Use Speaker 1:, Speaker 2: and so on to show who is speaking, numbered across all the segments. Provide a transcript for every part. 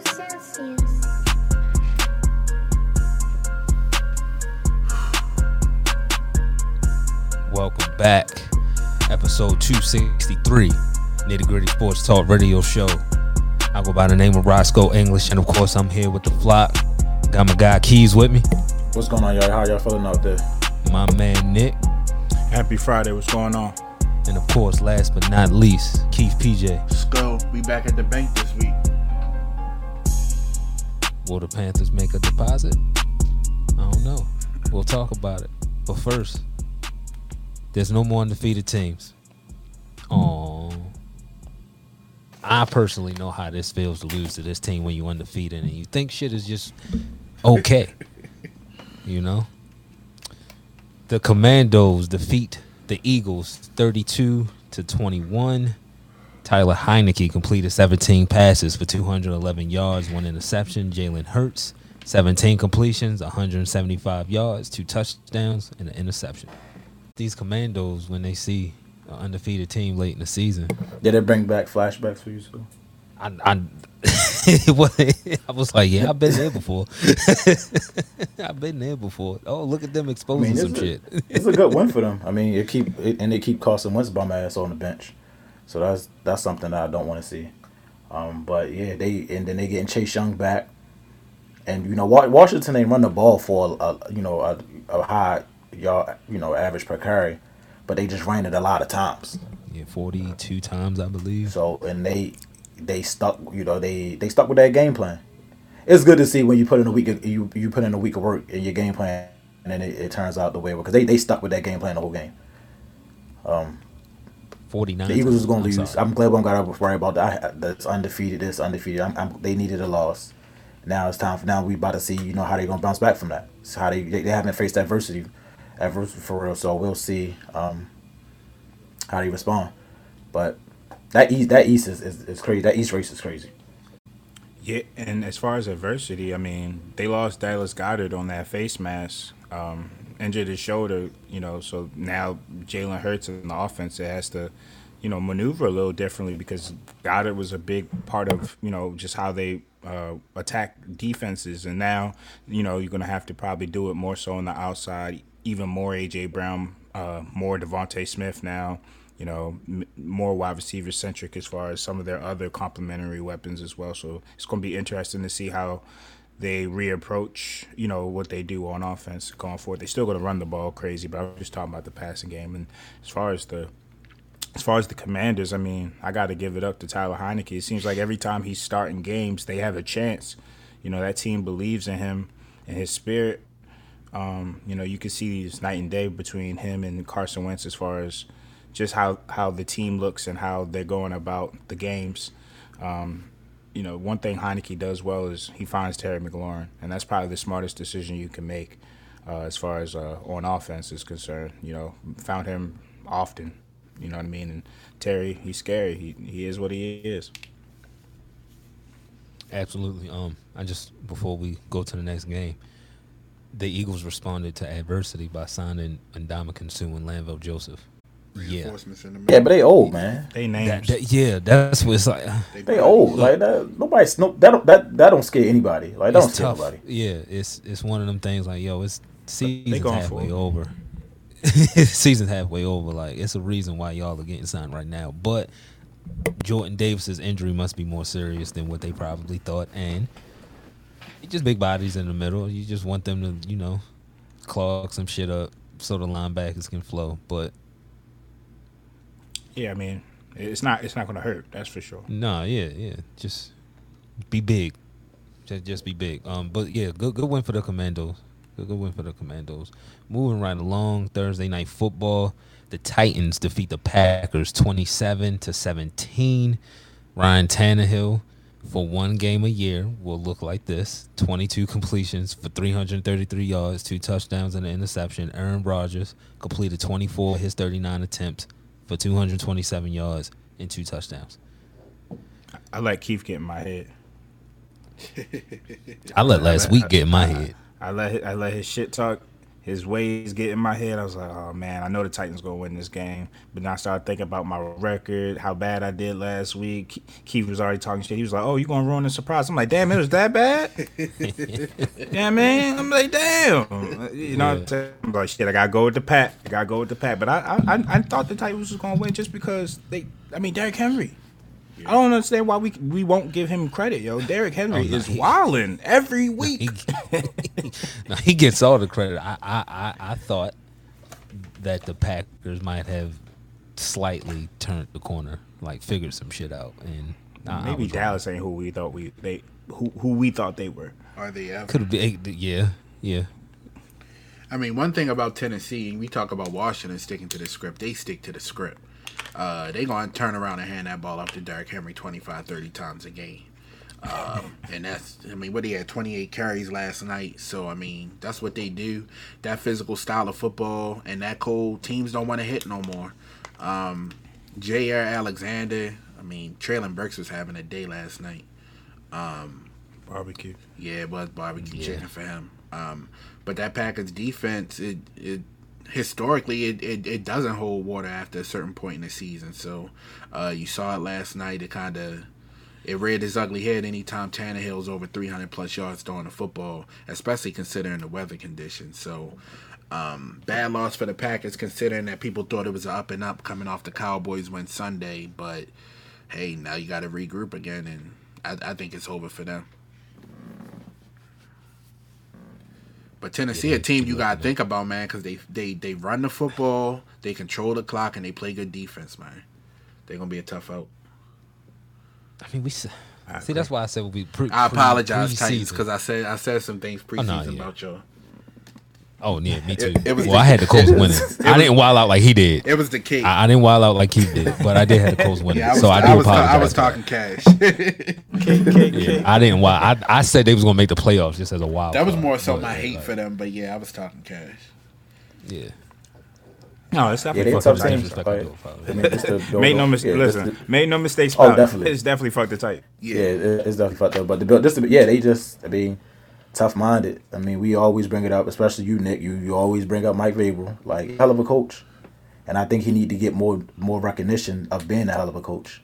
Speaker 1: Celsius.
Speaker 2: Welcome back. Episode 263, Nitty Gritty Sports Talk Radio Show. I go by the name of Roscoe English, and of course, I'm here with the flock. Got my guy Keys with me,
Speaker 3: What's going on, y'all? How y'all feeling out there?
Speaker 2: my man Nick,
Speaker 4: Happy Friday. What's going on?
Speaker 2: and of course, last but not least, Keith PJ.
Speaker 5: Skull, we back at the bank this week.
Speaker 2: Will the Panthers make a deposit? I don't know. We'll talk about it. But first, there's no more undefeated teams. Oh, I personally know how this feels to lose to this team when you undefeated and you think shit is just okay. you know? The Commandos defeat the Eagles 32 to 21. Tyler Heineke completed 17 passes for 211 yards, one interception. Jalen Hurts, 17 completions, 175 yards, two touchdowns, and an interception. These commandos, when they see an undefeated team late in the season,
Speaker 3: Did it bring back flashbacks for you too?
Speaker 2: I, I, it wa- I was like, yeah, I've been there before. I've been there before. Oh, look at them exposing
Speaker 3: it's
Speaker 2: some
Speaker 3: a-
Speaker 2: shit.
Speaker 3: It's a good win for them. I mean, it keep it, and they keep costing Wentz bum ass on the bench, so that's that's something that I don't want to see. Um, but yeah, they and then they getting Chase Young back, and you know Wa- Washington they run the ball for a, a- you know a, a high yard you know average per carry, but they just ran it a lot of times.
Speaker 2: Yeah, 42 times, I believe.
Speaker 3: So and they they stuck you know they they stuck with that game plan. It's good to see when you put in a week of, you you put in a week of work in your game plan and then it, it turns out the way because they they stuck with that game plan the whole game.
Speaker 2: 49.
Speaker 3: The Eagles was
Speaker 2: times.
Speaker 3: going
Speaker 2: I'm
Speaker 3: to lose.
Speaker 2: sorry.
Speaker 3: I'm glad we don't got to worry about that. I- That's undefeated. This undefeated. I'm, I'm, they needed a loss. Now it's time for now. We about to see you know how they gonna bounce back from that. So how they they, they haven't faced adversity, adversity for real. So we'll see um, how they respond. But that east that east is, is, is crazy. That east race is crazy.
Speaker 4: Yeah, and as far as adversity, I mean, they lost Dallas Goddard on that face mask, um, injured his shoulder, you know, so now Jalen Hurts in the offense it has to, you know, maneuver a little differently because Goddard was a big part of, you know, just how they uh, attack defenses. And now, you know, you're going to have to probably do it more so on the outside, even more A.J. Brown, uh, more Devontae Smith now. you know, m- more wide receiver centric as far as some of their other complementary weapons as well. So it's going to be interesting to see how they reapproach, you know, what they do on offense going forward. They're still going to run the ball crazy, but I'm just talking about the passing game. And as far as the as far as the commanders, I mean, I got to give it up to Tyler Heineke. It seems like every time he's starting games, they have a chance. You know, that team believes in him and his spirit. Um, you know, you can see this night and day between him and Carson Wentz as far as just how, how the team looks and how they're going about the games. Um, you know, one thing Heineke does well is he finds Terry McLaurin, and that's probably the smartest decision you can make uh, as far as uh, on offense is concerned. You know, found him often. You know what I mean? And Terry, he's scary. He he is what he is.
Speaker 2: Absolutely. Um, I just before we go to the next game, the Eagles responded to adversity by signing Ndamukong Suh and Lanville Joseph. Yeah,
Speaker 5: Reinforcements in the
Speaker 3: Yeah, but they old man.
Speaker 2: that,
Speaker 4: They names.
Speaker 2: that- yeah, that's what it's like.
Speaker 3: They old like that. Nobody no, that don't, that that don't scare anybody. Like that don't
Speaker 2: It's
Speaker 3: scare
Speaker 2: tough.
Speaker 3: nobody.
Speaker 2: Yeah, it's it's one of them things like yo, it's season's
Speaker 4: going
Speaker 2: halfway
Speaker 4: for it.
Speaker 2: over. season's halfway over. Like it's a reason why y'all are getting signed right now, but. Jordan Davis's injury must be more serious than what they probably thought, and it's just big bodies in the middle. You just want them to, you know, clog some shit up so the linebackers can flow. But
Speaker 4: Yeah, I mean, it's not it's not going to hurt. That's for sure.
Speaker 2: nah, yeah, yeah, just be big, just just be big. Um, but yeah, good good win for the Commandos. Good good win for the Commandos. Moving right along, Thursday night football. The Titans defeat the Packers twenty-seven to seventeen. Ryan Tannehill, for one game a year, will look like this: twenty-two completions for three hundred thirty-three yards, two touchdowns, and an interception. Aaron Rodgers completed twenty-four of his thirty-nine attempts for two hundred twenty-seven yards and two touchdowns.
Speaker 4: I let Keith get in my head.
Speaker 2: I let last week get in my head.
Speaker 4: I let hi- I let his shit talk His ways get in my head. I was like, oh man, I know the Titans gonna win this game. But then I started thinking about my record, how bad I did last week. Ke- Keith was already talking shit. He was like, oh, you gonna ruin the surprise? I'm like, damn, it was that bad. Yeah, man. I'm like, damn. You know what
Speaker 2: Yeah.
Speaker 4: I'm saying? I'm like, shit, I gotta go with the pack. I gotta go with the pack. But I I, I, I thought the Titans was gonna win just because they I mean Derrick Henry. I don't understand why we we won't give him credit, yo. Derrick Henry
Speaker 2: Oh, no,
Speaker 4: is
Speaker 2: he-
Speaker 4: wilding every week.
Speaker 2: He, no, he gets all the credit. I, I, I, I thought that the Packers might have slightly turned the corner, like figured some shit out, and I- I
Speaker 4: Maybe
Speaker 2: was wrong.
Speaker 4: Dallas ain't who we thought we they who who we thought they were.
Speaker 5: Are they ever?
Speaker 2: could have been. Yeah, yeah.
Speaker 5: I mean, one thing about Tennessee, and we talk about Washington sticking to the script, they stick to the script. Uh, they going to turn around and hand that ball off to Derrick Henry 25, 30 times a game. Um, and that's, I mean, what he had 28 carries last night. So, I mean, that's what they do. That physical style of football and that cold, teams don't want to hit no more. Um, J.R. Alexander, I mean, Traylon Burks was having a day last night.
Speaker 4: Barbecue.
Speaker 5: Yeah, it was barbecue
Speaker 2: Yeah.
Speaker 5: chicken for him. Um, but that Packers defense, it it historically it, it, it doesn't hold water after a certain point in the season. So uh, you saw it last night. It kind of it reared its ugly head anytime Tannehill's over 300 plus yards throwing the football, especially considering the weather conditions. So um, bad loss for the Packers, considering that people thought it was an up and up coming off the Cowboys win Sunday. But hey, now you got to regroup again, and I, I think it's over for them. But Tennessee, a team you gotta think about, man, because they they they run the football, they control the clock, and they play good defense, man. They're gonna be a tough out.
Speaker 2: I mean, we s-
Speaker 4: I
Speaker 2: see. That's why I said we. Pre,
Speaker 5: I
Speaker 2: pre-
Speaker 5: apologize,
Speaker 2: preseason.
Speaker 5: Titans, because I said I said some things preseason
Speaker 2: nah, yeah.
Speaker 5: about y'all.
Speaker 2: Oh yeah, me too.
Speaker 5: it was-
Speaker 2: well, I had the Colts winning. I didn't wild out like he did.
Speaker 5: It was the cake.
Speaker 2: I, I didn't wild out like he did, but I did have the Colts winning.
Speaker 5: yeah, I was,
Speaker 2: so I do
Speaker 5: was,
Speaker 2: apologize.
Speaker 5: I was
Speaker 2: for that.
Speaker 5: talking cash.
Speaker 2: Yeah, I didn't wild. I, I said they was gonna make the playoffs just as a wild.
Speaker 5: that was
Speaker 2: card,
Speaker 5: more so
Speaker 2: but,
Speaker 5: my hate
Speaker 2: like,
Speaker 5: for them, but yeah, I was talking cash.
Speaker 2: Yeah.
Speaker 4: No, it's
Speaker 3: Yeah, they
Speaker 4: definitely
Speaker 3: a
Speaker 4: fuck
Speaker 3: tough
Speaker 4: the
Speaker 3: team.
Speaker 4: Titans.
Speaker 2: Disrespect
Speaker 3: Like,
Speaker 2: to do a foul.
Speaker 3: I mean, just to build
Speaker 4: Make no
Speaker 3: up-
Speaker 4: mis-
Speaker 3: yeah, just
Speaker 4: listen,
Speaker 3: to-
Speaker 4: make no mistakes.
Speaker 3: Oh,
Speaker 4: about it.
Speaker 3: definitely.
Speaker 4: It's definitely fuck the Titans.
Speaker 5: Yeah,
Speaker 3: Yeah, it, it's definitely fucked up. But the build, just to, yeah, they just I mean, tough minded. I mean, we always bring it up, especially you, Nick. You you always bring up Mike Vrabel, like hell of a coach, and I think he need to get more more recognition of being a hell of a coach.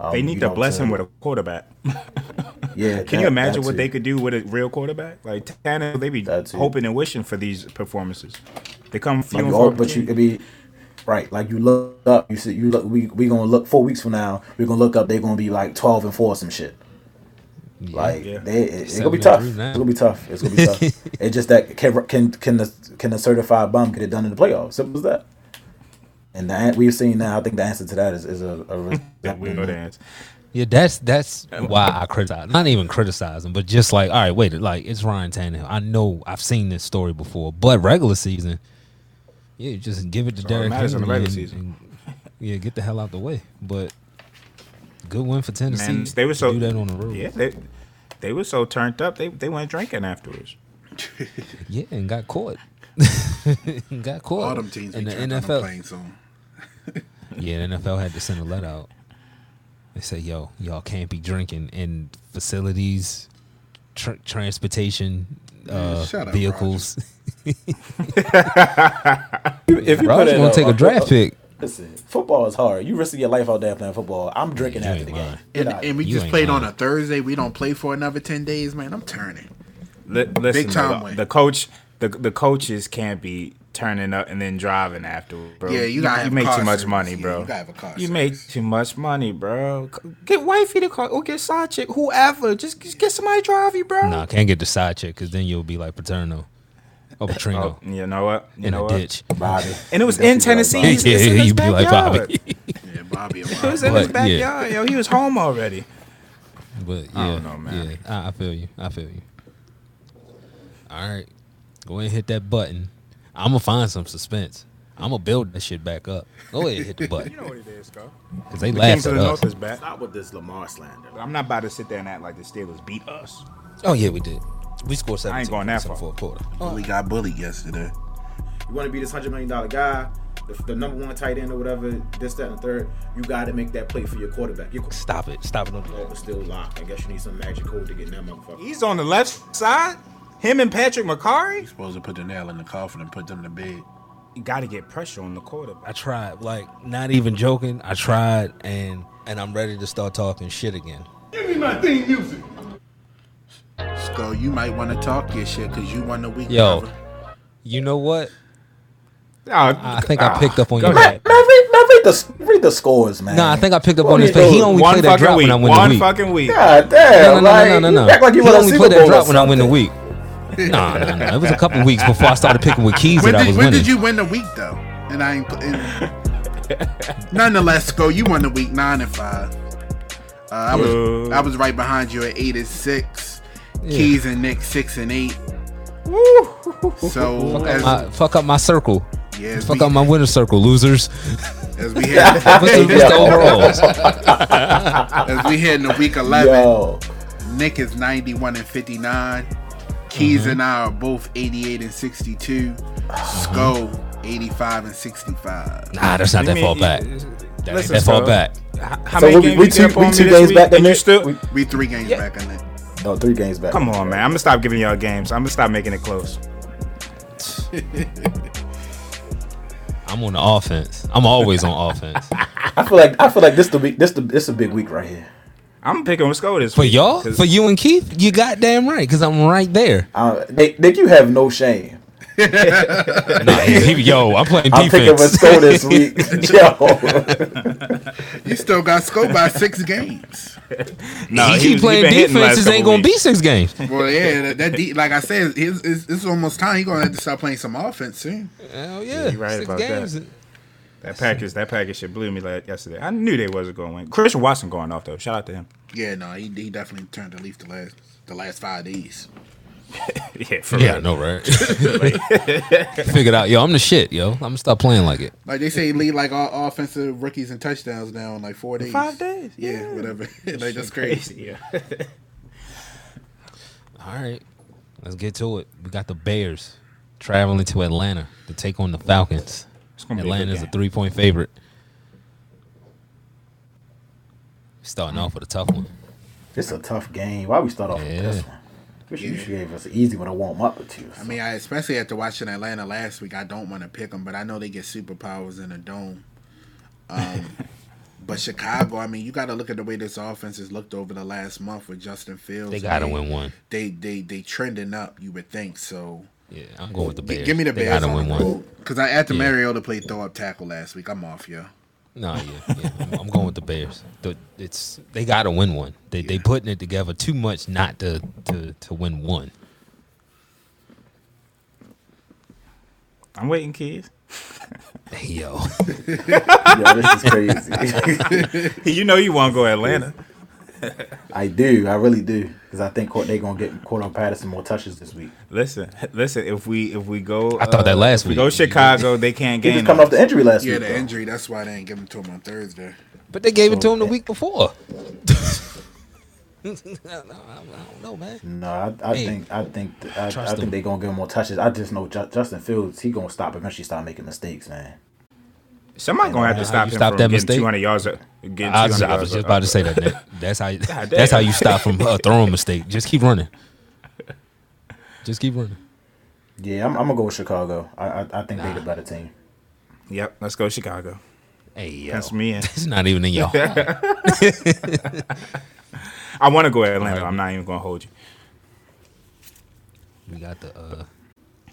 Speaker 3: Um,
Speaker 4: They
Speaker 3: you
Speaker 4: need to
Speaker 3: know,
Speaker 4: bless him with a quarterback.
Speaker 3: Yeah,
Speaker 4: Can
Speaker 3: that-
Speaker 4: you imagine
Speaker 3: that
Speaker 4: what
Speaker 3: too.
Speaker 4: they could do with a real quarterback? Like Tannehill, they be
Speaker 3: That too.
Speaker 4: hoping and wishing for these performances. They come few
Speaker 3: Like
Speaker 4: and
Speaker 3: you
Speaker 4: far
Speaker 3: all, but you
Speaker 4: between.
Speaker 3: could be right. Like you look up, you see, you look. We we gonna look four weeks from now. We're gonna look up. They're gonna be like twelve and four or some shit.
Speaker 2: Yeah.
Speaker 3: Like
Speaker 4: Yeah.
Speaker 3: they, it, it's gonna
Speaker 2: Seven
Speaker 3: be
Speaker 2: and
Speaker 3: tough.
Speaker 2: three
Speaker 3: It's
Speaker 2: now.
Speaker 3: gonna be tough. It's gonna be tough. it's just that can can can the can the certified bum get it done in the playoffs? Simple as that. And the, an- we've seen now. I think the answer to that is is a, a re-
Speaker 4: That we know dance.
Speaker 2: Yeah, that's that's why I criticize. Not even criticize him, but just like, all right, wait, like it's Ryan Tannehill. I know I've seen this story before, but regular season, yeah, just give it to
Speaker 4: all that
Speaker 2: Derrick
Speaker 4: matters
Speaker 2: Henry.
Speaker 4: in the regular
Speaker 2: and-
Speaker 4: season.
Speaker 2: and, yeah, get the hell out the way. But good win for Tennessee.
Speaker 4: Man, they were
Speaker 2: to
Speaker 4: so
Speaker 2: do that on the road.
Speaker 4: Yeah, they they were so turned up. They they went drinking afterwards.
Speaker 2: Yeah, and got caught. got caught.
Speaker 5: all them teams be
Speaker 2: and the
Speaker 5: turned on
Speaker 2: NFL.
Speaker 5: playing soon.
Speaker 2: Yeah, the NFL had to send a letter out. They said, "Yo, y'all can't be drinking in facilities, tr- transportation,
Speaker 5: Man,
Speaker 2: uh,
Speaker 5: shut up,
Speaker 2: vehicles.
Speaker 3: if you
Speaker 2: Rodgers
Speaker 3: it
Speaker 2: gonna
Speaker 3: up-
Speaker 2: take a
Speaker 3: up-
Speaker 2: draft
Speaker 3: up-
Speaker 2: pick.
Speaker 3: Listen, football is hard. You risking your life out there playing football. I'm drinking
Speaker 2: You
Speaker 3: after
Speaker 2: ain't
Speaker 3: the game.
Speaker 2: lying.
Speaker 3: Get
Speaker 5: And,
Speaker 3: out.
Speaker 5: and we
Speaker 2: You
Speaker 5: just
Speaker 2: ain't
Speaker 5: played on a
Speaker 2: lying.
Speaker 5: Thursday. We don't play for another ten days, man. I'm turning.
Speaker 4: Li- listen,
Speaker 5: time
Speaker 4: the,
Speaker 5: win.
Speaker 4: the coach, the the coaches can't be turning up and then driving afterwards, bro.
Speaker 5: Yeah, you gotta have
Speaker 4: make
Speaker 5: car
Speaker 4: too much
Speaker 5: service.
Speaker 4: money,
Speaker 5: Yeah,
Speaker 4: bro.
Speaker 5: you gotta have a car
Speaker 4: You make too much money, bro. C- Get wifey to car or get side chick, whoever. Just, just get somebody to drive you, bro.
Speaker 2: Nah, can't get the side check because then you'll be like Paterno or Patrino
Speaker 4: Oh, you know what? You
Speaker 2: in
Speaker 4: know
Speaker 2: a
Speaker 4: what?
Speaker 2: ditch.
Speaker 3: Bobby.
Speaker 4: And it was
Speaker 3: You definitely
Speaker 4: in
Speaker 3: right,
Speaker 4: Tennessee.
Speaker 3: Bobby.
Speaker 4: It's in his
Speaker 2: you'd be like
Speaker 4: backyard.
Speaker 2: Bobby.
Speaker 5: Yeah, Bobby.
Speaker 4: It was in his
Speaker 2: But, yeah.
Speaker 4: backyard, yo. He was home already.
Speaker 2: But yeah,
Speaker 4: I don't know, man.
Speaker 2: yeah, I, I feel you. I feel you. All right, go ahead and hit that button. I'm gonna find some suspense. I'm gonna build that shit back up. Go ahead and hit the button
Speaker 4: know what it is, go.
Speaker 2: because they
Speaker 4: The King
Speaker 2: laughed
Speaker 4: to
Speaker 2: at
Speaker 4: the
Speaker 2: us.
Speaker 4: North is back.
Speaker 3: Stop with this Lamar slander.
Speaker 4: I'm not about to sit there and act like the Steelers beat us.
Speaker 2: Oh yeah, we did. We scored seventeen.
Speaker 4: I ain't going that
Speaker 2: points in
Speaker 4: far.
Speaker 2: the fourth quarter.
Speaker 5: Bully got bullied yesterday.
Speaker 3: you want to be this hundred million dollar guy, the, the number one tight end or whatever, this, that, and the third. You got to make that play for your quarterback. Your
Speaker 2: Stop it. Stop it. Don't do that.
Speaker 3: quarterback is still locked. I guess you need some magic code to get in that motherfucker.
Speaker 4: He's on the left side. Him and Patrick McCarry?
Speaker 5: Supposed to put the nail in the coffin and put them to bed.
Speaker 4: You got to get pressure on the quarterback.
Speaker 2: I tried, like, not even joking. I tried, and and I'm ready to start talking shit again.
Speaker 5: Skull, you might want to talk your shit because you won the week.
Speaker 2: Yo.
Speaker 5: cover.
Speaker 2: You know what?
Speaker 4: Oh,
Speaker 2: I think I picked up on
Speaker 4: go
Speaker 2: your.
Speaker 4: ahead.
Speaker 3: Man, read, man, read the read the scores, man.
Speaker 2: Nah, I think I picked up
Speaker 3: What
Speaker 2: on
Speaker 3: do
Speaker 2: his
Speaker 3: you
Speaker 2: face. He
Speaker 3: do?
Speaker 2: only
Speaker 4: one
Speaker 2: played that
Speaker 4: fucking
Speaker 2: drop
Speaker 4: week.
Speaker 2: when I win
Speaker 4: one
Speaker 2: the week.
Speaker 4: fucking week.
Speaker 2: no,
Speaker 3: God
Speaker 2: no,
Speaker 3: damn,
Speaker 2: no, no, no,
Speaker 3: like,
Speaker 2: no.
Speaker 3: you act like you
Speaker 2: he
Speaker 3: won a
Speaker 2: only
Speaker 3: Super
Speaker 2: played that
Speaker 3: Bowl.
Speaker 2: drop
Speaker 3: or
Speaker 2: when I win the
Speaker 3: something.
Speaker 2: week. Nah, nah, nah. It was a couple weeks before I started picking with keys
Speaker 5: When
Speaker 2: that I
Speaker 5: did,
Speaker 2: was
Speaker 5: when
Speaker 2: winning.
Speaker 5: did you win the week though? And I ain't. pl- And nonetheless, Skull, you won the week nine and five. Uh, I was
Speaker 4: Yo.
Speaker 5: I was right behind you at eight and six.
Speaker 2: Yeah.
Speaker 5: Keys and Nick six and eight. So as,
Speaker 2: my, fuck up my circle.
Speaker 5: yeah, as,
Speaker 2: Fuck
Speaker 5: we,
Speaker 2: up my winner circle, losers.
Speaker 5: as we had
Speaker 2: What's the, what's the overalls?
Speaker 5: as we had in the week eleven.
Speaker 3: Yo,
Speaker 5: Nick is 91 and 59. Keys and I are both 88 and 62. Skull 85 and 65.
Speaker 2: Nah, that's not
Speaker 4: You
Speaker 2: that
Speaker 4: mean-
Speaker 2: far back.
Speaker 4: you-
Speaker 2: That ain't
Speaker 4: listen,
Speaker 2: that far
Speaker 4: Skull.
Speaker 2: back.
Speaker 4: H- How
Speaker 3: So
Speaker 4: many
Speaker 3: we-
Speaker 4: games
Speaker 3: we
Speaker 4: you
Speaker 3: two-
Speaker 4: get up
Speaker 3: we
Speaker 4: on
Speaker 3: two
Speaker 4: me this
Speaker 3: days
Speaker 4: week?
Speaker 3: back to
Speaker 4: And you
Speaker 3: Nick?
Speaker 4: still-
Speaker 3: We-
Speaker 5: We three games
Speaker 4: Yeah.
Speaker 5: back on that.
Speaker 3: no, three games back.
Speaker 4: Come on, man. I'm gonna stop giving y'all games. I'm gonna stop making it close.
Speaker 2: I'm on the offense. I'm always on offense.
Speaker 3: I feel like I feel like this the week. This the this a big week right here.
Speaker 4: I'm picking with Skull this
Speaker 2: For
Speaker 4: week,
Speaker 2: y'all,
Speaker 4: 'cause-
Speaker 2: for you and Keith, you goddamn right, because I'm right there.
Speaker 3: Uh, Nick, Nick, you have no shame.
Speaker 2: Nah, he- yo, I'm playing
Speaker 3: I'm picking
Speaker 2: defense.
Speaker 3: Vasco this week. Yo,
Speaker 5: You still got Skull by six games.
Speaker 4: No,
Speaker 2: he keep
Speaker 4: he was- he
Speaker 2: playing
Speaker 4: been hitting the last
Speaker 2: defenses. Ain't
Speaker 4: couple
Speaker 2: gonna be
Speaker 4: weeks.
Speaker 2: six games.
Speaker 5: Well, yeah, that, that de- like I said, it's, it's, it's almost time. You're gonna have to start playing some offense soon.
Speaker 2: Hell yeah,
Speaker 4: you right
Speaker 2: six
Speaker 4: about that.
Speaker 2: games.
Speaker 4: That package, that package shit blew me like yesterday. I knew they wasn't going to win. Christian Watson going off though. Shout out to him.
Speaker 5: Yeah, no, he, he definitely turned the leaf the last the last five days.
Speaker 4: Yeah, for
Speaker 2: Yeah, I
Speaker 4: real.
Speaker 2: know, right? Figured out, yo, I'm the shit, yo. I'm gonna stop playing like it.
Speaker 5: Like they say, he lead like all offensive rookies and touchdowns now in like four days.
Speaker 4: Five days,
Speaker 5: Yeah,
Speaker 4: yeah.
Speaker 5: whatever. like that's crazy.
Speaker 4: Crazy. Yeah.
Speaker 2: All right, let's get to it. We got the Bears traveling to Atlanta to take on the Falcons.
Speaker 4: It's gonna be a good
Speaker 2: Atlanta's a
Speaker 4: game.
Speaker 2: three point favorite. Starting off with a tough one.
Speaker 3: this a tough game. Why we start off with this
Speaker 2: Yeah.
Speaker 3: one? Wish you should gave us an easy one to warm up with you.
Speaker 5: I mean, I especially after watching Atlanta last week, I don't want to pick them, but I know they get superpowers in a dome. Um, but Chicago, I mean, you got to look at the way this offense has looked over the last month with Justin Fields.
Speaker 2: They gotta
Speaker 5: I mean,
Speaker 2: win one.
Speaker 5: They they they trending up. You would think so.
Speaker 2: Yeah, I'm going with the
Speaker 5: Gi-
Speaker 2: Bears.
Speaker 5: give me the
Speaker 2: they
Speaker 5: Bears
Speaker 2: gotta
Speaker 5: on
Speaker 2: win
Speaker 5: the
Speaker 2: one.
Speaker 5: road because I after
Speaker 2: Yeah.
Speaker 5: Mariota played throw up tackle last week. I'm off, yo.
Speaker 2: No, yeah, yeah. I'm, I'm going with the Bears. The- It's they gotta win one. They they putting it together too much not to to to win one.
Speaker 4: I'm waiting, kids.
Speaker 2: Yo,
Speaker 3: Yo, this is crazy.
Speaker 4: you know you want to go Atlanta.
Speaker 3: I do. I really do. Because I think they're going to get Cordell Patterson more touches this week.
Speaker 4: Listen, listen. If we if we go, uh,
Speaker 2: I thought that last
Speaker 4: if we
Speaker 2: week.
Speaker 4: go Chicago, they can't
Speaker 3: He
Speaker 4: gain.
Speaker 3: just come
Speaker 4: us.
Speaker 3: off the injury last
Speaker 5: Yeah,
Speaker 3: week.
Speaker 5: the
Speaker 3: though.
Speaker 5: injury. That's why they ain't give him to him on Thursday.
Speaker 2: but they gave it to him the
Speaker 3: So-
Speaker 2: week before. I don't I don't know, man.
Speaker 3: No, I, I
Speaker 2: Hey.
Speaker 3: think I think th- I,
Speaker 2: Trust
Speaker 3: I think
Speaker 2: him.
Speaker 3: they're gonna give him more touches. I just know Ju- Justin Fields he gonna stop eventually stop making mistakes, man.
Speaker 4: Somebody gonna have
Speaker 2: How
Speaker 4: to stop
Speaker 2: you
Speaker 4: him
Speaker 2: stop
Speaker 4: from
Speaker 2: that
Speaker 4: getting
Speaker 2: mistake?
Speaker 4: 200 yards. Getting 200
Speaker 2: I was, I
Speaker 4: yards
Speaker 2: was just about to say that. Nick. That's how. that's how
Speaker 4: damn.
Speaker 2: you stop from a throwing mistake. Just keep running. Just keep running.
Speaker 3: Yeah, I'm, I'm gonna go with Chicago. I I, I think they the better team.
Speaker 4: Yep, let's go Chicago.
Speaker 2: Hey, yo.
Speaker 4: That's me. In.
Speaker 2: It's not even in your heart.
Speaker 4: I want to go Atlanta. I'm not even gonna hold you.
Speaker 2: We got the uh,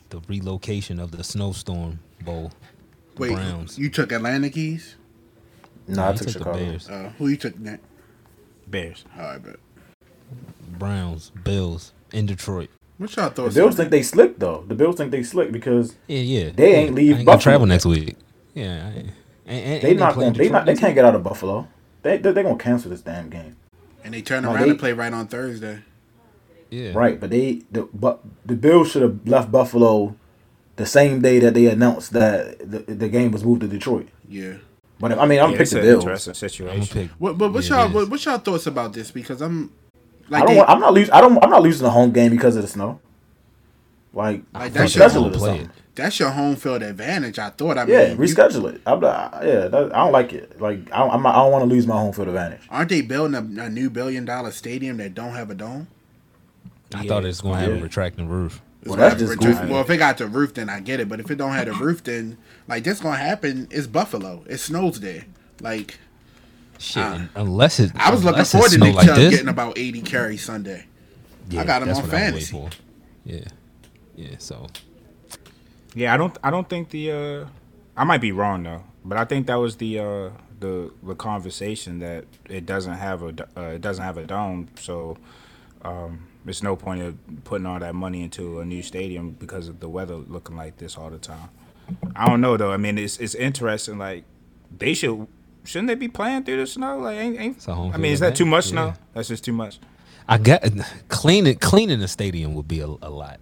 Speaker 2: the relocation of the snowstorm bowl. The
Speaker 5: Wait,
Speaker 2: Browns.
Speaker 5: you took Atlanta keys?
Speaker 3: No, I
Speaker 2: He
Speaker 3: took, Chicago.
Speaker 2: the Bears.
Speaker 5: Uh, who you took next?
Speaker 4: Bears.
Speaker 5: All right, but
Speaker 2: Browns, Bills in Detroit.
Speaker 5: what y'all
Speaker 3: The
Speaker 5: thoughts?
Speaker 3: Bills think they slick though. The Bills think they slick because
Speaker 2: Yeah, yeah.
Speaker 3: They
Speaker 2: yeah.
Speaker 3: ain't leave
Speaker 2: I gonna
Speaker 3: Buffalo.
Speaker 2: travel next week. Yeah. I ain't- ain't- ain't
Speaker 3: they not
Speaker 2: play
Speaker 3: gonna they
Speaker 2: Detroit
Speaker 3: not they
Speaker 2: next
Speaker 3: can't get out of Buffalo. They they they gonna cancel this damn game.
Speaker 5: and they turn
Speaker 3: No,
Speaker 5: around
Speaker 3: they-
Speaker 5: and play right on Thursday.
Speaker 2: week? Yeah.
Speaker 3: Right, but they the but the Bills should have left Buffalo the same day that they announced that the, the game was moved to Detroit.
Speaker 5: Yeah.
Speaker 3: But I mean, I'm
Speaker 4: Yeah,
Speaker 3: pick
Speaker 4: it's
Speaker 3: the
Speaker 4: an
Speaker 3: Bills.
Speaker 4: interesting
Speaker 2: I'm gonna
Speaker 4: situation.
Speaker 2: pick.
Speaker 5: What, but what's
Speaker 2: yeah, it
Speaker 5: y'all
Speaker 2: is.
Speaker 5: what, what's y'all thoughts about this? Because I'm like
Speaker 3: I don't.
Speaker 5: they-
Speaker 3: Want, I'm not losing. I don't. I'm not losing a home game because of the snow. Like,
Speaker 5: Like, that's your
Speaker 3: reschedule
Speaker 5: home
Speaker 3: it or
Speaker 2: play.
Speaker 3: something.
Speaker 5: that's your home field advantage. I thought. I mean,
Speaker 3: Yeah,
Speaker 5: you-
Speaker 3: reschedule it. I'm not. Yeah, that, I don't like it. Like, I don't, I'm not, I don't want to lose my home field advantage.
Speaker 5: aren't they building a, a new billion dollar stadium that don't have a dome?
Speaker 2: I thought it was going to have
Speaker 3: Yeah.
Speaker 2: a retracting roof.
Speaker 5: It's
Speaker 3: Well,
Speaker 5: gotta
Speaker 3: that's
Speaker 5: have
Speaker 3: just
Speaker 5: the roof.
Speaker 3: goofy.
Speaker 5: Well, if it got the roof, then I get it. But if it don't have the roof, then like this gonna happen. It's Buffalo. It snows there. Like
Speaker 2: Shit, unless it.
Speaker 5: I was looking
Speaker 2: unless it
Speaker 5: forward to
Speaker 2: snow
Speaker 5: Nick
Speaker 2: like
Speaker 5: Chubb
Speaker 2: this.
Speaker 5: getting about eighty carries Sunday.
Speaker 2: Yeah,
Speaker 5: got him
Speaker 2: that's
Speaker 5: on
Speaker 2: what I'm waiting
Speaker 5: fantasy.
Speaker 2: for. Yeah, yeah. So
Speaker 4: Yeah, I don't. I don't think the. Uh, I might be wrong though, but I think that was the uh, the the conversation that it doesn't have a d- uh, it doesn't have a dome, so um, there's no point of putting all that money into a new stadium because of the weather looking like this all the time. I don't know though. I mean, it's it's interesting. Like they should shouldn't they be playing through the snow? Like, ain't, ain't,
Speaker 2: a home
Speaker 4: I mean,
Speaker 2: field
Speaker 4: is that too much
Speaker 2: advantage,
Speaker 4: snow?
Speaker 2: yeah.
Speaker 4: That's just too much.
Speaker 2: I got cleaning cleaning the stadium would be a, a lot.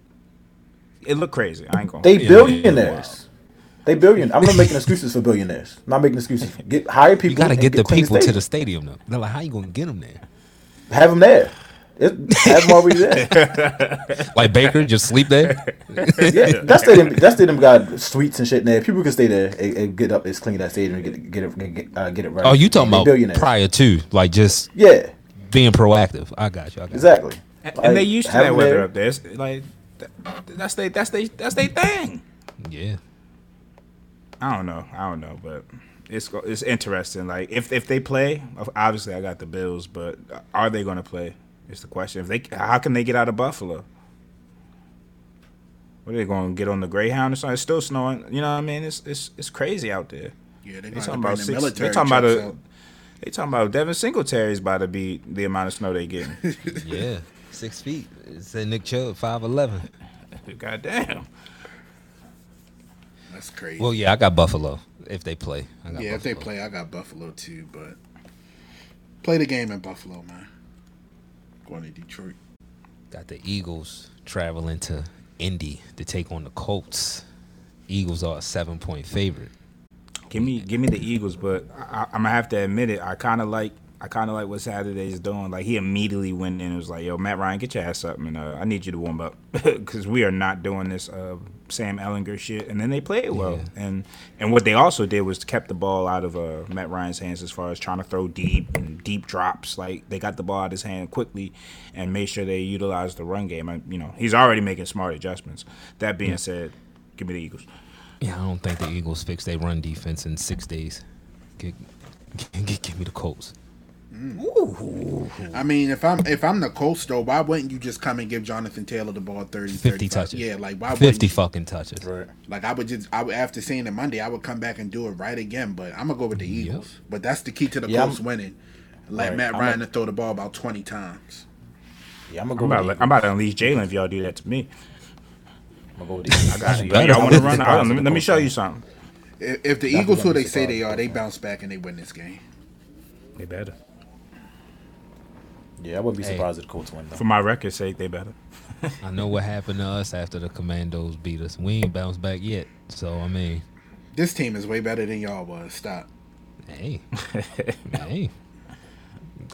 Speaker 4: It looked crazy. I ain't gonna.
Speaker 3: They
Speaker 2: Yeah,
Speaker 3: billionaires. They billion. I'm not making excuses for billionaires. not making excuses. Get hire people.
Speaker 2: You got to
Speaker 3: and
Speaker 2: get the
Speaker 3: clean
Speaker 2: people to the
Speaker 3: stadium.
Speaker 2: stadium though. They're like, how you gonna get them there?
Speaker 3: Have them there. It, have them already there.
Speaker 2: Like Baker, just sleep there.
Speaker 3: Yeah, that stadium. That stadium got suites and shit in there. People can stay there and, and get up. It's clean that stadium and get get it get, uh, get it right.
Speaker 2: Oh, you talking
Speaker 3: They
Speaker 2: about
Speaker 3: billionaires?
Speaker 2: prior to like just
Speaker 3: Yeah,
Speaker 2: being proactive? I got you. I got you.
Speaker 3: exactly.
Speaker 4: And,
Speaker 3: Like,
Speaker 4: and they used to
Speaker 3: have
Speaker 4: that
Speaker 3: 'em
Speaker 4: weather
Speaker 3: there.
Speaker 4: up there. It's, like th- that's they that's they that's they thing.
Speaker 2: Yeah.
Speaker 4: I don't know. I don't know, but it's go- it's interesting. Like if if they play, of- obviously I got the Bills, but are they going to play? Is the question. If they, how can they get out of Buffalo? What are they going to get on the Greyhound or something? It's still snowing. You know what I mean? It's it's it's crazy out there.
Speaker 5: Yeah, they're
Speaker 4: They talking
Speaker 5: gonna have to bring
Speaker 4: about
Speaker 5: the
Speaker 4: six,
Speaker 5: military.
Speaker 4: They talking about
Speaker 5: trucks
Speaker 4: a.
Speaker 5: out.
Speaker 4: They talking about Devin Singletary's about to be the amount of snow they getting.
Speaker 2: Yeah. Six feet. Said Nick Chubb, five eleven.
Speaker 4: Goddamn.
Speaker 5: That's crazy.
Speaker 2: Well, yeah, I got Buffalo if they play. I got
Speaker 5: yeah, if they
Speaker 2: Buffalo.
Speaker 5: play, I got Buffalo too. But play the game in Buffalo, man. Going to Detroit.
Speaker 2: Got the Eagles traveling to Indy to take on the Colts. Eagles are a seven point favorite.
Speaker 4: Give me, give me the Eagles, but I, I'm gonna have to admit it. I kind of like, I kind of like what Saturday's doing. Like he immediately went in and was like, "Yo, Matt Ryan, get your ass up, and uh, I need you to warm up because we are not doing this uh, Sam Ellinger shit." And then they played well, and and what they also did was kept the ball out of uh, Matt Ryan's hands as far as trying to throw deep and deep drops. Like they got the ball out of his hand quickly and made sure they utilized the run game. I, you know, he's already making smart adjustments. That being said, give me the Eagles.
Speaker 2: Yeah, I don't think the Eagles fix their run defense in six days. Get, get, get- give me the Colts.
Speaker 5: I mean, if I'm if I'm the Colts though, why wouldn't you just come and give Jonathan Taylor the ball 30,
Speaker 2: 50
Speaker 5: 35?
Speaker 2: touches.
Speaker 5: Yeah, like why wouldn't
Speaker 2: 50
Speaker 5: you?
Speaker 2: fucking touches.
Speaker 3: Right.
Speaker 5: Like I would just, I would after seeing it Monday, I would come back and do it right again. But I'm gonna go with the Eagles. But that's the key to the
Speaker 3: Yeah,
Speaker 5: Colts
Speaker 3: I'm-
Speaker 5: winning. Let
Speaker 3: Right,
Speaker 5: Matt
Speaker 3: I'm
Speaker 5: Ryan to throw the ball about 20 times.
Speaker 3: Yeah, I'm gonna go.
Speaker 4: I'm about, to,
Speaker 3: with
Speaker 4: let-
Speaker 3: the
Speaker 4: I'm about to unleash Jalen if y'all do that to me.
Speaker 3: Eagles. I'm gonna go with the Eagles.
Speaker 4: I got you.
Speaker 2: better.
Speaker 4: Y'all want to run?
Speaker 3: Surprise
Speaker 4: I don't-
Speaker 3: the
Speaker 4: Let me
Speaker 3: Colts,
Speaker 4: show
Speaker 3: man.
Speaker 4: you something.
Speaker 5: If, if the
Speaker 3: That's
Speaker 5: Eagles who
Speaker 3: gonna be
Speaker 5: they say they
Speaker 3: surprising.
Speaker 5: are, they bounce back and they win this game.
Speaker 4: They better.
Speaker 3: Yeah, I wouldn't be
Speaker 2: Hey.
Speaker 3: surprised if the Colts win
Speaker 4: For
Speaker 3: though.
Speaker 4: my record's sake, they better.
Speaker 2: I know what happened to us after the Commandos beat us. We ain't bounced back yet. So, I mean,
Speaker 5: This team is way better than y'all was. Stop.
Speaker 2: hey, hey.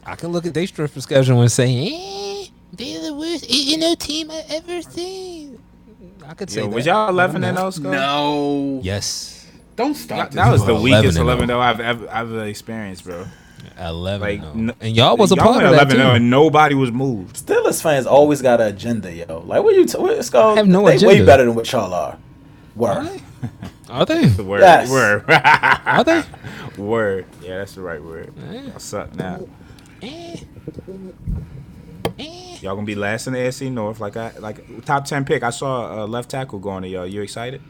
Speaker 2: I can look at their strength of schedule and say, eh, they're the worst 8 0 team i ever seen. I could say
Speaker 4: Yo,
Speaker 2: that.
Speaker 4: was y'all
Speaker 2: but I'm
Speaker 4: 11 and oh?
Speaker 2: not.
Speaker 4: 0 score?
Speaker 5: No.
Speaker 2: Yes.
Speaker 5: Don't
Speaker 4: That,
Speaker 5: stop. This
Speaker 4: that was the
Speaker 2: Well,
Speaker 4: weakest
Speaker 2: 11 and
Speaker 4: 11 0 I've ever, I've ever experienced, bro.
Speaker 2: 11
Speaker 4: Like,
Speaker 2: and,
Speaker 4: no-
Speaker 2: y'all was a
Speaker 4: y'all
Speaker 2: part
Speaker 4: went
Speaker 2: of that
Speaker 4: 11
Speaker 2: too.
Speaker 4: and nobody was moved.
Speaker 3: Steelers fans always got an agenda, yo. Like, what you? T- what, it's called,
Speaker 2: I have no
Speaker 3: they
Speaker 2: agenda.
Speaker 3: way better than what y'all are. Were.
Speaker 4: oh.
Speaker 2: Are they?
Speaker 4: The word,
Speaker 3: Yes.
Speaker 4: word,
Speaker 2: Are they?
Speaker 4: word. Yeah, that's the right word. I suck now.
Speaker 2: Eh. Eh.
Speaker 4: Y'all gonna be last in the AFC North, like I like top ten pick. I saw a left tackle going to y'all. You excited?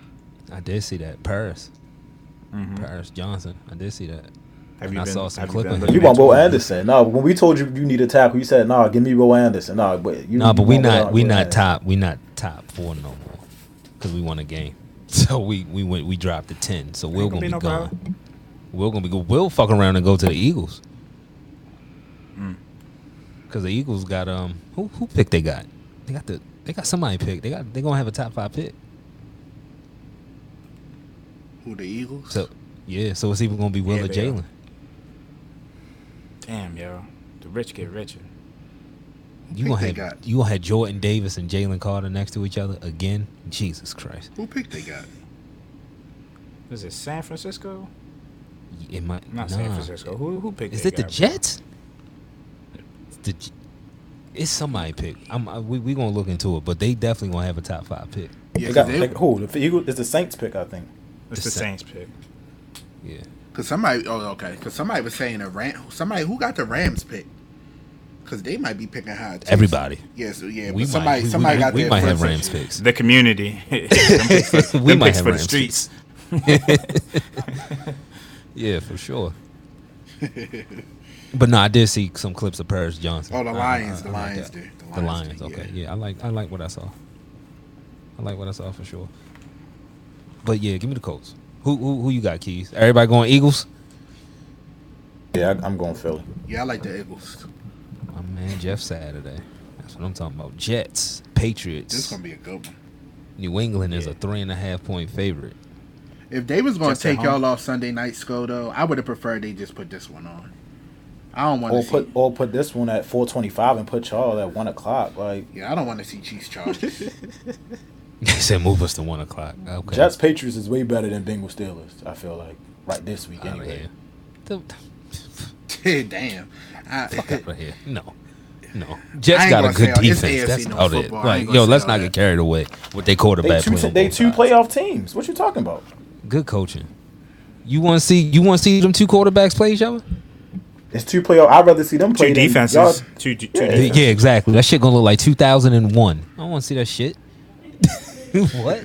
Speaker 2: I did see that Paris,
Speaker 4: Mm-hmm.
Speaker 2: Paris Johnson. I did see that.
Speaker 4: Have
Speaker 2: And I saw some
Speaker 4: you
Speaker 2: clip of him.
Speaker 3: You
Speaker 4: looking
Speaker 3: want
Speaker 4: into
Speaker 3: Will
Speaker 4: it?
Speaker 3: Anderson? No, when we told you you need a tackle, you said, "Nah, give me Will Anderson." Nah, but you.
Speaker 2: No, but
Speaker 3: you
Speaker 2: we
Speaker 3: want Will
Speaker 2: not we
Speaker 3: Will
Speaker 2: not
Speaker 3: Anderson.
Speaker 2: top we not top four no more because we won a game. So we we went we dropped to ten. So we're
Speaker 4: Ain't
Speaker 2: gonna be
Speaker 4: no
Speaker 2: gone.
Speaker 4: problem.
Speaker 2: We're gonna be go. We'll fuck around and go to the Eagles.
Speaker 4: Hmm.
Speaker 2: Because the Eagles got um who who pick they got? They got the they got somebody pick. They got they gonna have a top five pick.
Speaker 5: Who the Eagles?
Speaker 2: So yeah, so it's even gonna be Will
Speaker 4: Yeah,
Speaker 2: or
Speaker 4: they are.
Speaker 2: Jalen.
Speaker 4: Damn, yo, the rich get richer.
Speaker 2: You
Speaker 5: pick
Speaker 2: gonna
Speaker 5: they
Speaker 2: have
Speaker 5: got?
Speaker 2: you gonna have Jordan Davis and Jalen Carter next to each other again? Jesus Christ!
Speaker 5: Who pick they got?
Speaker 4: Is it San Francisco?
Speaker 2: It might
Speaker 4: Not
Speaker 2: nah.
Speaker 4: San Francisco. Who who picked?
Speaker 2: Is
Speaker 4: that
Speaker 2: it the
Speaker 4: guy, bro?
Speaker 2: Jets? It's the J- it's somebody pick. I'm I, we we gonna look into it, but they definitely gonna have a top five pick.
Speaker 5: Yeah,
Speaker 3: They got,
Speaker 5: 'cause they-
Speaker 3: they, who? The Eagles, it's the Saints pick, I think.
Speaker 4: It's
Speaker 2: The
Speaker 4: the
Speaker 2: Saints.
Speaker 4: Saints pick.
Speaker 2: Yeah,
Speaker 5: Cause somebody, oh okay, cause somebody was saying a Ram, somebody who got the Rams pick, cause they might be picking high. Too.
Speaker 2: everybody.
Speaker 5: Yes, yeah.
Speaker 2: We
Speaker 5: but somebody,
Speaker 2: might, we-
Speaker 5: somebody
Speaker 2: we,
Speaker 5: got
Speaker 2: we,
Speaker 5: their
Speaker 2: might have
Speaker 5: first
Speaker 2: Rams
Speaker 5: pick.
Speaker 2: picks.
Speaker 4: The community. Them picks for-
Speaker 2: We
Speaker 4: them
Speaker 2: might
Speaker 4: picks
Speaker 2: have
Speaker 4: for the
Speaker 2: Rams
Speaker 4: streets.
Speaker 2: Yeah, for sure. but no, I did see some clips of Paris Johnson.
Speaker 5: Oh, the
Speaker 2: I- I- Uh, I
Speaker 5: Lions, the
Speaker 2: like
Speaker 5: Lions
Speaker 2: that.
Speaker 5: do.
Speaker 2: The Lions.
Speaker 5: do, yeah.
Speaker 2: Okay. Yeah. I like I like what I saw. I like what I saw for sure. But yeah, give me the Colts. Who who, who you got, Keys? Everybody going Eagles?
Speaker 3: Yeah, I, I'm going Philly.
Speaker 5: Yeah, I like the Eagles.
Speaker 2: My man Jeff Saturday. That's what I'm talking about. Jets,
Speaker 5: This is
Speaker 2: Patriots.
Speaker 5: gonna be a good one.
Speaker 2: New England is
Speaker 4: Yeah.
Speaker 2: a three and a half point favorite.
Speaker 5: If they was gonna
Speaker 4: Just at
Speaker 5: take
Speaker 4: home.
Speaker 5: y'all off Sunday night school though, I would have preferred they just put this one on. I don't want to
Speaker 3: Or
Speaker 5: see.
Speaker 3: put or put this one at 4:25 and put y'all at one o'clock. Like
Speaker 5: yeah, I don't want to see Chiefs Chargers.
Speaker 2: They said move us to one o'clock. Okay.
Speaker 3: Jets Patriots is way better than Bengals Steelers. I feel like right this week
Speaker 2: Outta
Speaker 3: anyway.
Speaker 2: here. The-
Speaker 5: Damn. I,
Speaker 2: fuck out of here. No. No. Jets
Speaker 5: ain't
Speaker 2: got a
Speaker 5: gonna say oh,
Speaker 2: good
Speaker 5: all- it's
Speaker 2: defense.
Speaker 5: AFC
Speaker 2: That's
Speaker 5: no
Speaker 2: about it.
Speaker 5: football. I ain't
Speaker 2: Like,
Speaker 5: gonna
Speaker 2: yo,
Speaker 5: say
Speaker 2: let's
Speaker 5: all
Speaker 2: not
Speaker 5: that.
Speaker 2: get carried away with their quarterback
Speaker 3: They two
Speaker 2: play.
Speaker 3: they two playoff teams. What you talking about?
Speaker 2: Good coaching. You want to see you want to see them two quarterbacks play each other?
Speaker 3: It's two playoff. I'd rather see them play
Speaker 4: Two
Speaker 3: than
Speaker 4: defenses.
Speaker 3: y'all-
Speaker 4: Two, two
Speaker 3: Yeah.
Speaker 4: defenses.
Speaker 2: Yeah, exactly. That shit gonna look like 2001. I don't want to see that shit. what?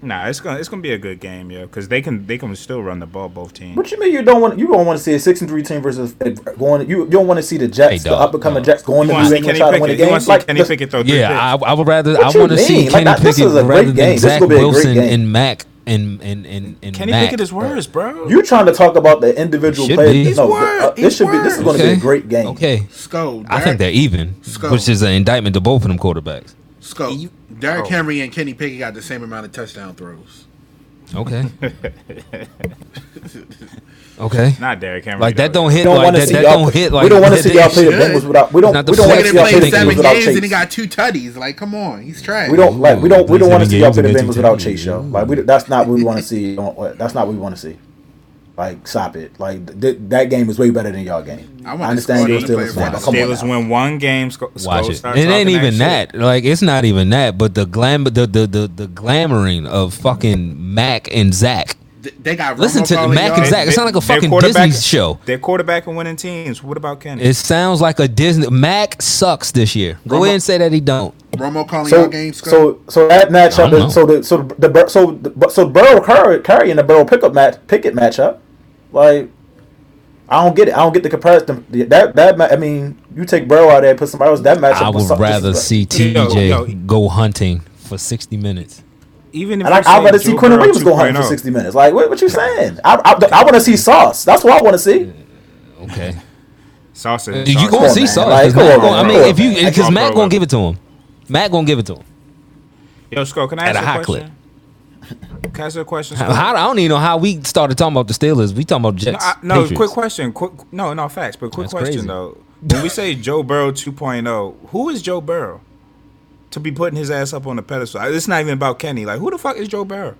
Speaker 4: Nah, it's gonna it's gonna be a good game, yo, because they can they can still run the ball both teams.
Speaker 3: What you mean you don't want you don't want to see a six and three team versus going you you don't want to see the Jets
Speaker 2: Hey,
Speaker 3: the
Speaker 2: dog,
Speaker 3: up and coming
Speaker 2: no.
Speaker 3: Jets going to
Speaker 4: You want
Speaker 3: New
Speaker 4: to see
Speaker 3: England
Speaker 4: Kenny
Speaker 3: trying to win a
Speaker 4: Pickett? You
Speaker 3: game
Speaker 4: want to see
Speaker 3: like
Speaker 4: Kenny
Speaker 3: the-
Speaker 4: Pickett throw three
Speaker 2: Yeah,
Speaker 4: picks?
Speaker 2: I, I would rather
Speaker 3: What
Speaker 2: I
Speaker 3: you
Speaker 2: want to see
Speaker 3: mean? Like,
Speaker 2: Kenny
Speaker 3: that- this
Speaker 2: Pickett
Speaker 3: is a great
Speaker 2: rather than
Speaker 3: game. This
Speaker 2: Zach
Speaker 3: gonna be a great
Speaker 2: Wilson
Speaker 3: game.
Speaker 2: and Mac and and and and
Speaker 4: Kenny
Speaker 2: Mac.
Speaker 4: Pickett is worse, bro.
Speaker 3: you trying to talk about the individual
Speaker 2: Should
Speaker 3: players?
Speaker 2: be.
Speaker 3: No,
Speaker 5: He's
Speaker 3: the- uh,
Speaker 5: word.
Speaker 3: this
Speaker 5: He's
Speaker 3: should be this is
Speaker 5: word.
Speaker 3: going to be a great game.
Speaker 2: Okay,
Speaker 5: Sko,
Speaker 2: I think they're
Speaker 5: Derek,
Speaker 2: even,
Speaker 5: Skull.
Speaker 2: which is an indictment to both of them quarterbacks.
Speaker 5: Sko, Derrick Henry and Kenny Pickett got the same amount of touchdown throws.
Speaker 2: Okay. okay.
Speaker 4: Not Derrick Henry.
Speaker 2: Like that
Speaker 4: though.
Speaker 2: don't hit.
Speaker 3: We don't
Speaker 2: like
Speaker 3: want to
Speaker 2: that,
Speaker 3: see
Speaker 2: that
Speaker 3: y'all.
Speaker 2: don't
Speaker 3: Play,
Speaker 2: hit. Like
Speaker 3: we don't want to
Speaker 2: that
Speaker 3: see
Speaker 2: they
Speaker 3: y'all play the
Speaker 2: should.
Speaker 3: Bengals without. We
Speaker 2: Not
Speaker 3: don't.
Speaker 2: the
Speaker 3: We don't want
Speaker 5: Nigga
Speaker 3: to
Speaker 5: that
Speaker 3: see y'all play
Speaker 5: played
Speaker 3: the
Speaker 5: seven
Speaker 3: Bengals without
Speaker 5: games and he
Speaker 3: Chase.
Speaker 5: got two tutties. Like, come on, he's trash.
Speaker 3: We don't like. We don't. We
Speaker 2: Ooh,
Speaker 3: don't want to
Speaker 2: seven
Speaker 3: see y'all play the
Speaker 2: games against
Speaker 3: Bengals without
Speaker 2: Tennessee.
Speaker 3: Chase, yo. Like we. That's not what we want to see. on- That's not what we want to see. Like stop it. Like th- that game is way better than y'all game.
Speaker 5: I
Speaker 3: I,
Speaker 5: want
Speaker 3: understand
Speaker 5: the
Speaker 3: you're
Speaker 5: squad to
Speaker 3: Steelers
Speaker 5: play
Speaker 3: fan,
Speaker 5: for
Speaker 3: but
Speaker 5: the
Speaker 3: come
Speaker 4: Steelers
Speaker 3: on. now.
Speaker 4: win one game. Sco- Sco-
Speaker 2: Watch it.
Speaker 4: start
Speaker 2: It ain't
Speaker 4: talking
Speaker 2: even
Speaker 4: shit.
Speaker 2: that. Like it's not even that. But the glam, the the the, the glamoring of fucking Mac and Zach.
Speaker 5: Th- They got
Speaker 2: Listen
Speaker 5: Romo
Speaker 2: to
Speaker 5: calling
Speaker 2: Mac
Speaker 5: y'all-
Speaker 2: and Zach. It sounds like a
Speaker 4: Their
Speaker 2: fucking
Speaker 4: quarterback-
Speaker 2: Disney show.
Speaker 4: Their quarterback and winning teams. What about Kenny?
Speaker 2: It sounds like a Disney. Mac sucks this year. Go
Speaker 5: Romo-
Speaker 2: ahead and say that he don't.
Speaker 5: Romo calling
Speaker 3: So,
Speaker 5: y'all games. Sko?
Speaker 3: so, so that
Speaker 2: I don't know.
Speaker 3: matchup. is- So the so the Bur- so the, but- so the Burrow Curry, Curry and the Burrow pickup match picket matchup. Like, I don't get it. I don't get the comparison. That that ma- I mean, you take Burrow out there and put somebody else. That matchup.
Speaker 2: I
Speaker 3: was
Speaker 2: would
Speaker 3: something-
Speaker 2: rather see TJ
Speaker 4: yo.
Speaker 2: go hunting for sixty minutes.
Speaker 4: even if
Speaker 3: And
Speaker 4: you
Speaker 3: I, I'd
Speaker 4: say
Speaker 3: rather see
Speaker 4: Joe
Speaker 3: Quentin
Speaker 4: Burrow oh.
Speaker 3: Williams go hunting for
Speaker 4: 2.0.
Speaker 3: 60 minutes. Like, what, what you saying? I, I, want to see Sauce. That's what I want to see.
Speaker 2: Okay.
Speaker 4: Sauce is
Speaker 2: You
Speaker 4: sauce.
Speaker 2: gonna
Speaker 3: on,
Speaker 2: see
Speaker 3: man.
Speaker 2: Sauce? 'cause
Speaker 3: Like, come
Speaker 2: Mac
Speaker 3: on,
Speaker 2: gonna- I
Speaker 3: man.
Speaker 2: mean,
Speaker 3: Come
Speaker 2: if
Speaker 3: on,
Speaker 2: you
Speaker 3: man.
Speaker 2: because
Speaker 4: Come on,
Speaker 2: Mac
Speaker 4: bro.
Speaker 2: gonna give it to him. Mac gonna give it to him.
Speaker 4: Yo, Sko, can I
Speaker 2: At
Speaker 4: ask
Speaker 2: a
Speaker 4: you
Speaker 2: high
Speaker 4: a question? Can I ask you a question? Sko?
Speaker 2: How, I don't even know how we started talking about the Steelers. We talking about
Speaker 4: No,
Speaker 2: Jets.
Speaker 4: I, no
Speaker 2: Patriots.
Speaker 4: quick question. Quick, no, no facts, but quick
Speaker 2: That's
Speaker 4: question
Speaker 2: crazy.
Speaker 4: though. When we say Joe Burrow 2.0, who is Joe Burrow to be putting his ass up on the pedestal? I- It's not even about Kenny. Like, who the fuck is Joe Burrow?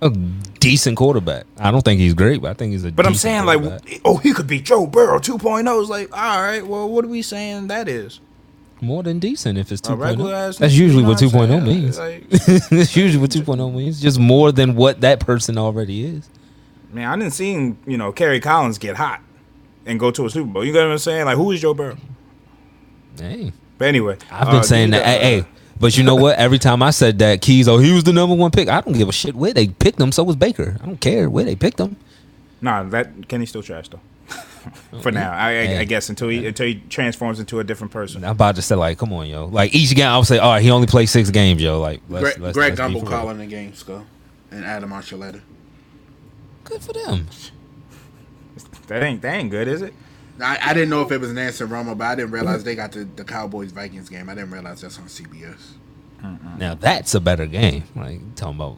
Speaker 2: a decent quarterback. I don't think he's great, but I think he's a.
Speaker 4: But I'm
Speaker 2: decent
Speaker 4: saying, like,
Speaker 2: quarterback.
Speaker 4: oh, he could be Joe Burrow 2.0. It's like, all right, well, what are we saying that is?
Speaker 2: more than decent if it's
Speaker 4: A
Speaker 2: two oh?
Speaker 4: regular ass
Speaker 2: That's
Speaker 4: nigga, you
Speaker 2: usually
Speaker 4: know
Speaker 2: what two oh
Speaker 4: what I'm saying?
Speaker 2: means.
Speaker 4: Like-
Speaker 2: That's usually what two oh means. Just more than what that person already is.
Speaker 4: Man, I didn't see, him, you know, Kerry Collins get hot and go to a Super Bowl. You know what I'm saying? Like, who is Joe Burrow?
Speaker 2: Dang,
Speaker 4: But anyway,
Speaker 2: I've been
Speaker 4: uh,
Speaker 2: saying
Speaker 4: give
Speaker 2: that.
Speaker 4: me the-
Speaker 2: hey, hey, but you know what? Every time I said that, Keys, oh, he was the number one pick. I don't give a shit where they picked him. So was Baker. I don't care where they picked him.
Speaker 4: Nah, that Kenny's still trash though. For now, I, I, I
Speaker 2: Hey.
Speaker 4: guess until he until he transforms into a different person.
Speaker 2: I'm about to say, like, come on, yo. Like each game, I would say, all right, he only played six games, yo. Like, let's,
Speaker 5: Greg,
Speaker 2: let's,
Speaker 5: Greg
Speaker 2: let's be
Speaker 5: Gumbel
Speaker 2: for real.
Speaker 5: calling the game, Sko, and Adam Archuleta.
Speaker 2: Good for them.
Speaker 4: That ain't that ain't good, is it?
Speaker 5: I, I didn't know if it was Nancy Romo, but I didn't realize they got the, the Cowboys Vikings game. I didn't realize that's on CBS.
Speaker 2: Now that's a better game. Like you talking about.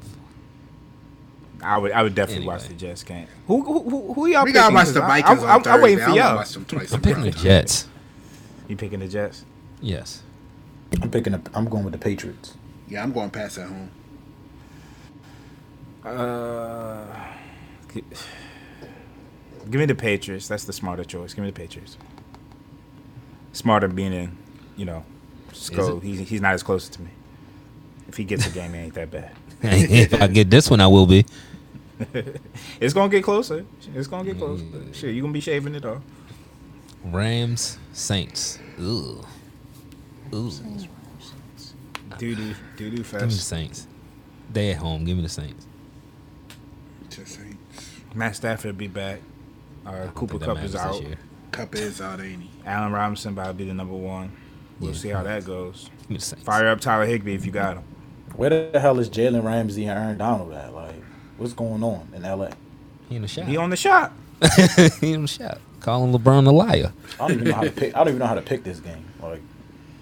Speaker 4: I would I would definitely watch the
Speaker 2: Anyway.
Speaker 4: Jets game. Who who who, who y'all?
Speaker 5: We gotta
Speaker 4: picking?
Speaker 5: watch the
Speaker 4: 'Cause I-
Speaker 5: Vikings
Speaker 4: I'm,
Speaker 5: on
Speaker 4: I'm, I'm waiting for
Speaker 5: Thursday. I wanna
Speaker 4: y'all.
Speaker 5: watch them twice.
Speaker 2: I'm picking the Jets.
Speaker 4: You picking the Jets?
Speaker 2: Yes.
Speaker 3: I'm picking up. I'm going with the Patriots.
Speaker 5: Yeah, I'm going past at home.
Speaker 4: Uh, g- give me the Patriots. That's the smarter choice. Give me the Patriots. Smarter meaning, you know, Sko. He's he's not as close to me. If he gets a game, it ain't that bad.
Speaker 2: if I get this one, I will be.
Speaker 4: It's gonna get closer. It's gonna
Speaker 2: Mm.
Speaker 4: get closer. Sure, you gonna be shaving it off.
Speaker 2: Rams, Saints. Ooh. Ooh.
Speaker 4: Doo doo doo doo
Speaker 2: Give me the
Speaker 4: fest.
Speaker 2: Saints. They at home. Give me the Saints.
Speaker 5: To Saints.
Speaker 4: Matt Stafford be back. Uh, Cooper
Speaker 2: Think that
Speaker 4: Cup
Speaker 2: matters
Speaker 4: is
Speaker 2: this
Speaker 4: out.
Speaker 2: year.
Speaker 5: Cup is out, ain't he?
Speaker 4: Allen Robinson about to be the number one. We'll
Speaker 2: Yeah.
Speaker 4: see how that goes.
Speaker 2: Give me the Saints.
Speaker 4: Fire up Tyler Higby if you got him.
Speaker 3: Where the hell is Jalen Ramsey and Aaron Donald at? Like, what's going on in LA?
Speaker 2: He in the shot.
Speaker 4: He on the shot.
Speaker 2: he in the shot. Calling LeBron a liar.
Speaker 3: I don't even know how to pick. I don't even know how to pick this game. Like,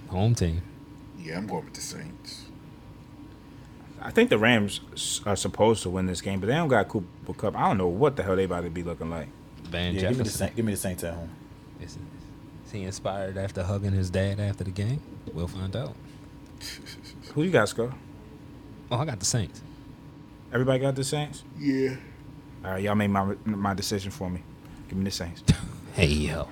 Speaker 2: Home team.
Speaker 5: Yeah, I'm going with the Saints.
Speaker 4: I think the Rams s- are supposed to win this game, but they don't got Cooper Cup. I don't know what the hell they about to be looking like.
Speaker 2: Van
Speaker 3: yeah, give me the
Speaker 2: Jefferson.
Speaker 3: Saint, give me the Saints at home.
Speaker 2: Is, is he inspired after hugging his dad after the game? We'll find out.
Speaker 4: Who you got, Sco?
Speaker 2: Oh, I got the Saints.
Speaker 4: Everybody got the Saints?
Speaker 5: Yeah.
Speaker 4: All right, y'all made my my decision for me. Give me the Saints.
Speaker 2: Hey, yo.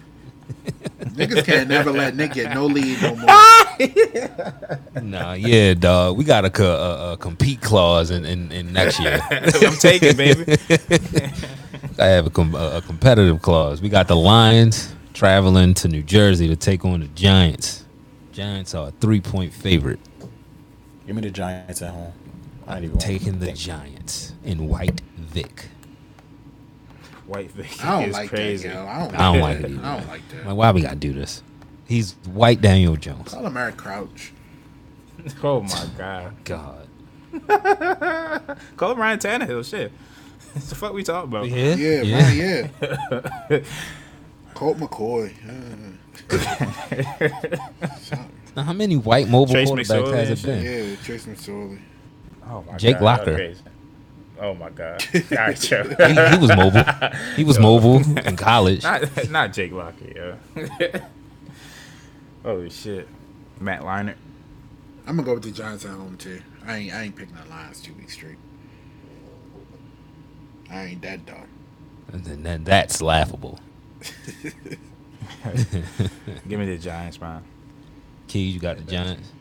Speaker 5: Niggas can't never let Nick get no lead no more.
Speaker 2: Nah, yeah, dog. We got a, co- a, a compete clause in, in, in next year.
Speaker 4: I'm taking, baby.
Speaker 2: I have a, com- a a competitive clause. We got the Lions traveling to New Jersey to take on the Giants. Giants are a three point favorite.
Speaker 3: Give me the Giants at home. I ain't
Speaker 2: I'm
Speaker 3: even gonna
Speaker 2: taking the
Speaker 3: think.
Speaker 2: Giants in White Vic.
Speaker 4: White Vic
Speaker 5: I don't
Speaker 4: is
Speaker 5: like
Speaker 4: crazy.
Speaker 5: that, yo. I don't,
Speaker 2: I don't like it
Speaker 5: that.
Speaker 2: either.
Speaker 5: I don't like that.
Speaker 2: Like, why we gotta do this? He's White Daniel Jones.
Speaker 5: Call him Eric Crouch.
Speaker 4: Oh my god.
Speaker 2: God.
Speaker 4: Call Ryan Tannehill. Shit. What the fuck we talking about?
Speaker 2: Yeah,
Speaker 5: Yeah, man, yeah. Colt McCoy. Uh,
Speaker 2: Now, how many white mobile
Speaker 4: Trace
Speaker 2: quarterbacks
Speaker 4: McSorley
Speaker 2: has
Speaker 4: and
Speaker 2: it been?
Speaker 5: yeah, Chase McSorley.
Speaker 4: Oh my
Speaker 2: Jake
Speaker 4: God, y'all
Speaker 2: Locker.
Speaker 4: crazy. Oh my god. All right, yo.
Speaker 2: He, he was mobile. He was mobile in college.
Speaker 4: not not Jake Locker. Yeah. Holy shit. Matt Leinart.
Speaker 5: I'm gonna go with the Giants at home too. I ain't I ain't picking the Lions two weeks straight. I ain't that dumb.
Speaker 2: And then- then that's laughable.
Speaker 4: Give me the Giants, man.
Speaker 2: Key, you got the Giants.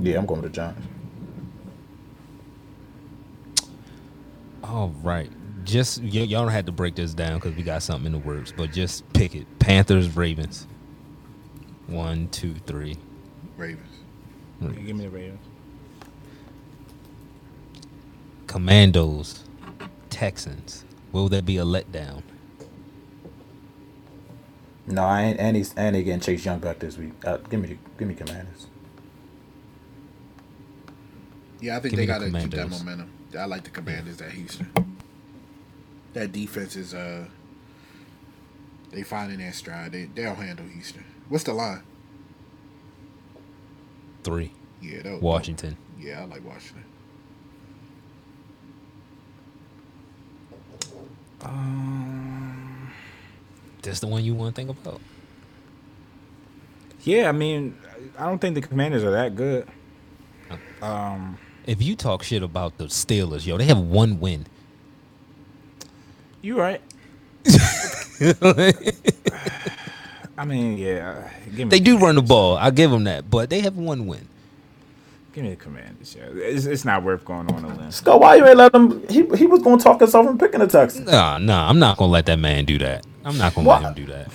Speaker 3: Yeah, I'm going with the Giants.
Speaker 2: All right. Just y- y'all don't have to break this down because we got something in the works, but just pick it. Panthers, Ravens. One, two, three.
Speaker 5: Ravens.
Speaker 2: Mm.
Speaker 4: Give me the Ravens.
Speaker 2: Commandos, Texans. Will there be a letdown?
Speaker 3: No, I ain't. And he's and they getting Chase Young back this week. Uh, give me the give me Commanders.
Speaker 5: Yeah, I think
Speaker 2: Give me
Speaker 5: they
Speaker 2: the
Speaker 5: gotta keep that
Speaker 2: Commandos.
Speaker 5: momentum. I like the Commanders at Houston. That defense is uh, they finding their stride. They they'll handle Houston. What's the line?
Speaker 2: Three.
Speaker 5: Yeah, they'll,
Speaker 2: Washington.
Speaker 5: Yeah, I like Washington.
Speaker 2: That's the one you want to think about.
Speaker 4: Yeah, I mean, I don't think the Commanders are that good.
Speaker 2: If you talk shit about the Steelers, yo, they have one win.
Speaker 4: You right. I mean, yeah. uh, Give me
Speaker 2: They do run the ball. I give them that, but they have one win.
Speaker 4: Give me the Commanders. Yeah, it's, it's not worth going on a limb.
Speaker 3: Go, why you ain't let him? He he was gonna talk himself from picking the Texans.
Speaker 2: Nah, nah, I'm not gonna let that man do that. I'm not gonna let
Speaker 3: What?
Speaker 2: him do that.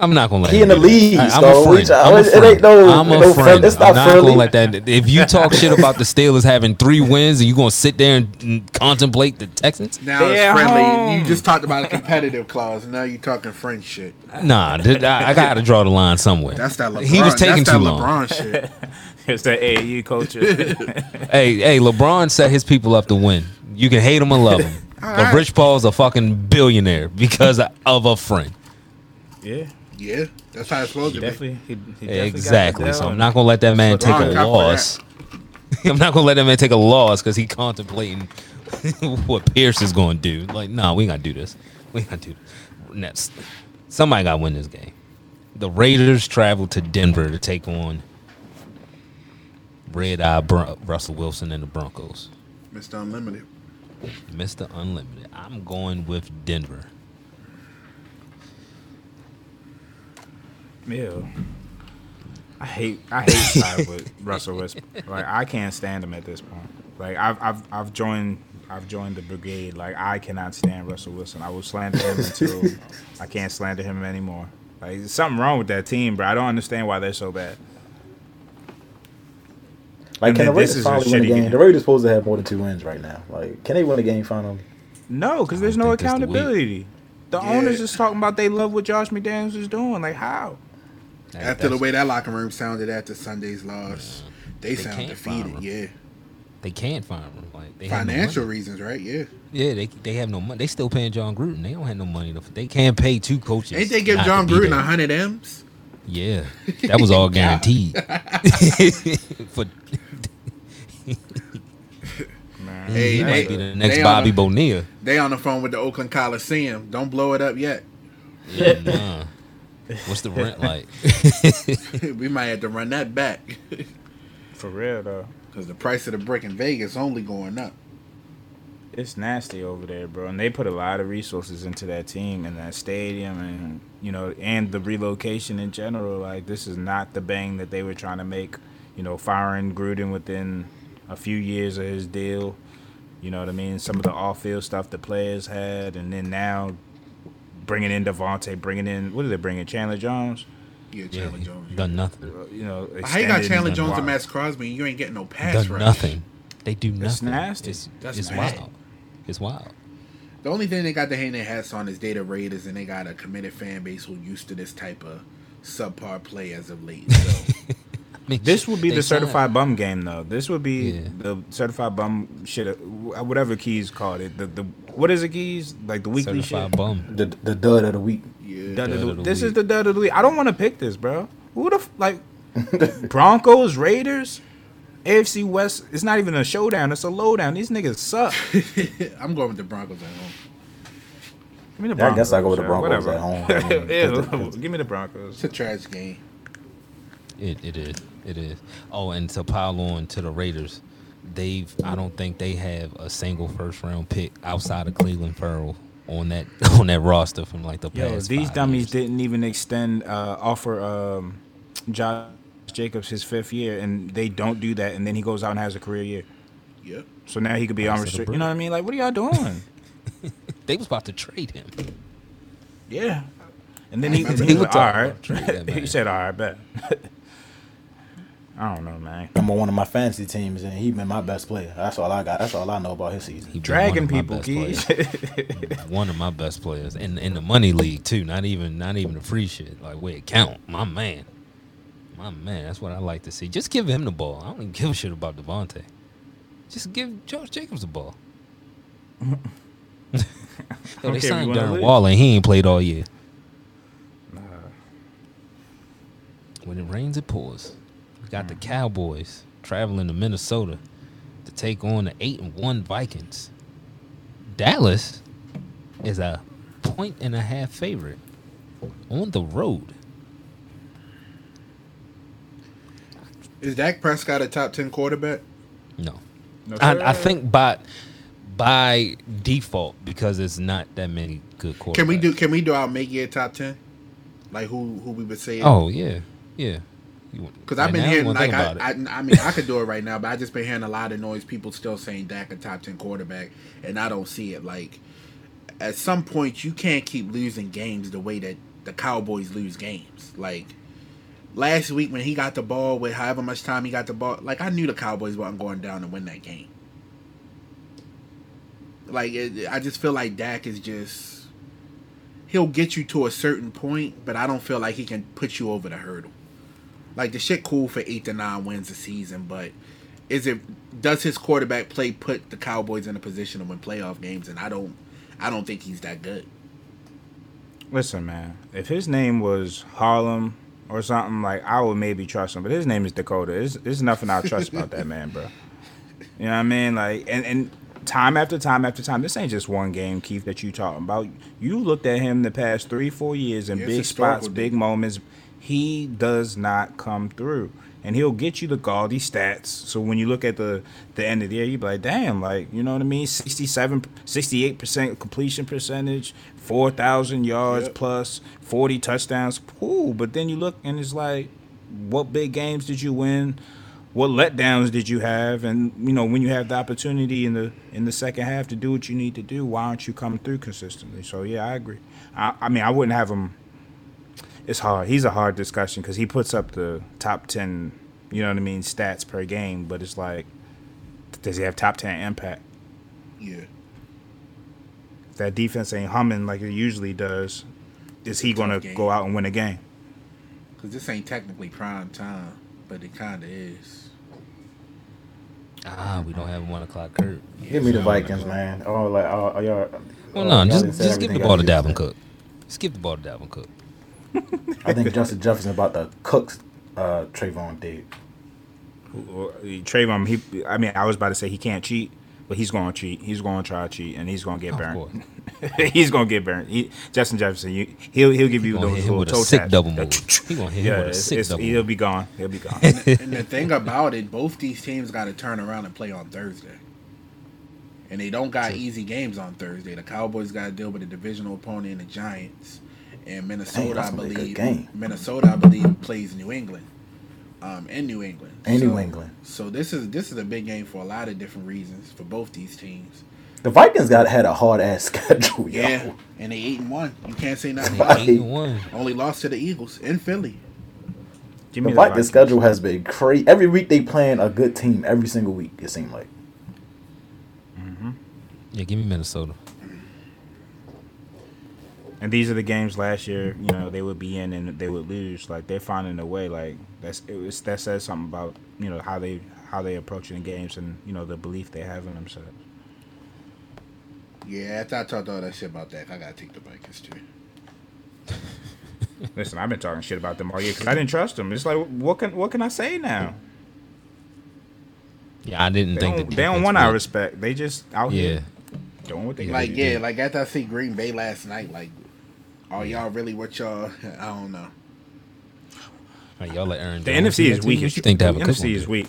Speaker 2: I'm not gonna let
Speaker 3: He
Speaker 2: him
Speaker 3: in the
Speaker 2: do that.
Speaker 3: league,
Speaker 2: I- I'm
Speaker 3: so
Speaker 2: a
Speaker 3: we
Speaker 2: friend.
Speaker 3: try-
Speaker 2: I'm a
Speaker 3: it ain't
Speaker 2: friend.
Speaker 3: no-
Speaker 2: I'm a
Speaker 3: no friend.
Speaker 2: friend.
Speaker 3: It's
Speaker 2: I'm
Speaker 3: not
Speaker 2: not gonna
Speaker 3: friendly.
Speaker 2: let that. If you talk shit about the Steelers having three wins and you gonna sit there and, and contemplate the Texans,
Speaker 5: Now
Speaker 4: They're
Speaker 5: it's friendly.
Speaker 4: home.
Speaker 5: You just talked about a competitive clause, and now you're talking friend shit.
Speaker 2: nah, dude, I, I gotta draw the line somewhere.
Speaker 5: That's that LeBron.
Speaker 2: He was taking
Speaker 5: That's
Speaker 2: too
Speaker 5: that
Speaker 2: long.
Speaker 5: LeBron shit.
Speaker 4: It's that AAU culture.
Speaker 2: Hey, hey, LeBron set his people up to win. You can hate him or love him, but
Speaker 5: right.
Speaker 2: Rich Paul's a fucking billionaire because of a friend.
Speaker 4: yeah,
Speaker 5: Yeah, that's how it's supposed
Speaker 4: he
Speaker 5: to be.
Speaker 4: definitely. He, he definitely got
Speaker 2: Exactly. So
Speaker 4: Goodell.
Speaker 2: I'm not gonna let that man
Speaker 4: what
Speaker 2: take
Speaker 5: I'm
Speaker 2: a
Speaker 5: talking about.
Speaker 2: loss. I'm not gonna let that man take a loss because he contemplating what Pierce is gonna do. Like, nah, we ain't gonna do this. We ain't gonna do this. Nets. Somebody gotta win this game. The Raiders travel to Denver to take on Red Eye Bron- Russell Wilson and the Broncos.
Speaker 5: Mr. Unlimited.
Speaker 2: Mr. Unlimited. I'm going with Denver.
Speaker 4: Yeah. I hate I hate side with Russell Westbrook. Like I can't stand him at this point. Like I've I've I've joined I've joined the brigade. Like I cannot stand Russell Wilson. I will slander him until I can't slander him anymore. Like there's something wrong with that team, bro. I don't understand why they're so bad.
Speaker 3: Like, can
Speaker 4: then
Speaker 3: the
Speaker 4: this
Speaker 3: Raiders
Speaker 4: is a
Speaker 3: finally win a
Speaker 4: shitty
Speaker 3: game?
Speaker 4: game.
Speaker 3: The Raiders supposed to have more than two wins right now. Like, can they win a game finally?
Speaker 4: No, because there's no
Speaker 2: think that's the way-
Speaker 4: accountability. The,
Speaker 5: Yeah.
Speaker 4: owners is talking about they love what Josh McDaniels is doing. Like how?
Speaker 2: Like,
Speaker 5: After the
Speaker 2: that's-
Speaker 5: way that locker room sounded after Sunday's loss, they,
Speaker 2: They
Speaker 5: sound
Speaker 2: can't
Speaker 5: defeated.
Speaker 2: fire him.
Speaker 5: Yeah,
Speaker 2: they can't find him. Like they have no money.
Speaker 5: financial reasons, right? Yeah.
Speaker 2: Yeah, they they have no money. They still paying John Gruden. They don't have no money. To, they can't pay two coaches.
Speaker 5: Ain't they give
Speaker 2: not to
Speaker 5: John
Speaker 2: be
Speaker 5: Gruden
Speaker 2: there.
Speaker 5: a hundred m's?
Speaker 2: Yeah, that was all guaranteed. For
Speaker 4: Man,
Speaker 5: Hey,
Speaker 2: he
Speaker 5: they-
Speaker 2: might be the next
Speaker 5: they
Speaker 2: Bobby
Speaker 5: on
Speaker 2: Bonilla.
Speaker 5: They on the phone with the Oakland Coliseum. Don't blow it up yet.
Speaker 2: Yeah, nah. What's the rent like?
Speaker 5: we might have to run that back
Speaker 4: for real though.
Speaker 5: because the price of the brick in Vegas only going up.
Speaker 4: It's nasty over there, bro. And they put a lot of resources into that team and that stadium and you know, and the relocation in general. Like this is not the bang that they were trying to make, you know, firing Gruden within a few years of his deal. You know what I mean? Some of the off field stuff the players had and then now bringing in Devontae, bringing in what did they bring in? Chandler Jones?
Speaker 5: Yeah,
Speaker 2: Yeah,
Speaker 5: Chandler Jones.
Speaker 2: done nothing.
Speaker 4: Uh, You know,
Speaker 5: How you got
Speaker 4: extended
Speaker 5: Chandler
Speaker 4: and
Speaker 5: Jones and
Speaker 4: wild.
Speaker 5: Max Crosby and you ain't getting no pass
Speaker 2: Done
Speaker 5: rush?
Speaker 2: nothing. They do nothing.
Speaker 4: nasty.
Speaker 2: It's,
Speaker 5: That's
Speaker 2: it's
Speaker 5: nasty.
Speaker 2: wild. It's wild.
Speaker 5: The only thing they got to hang their hats on is data Raiders and they got a committed fan base who used to this type of subpar play as of late. So
Speaker 2: I mean,
Speaker 4: This would be
Speaker 2: they
Speaker 4: the
Speaker 2: signed-
Speaker 4: certified bum game, though. This would be
Speaker 2: Yeah.
Speaker 4: the certified bum shit, wh- whatever Keys called it. The the what is it, Keys? Like the weekly
Speaker 2: certified
Speaker 4: shit.
Speaker 2: bum.
Speaker 3: The the dud of the week.
Speaker 4: Dud
Speaker 5: yeah.
Speaker 4: of
Speaker 2: Dud
Speaker 4: the-
Speaker 2: of the
Speaker 4: this is
Speaker 2: week.
Speaker 4: the dud of the week. I don't want to pick this, bro. Who the f- like Broncos, Raiders, AFC West? It's not even a showdown. It's a lowdown. These niggas suck.
Speaker 5: I'm going with the Broncos at home.
Speaker 4: Give me the
Speaker 3: Yeah, I
Speaker 4: Broncos.
Speaker 3: guess I go with the
Speaker 4: yo.
Speaker 3: Broncos
Speaker 4: Whatever.
Speaker 3: at home. I mean,
Speaker 4: Ew, give me the Broncos.
Speaker 5: It's a trash game.
Speaker 2: It, it is. It is. Oh, and to pile on to the Raiders, they've. I don't think they have a single first round pick outside of Cleveland Farrell on that on that roster from like the
Speaker 4: Yo,
Speaker 2: past.
Speaker 4: these
Speaker 2: five
Speaker 4: dummies
Speaker 2: years.
Speaker 4: didn't even extend uh, offer um, Josh Jacobs his fifth year, and they don't do that, and then he goes out and has a career year.
Speaker 5: Yep.
Speaker 4: So now he could be
Speaker 2: Price of the
Speaker 4: unrestricted.
Speaker 2: bread.
Speaker 4: You know what I mean? Like, what are y'all doing?
Speaker 2: They was about to trade him.
Speaker 4: yeah. And then he,
Speaker 5: remember
Speaker 4: and he
Speaker 5: they
Speaker 4: was
Speaker 2: were
Speaker 4: all
Speaker 2: talking about trading
Speaker 4: right.
Speaker 2: that
Speaker 4: he
Speaker 2: man.
Speaker 4: said, all right, bet. I don't know, man.
Speaker 3: I'm on one of my fantasy teams, and he been my best player. That's all I got. That's all I know about his season.
Speaker 2: He was one
Speaker 4: Dragging
Speaker 2: of my
Speaker 4: people,
Speaker 2: best
Speaker 4: Keys.
Speaker 2: players. one of my best players in in the money league too. Not even not even the free shit. Like where it count. My man, my man. That's what I like to see. Just give him the ball. I don't even give a shit about Devontae. Just give Josh Jacobs the ball. Yo,
Speaker 4: Okay,
Speaker 2: they
Speaker 4: if
Speaker 2: signed
Speaker 4: you wanna
Speaker 2: Darren
Speaker 4: lose.
Speaker 2: Waller and he ain't played all year. When it rains, it pours. We got
Speaker 4: Mm.
Speaker 2: the Cowboys traveling to Minnesota to take on the eight and one Vikings. Dallas is a point and a half favorite on the road.
Speaker 5: Is Dak Prescott a top ten quarterback?
Speaker 2: No,
Speaker 4: No,
Speaker 2: I, I
Speaker 4: sir.
Speaker 2: think by by default because it's not that many good quarterbacks.
Speaker 5: Can we do can we do our make year top ten? Like who who we would say
Speaker 2: Oh yeah, yeah.
Speaker 5: Because I've been hearing like I, I I mean I could do it right now, but I just been hearing a lot of noise. People still saying Dak a top ten quarterback, and I don't see it. Like at some point, you can't keep losing games the way that the Cowboys lose games. Like last week when he got the ball with however much time he got the ball, like I knew the Cowboys wasn't going down to win that game. Like it, I just feel like Dak is just. He'll get you to a certain point, but I don't feel like he can put you over the hurdle like the shit cool for eight to nine wins a season, but is it does his quarterback play put the Cowboys in a position to win playoff games? And I don't, I don't think he's that good.
Speaker 4: Listen, man. If his name was Harlem or something, like, I would maybe trust him. But his name is Dakota. There's, there's nothing I trust about that man, bro. You know what I mean? Like, and and time after time after time, this ain't just one game, Keith, that you talking about. You looked at him the past three, four years in
Speaker 5: Yeah, it's
Speaker 4: big
Speaker 5: historical,
Speaker 4: spots,
Speaker 5: dude.
Speaker 4: big moments. he does not come through. And he'll get you the gaudy stats. So when you look at the the end of the year, you be like, damn, like, you know what I mean? 67, 68% completion percentage, 4,000 yards
Speaker 5: Yep.
Speaker 4: plus, 40 touchdowns. Cool. But then you look and it's like, what big games did you win? What letdowns did you have? And you know when you have the opportunity in the in the second half to do what you need to do, why aren't you coming through consistently? So yeah, I agree. I, I mean, I wouldn't have him it's hard. He's a hard discussion because he puts up the top ten, you know what I mean, stats per game. But it's like, does he have top ten impact?
Speaker 5: Yeah.
Speaker 4: If that defense ain't humming like it usually does, is he gonna
Speaker 5: game.
Speaker 4: go out and win a game?
Speaker 5: Because this ain't technically prime time, but it kind of is.
Speaker 2: Ah, we don't have a one o'clock curve.
Speaker 3: Give me the Vikings, man. Oh, like oh, oh, y'all.
Speaker 2: Well,
Speaker 3: oh,
Speaker 2: no,
Speaker 3: y'all
Speaker 2: just
Speaker 3: didn't say
Speaker 2: just give the ball
Speaker 3: everything
Speaker 2: to
Speaker 3: I
Speaker 2: Dalvin
Speaker 3: just
Speaker 2: Cook. Just give the ball to Dalvin Cook.
Speaker 3: said. I think Justin Jefferson about the Cooks uh, Trayvon did.
Speaker 4: Or- Trayvon, he. I mean, I was about to say he can't cheat, but he's gonna cheat. He's gonna try to cheat, and he's gonna get
Speaker 2: Of course.
Speaker 4: burned. he's gonna get burned. He, Justin Jefferson, you, he'll he'll give you
Speaker 2: gonna
Speaker 4: those
Speaker 2: hit him
Speaker 4: little
Speaker 2: with a
Speaker 4: toe
Speaker 2: sick
Speaker 4: taps.
Speaker 2: double
Speaker 4: The-
Speaker 2: move. He gonna hit him
Speaker 4: Yeah,
Speaker 2: with a
Speaker 4: it's-
Speaker 2: sick
Speaker 4: it's-
Speaker 2: double
Speaker 4: he'll
Speaker 2: move.
Speaker 4: be gone. He'll be gone.
Speaker 5: And the thing about it, both these teams got to turn around and play on Thursday. And they don't got easy games on Thursday. The Cowboys got to deal with a divisional opponent in the Giants. And Minnesota,
Speaker 3: that's
Speaker 5: I
Speaker 3: gonna be a good
Speaker 5: believe,
Speaker 3: game.
Speaker 5: Minnesota, I believe, plays New England. Um, in New England.
Speaker 3: And New
Speaker 5: So-
Speaker 3: England.
Speaker 5: So this is this is a big game for a lot of different reasons for both these teams.
Speaker 3: The Vikings got had a hard ass schedule. Yo.
Speaker 5: Yeah, and they eight and one. You can't say nothing.
Speaker 3: Right.
Speaker 5: about
Speaker 2: Eight and one.
Speaker 5: it. Only lost to the Eagles in Philly.
Speaker 4: Give
Speaker 3: The
Speaker 4: me
Speaker 3: Vikings
Speaker 4: Vikings.
Speaker 3: schedule has been crazy. Every week they playing a good team. Every single week it seemed like.
Speaker 2: Yeah, give me Minnesota.
Speaker 4: And these are the games last year, you know, they would be in and they would lose. Like they're finding a way. Like that's it was, that says something about you know how they how they approaching the games and you know the belief they have in themselves.
Speaker 5: Yeah, after I talked all that shit about that, I gotta take the Vikings too.
Speaker 4: Listen, I've been talking shit about them all year because I didn't trust them. It's like what can what can I say now?
Speaker 2: Yeah, I didn't
Speaker 4: They
Speaker 2: think
Speaker 4: don't,
Speaker 2: the
Speaker 4: they don't
Speaker 2: defense
Speaker 4: want our
Speaker 2: would-
Speaker 4: respect. They just out
Speaker 2: Yeah,
Speaker 4: here doing what they
Speaker 5: Like
Speaker 4: gotta do.
Speaker 5: yeah, like after I see Green Bay last night, like, are y'all really what y'all? I don't know.
Speaker 2: All right, y'all let Aaron.
Speaker 4: The
Speaker 2: Jones
Speaker 4: NFC
Speaker 2: do that
Speaker 4: is
Speaker 2: too?
Speaker 4: weak.
Speaker 2: What
Speaker 4: as
Speaker 2: you think
Speaker 4: shit.
Speaker 2: Dalvin
Speaker 4: the
Speaker 2: Cook
Speaker 4: NFC
Speaker 2: gonna
Speaker 4: is
Speaker 2: do?
Speaker 4: weak.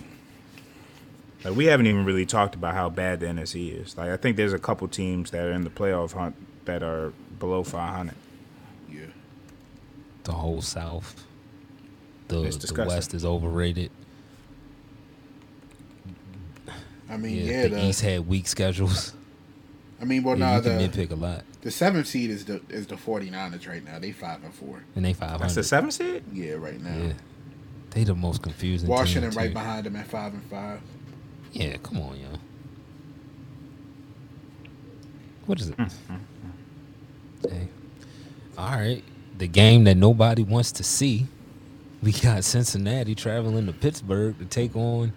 Speaker 4: Like we haven't even really talked about how bad the NFC is. Like I think there's a couple teams that are in the playoff hunt that are below 500.
Speaker 5: Yeah,
Speaker 2: The whole South. The,
Speaker 4: It's
Speaker 2: the
Speaker 4: disgusting.
Speaker 2: West is overrated.
Speaker 5: I mean
Speaker 2: Yeah,
Speaker 5: yeah,
Speaker 2: the,
Speaker 5: the,
Speaker 2: East had weak schedules.
Speaker 5: I
Speaker 4: Oh,
Speaker 5: mean well
Speaker 2: Yeah,
Speaker 5: now
Speaker 2: you can
Speaker 5: the
Speaker 2: nitpick a lot,
Speaker 5: the seventh seed is the is the 49ers right now. They five and four.
Speaker 2: and they five
Speaker 4: That's the
Speaker 2: hundred.
Speaker 4: seventh seed.
Speaker 5: Yeah, right now.
Speaker 2: Yeah, they the most confusing. team,
Speaker 5: Washington right
Speaker 2: too.
Speaker 5: behind them at five and five.
Speaker 2: Yeah, come on, yo. What is it?
Speaker 3: Mm-hmm.
Speaker 2: Dang. All right. The game that nobody wants to see. We got Cincinnati traveling to Pittsburgh to take on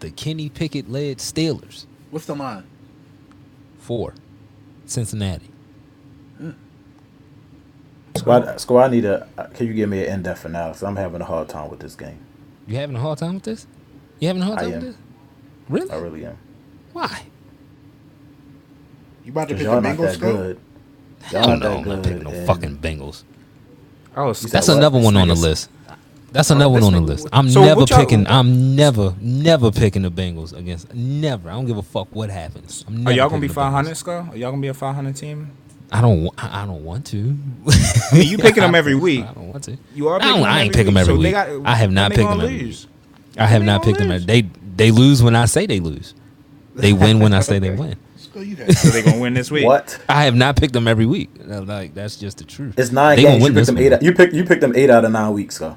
Speaker 2: the Kenny Pickett led Steelers.
Speaker 5: What's the line?
Speaker 2: Four. Cincinnati.
Speaker 3: Squad, squad, I need a. Can you give me an in depth analysis? I'm having a hard time with this game.
Speaker 2: You having a hard time with this? You having a hard
Speaker 3: I
Speaker 2: time with
Speaker 3: am.
Speaker 2: this? Really?
Speaker 3: I really am.
Speaker 2: Why?
Speaker 5: You about to
Speaker 3: Cause
Speaker 5: pick the
Speaker 3: y'all not
Speaker 5: Bengals
Speaker 3: that
Speaker 5: score?
Speaker 3: good.
Speaker 2: Hell no,
Speaker 3: not that
Speaker 2: I'm not
Speaker 3: good,
Speaker 2: picking no
Speaker 3: and-
Speaker 2: fucking Bengals.
Speaker 4: Oh,
Speaker 2: That's
Speaker 3: So what?
Speaker 2: another
Speaker 4: This
Speaker 2: one on the
Speaker 4: nigga's-
Speaker 2: list. That's another one
Speaker 4: this
Speaker 2: on the
Speaker 4: nigga-
Speaker 2: list. I'm
Speaker 4: So
Speaker 2: never
Speaker 4: what y'all-
Speaker 2: picking. I'm never, never picking the Bengals against. Never. I don't give a fuck what happens. I'm never
Speaker 4: Are y'all gonna be
Speaker 2: picking the Bengals.
Speaker 4: five hundred, Skull? Are y'all gonna be a five hundred team?
Speaker 2: I don't. wa- I I don't want to.
Speaker 4: you picking 'em every week.
Speaker 2: I don't want to.
Speaker 4: You are.
Speaker 2: I, don't,
Speaker 4: picking
Speaker 2: I ain't
Speaker 4: every
Speaker 2: picking them every
Speaker 4: so
Speaker 2: week.
Speaker 4: they got-
Speaker 2: I have not
Speaker 4: then they
Speaker 2: picked them
Speaker 4: gonna
Speaker 2: every week.
Speaker 4: lose.
Speaker 2: I have
Speaker 4: They
Speaker 2: not
Speaker 4: gonna
Speaker 2: picked them. every-
Speaker 4: lose.
Speaker 2: They they lose when I say they lose. They win when I say they win.
Speaker 5: Score you had.
Speaker 4: So they gonna win this week.
Speaker 3: What?
Speaker 2: I have not picked them every week. Uh, Like that's just the truth.
Speaker 3: It's nine
Speaker 2: They gonna
Speaker 3: games. You
Speaker 2: win
Speaker 3: picked
Speaker 2: this
Speaker 3: them
Speaker 2: one.
Speaker 3: eight. Out, you picked. You picked them eight out of nine weeks. So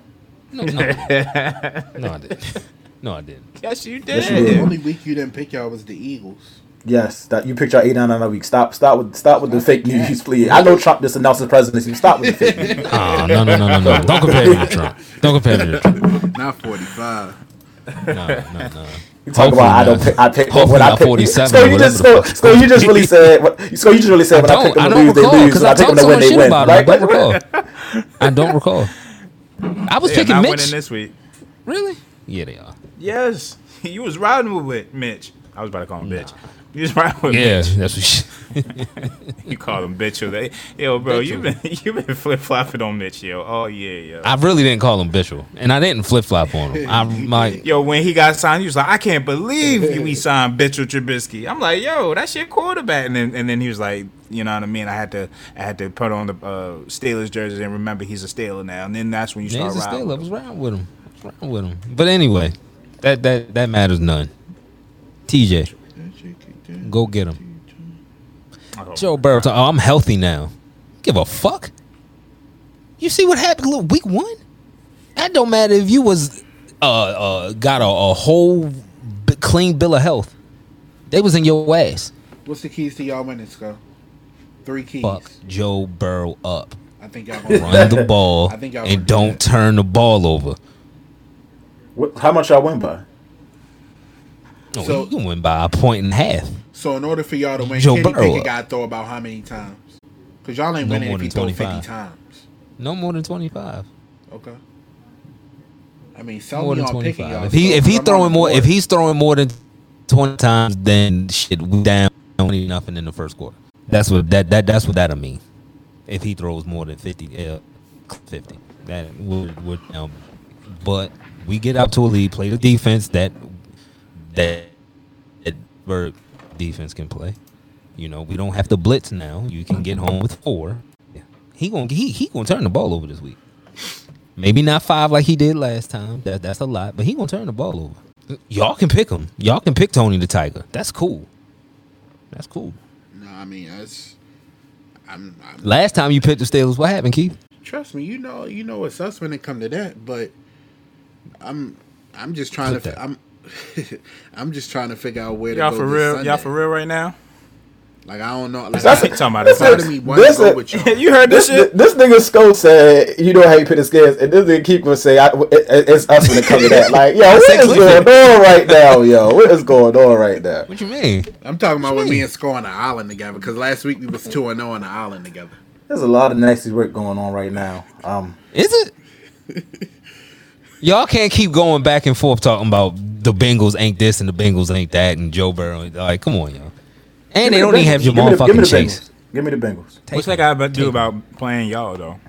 Speaker 2: No, no, I didn't. no, I didn't. No, I didn't.
Speaker 4: Yes, you did.
Speaker 3: Yes, you did.
Speaker 5: the only week you didn't pick y'all was the Eagles.
Speaker 3: yes, that you picked your eight out of nine weeks. Stop. Stop with. Stop with the fake
Speaker 5: Yeah.
Speaker 3: news, please. I know Trump just announced his presidency. Stop with the fake news.
Speaker 2: Oh, no, no, no, no, no. Don't compare me to Trump. Don't compare me to Trump.
Speaker 5: Not forty five.
Speaker 2: No, no, no.
Speaker 3: You talk about I don't pick. I pick
Speaker 2: Hopefully
Speaker 3: when I
Speaker 2: not
Speaker 3: pick.
Speaker 2: 47
Speaker 3: so
Speaker 2: or
Speaker 3: you
Speaker 2: whatever
Speaker 3: just
Speaker 2: the
Speaker 3: so,
Speaker 2: fuck.
Speaker 3: so you just really said. What, so you just really said when I,
Speaker 2: I
Speaker 3: pick
Speaker 2: don't.
Speaker 3: them
Speaker 2: I
Speaker 3: to
Speaker 2: don't
Speaker 3: lose, they
Speaker 2: recall
Speaker 3: lose.
Speaker 2: because
Speaker 3: When I
Speaker 2: I
Speaker 3: pick them
Speaker 2: talked
Speaker 3: to
Speaker 2: so
Speaker 3: win,
Speaker 2: much
Speaker 3: they
Speaker 2: shit
Speaker 3: win.
Speaker 2: about him. I
Speaker 3: Like,
Speaker 2: don't recall. I don't recall. I was
Speaker 4: They're
Speaker 2: picking
Speaker 4: not winning
Speaker 2: Mitch.
Speaker 4: this week.
Speaker 2: Really? Yeah, they are.
Speaker 4: Yes, you was riding with Mitch. I was about to call him bitch. You just ride with
Speaker 2: Yeah,
Speaker 4: bitch.
Speaker 2: that's what she.
Speaker 4: You call him bitch or they yo bro,
Speaker 2: Bitch.
Speaker 4: you've been you've been flip flopping on Mitch, yo. Oh yeah, yo.
Speaker 2: I really didn't call him Bishop, and I didn't flip flop on him. I'm like,
Speaker 4: Yo, when he got signed, he was like, I can't believe you we signed Mitchell Trubisky. I'm like, yo, that's your quarterback. And then, and then he was like, you know what I mean? I had to I had to put on the uh, Steelers jersey and remember he's a Steeler now. And then that's when you
Speaker 2: yeah,
Speaker 4: start
Speaker 2: he's a
Speaker 4: riding.
Speaker 2: Steeler. I
Speaker 4: with
Speaker 2: was
Speaker 4: him.
Speaker 2: riding with him. I was riding with him. But anyway, that that that matters none. TJ, go get him.
Speaker 4: Oh.
Speaker 2: Joe Burrow. Oh, I'm healthy now. Give a fuck. You see what happened look, week one? That don't matter if you was uh, uh got a, a whole b- clean bill of health. They was in your ass.
Speaker 5: What's the keys to y'all winning, Sco? Three keys.
Speaker 2: Fuck Joe Burrow up.
Speaker 5: I think y'all gonna
Speaker 2: Run the ball
Speaker 5: I think y'all gonna
Speaker 2: and
Speaker 5: do
Speaker 2: don't
Speaker 5: that.
Speaker 2: turn the ball over.
Speaker 3: What, how much y'all win by?
Speaker 2: No,
Speaker 5: So-
Speaker 2: you win by a point and a half.
Speaker 5: So in order for y'all to win,
Speaker 2: Joe
Speaker 5: Kenny
Speaker 2: Burrow
Speaker 5: Pickett
Speaker 2: up.
Speaker 5: got to throw about how many times? Because y'all ain't
Speaker 2: No
Speaker 5: winning
Speaker 2: more
Speaker 5: if he
Speaker 2: than
Speaker 5: throw
Speaker 2: 25.
Speaker 5: fifty times.
Speaker 2: No more than twenty five.
Speaker 5: Okay. I mean, sell
Speaker 2: more
Speaker 5: me
Speaker 2: than
Speaker 5: on
Speaker 2: twenty
Speaker 5: picking y'all.
Speaker 2: five. If he
Speaker 5: so
Speaker 2: if he
Speaker 5: I'm on the
Speaker 2: throwing more
Speaker 5: board.
Speaker 2: if he's throwing more than twenty times, then shit we down twenty nothing in the first quarter. That's what that that that's what that'll mean. If he throws more than fifty, uh, fifty, that would would um, but we get out to a lead, play the defense that that that Bird defense can play. You know, we don't have to blitz now. You can get home with four. He gonna he he gonna turn the ball over this week. Maybe not five like he did last time. That that's a lot, but he gonna turn the ball over. Y'all can pick him. Y'all can pick Tony the Tiger. That's cool. That's cool.
Speaker 5: no, I mean that's. I'm, I'm
Speaker 2: Last time you picked the Steelers, what happened, Keith?
Speaker 5: trust me, you know, you know it's us when it come to that. But I'm, I'm just trying
Speaker 2: Clip
Speaker 5: to.
Speaker 2: that.
Speaker 5: I'm, I'm just trying to figure out where to
Speaker 4: Y'all
Speaker 5: go
Speaker 4: for
Speaker 5: this
Speaker 4: real?
Speaker 5: Sunday.
Speaker 4: Y'all for real right now?
Speaker 5: Like I don't know. Like,
Speaker 4: That's-
Speaker 5: I-
Speaker 4: Talking about
Speaker 5: it's
Speaker 4: this-
Speaker 5: hard to me why
Speaker 3: this
Speaker 5: to go
Speaker 3: is-
Speaker 5: with y'all.
Speaker 4: you heard this
Speaker 3: This,
Speaker 4: shit?
Speaker 3: this nigga Scope said, "You know how you put the scares," and this nigga keep gonna say, I, it, it- "It's us when it comes to that." Like, yo, what is going on right now, yo? What is going on right now?
Speaker 2: What you mean?
Speaker 5: I'm talking about
Speaker 2: What you
Speaker 5: when me
Speaker 2: mean?
Speaker 5: and Score on the island together. Because last week we was two and zero on the island together.
Speaker 3: There's a lot of nasty work going on right now. Um,
Speaker 2: Is it? Y'all can't keep going back and forth talking about the Bengals ain't this and the Bengals ain't that and Joe Burrow. Like, come on, y'all. And they
Speaker 3: give me
Speaker 2: don't
Speaker 3: the
Speaker 2: even have
Speaker 3: Bengals. Give
Speaker 2: Jamal
Speaker 3: me the- give
Speaker 2: fucking
Speaker 3: me the
Speaker 2: Chase.
Speaker 3: Bengals. Give me the Bengals.
Speaker 4: What's that guy about do about playing y'all though?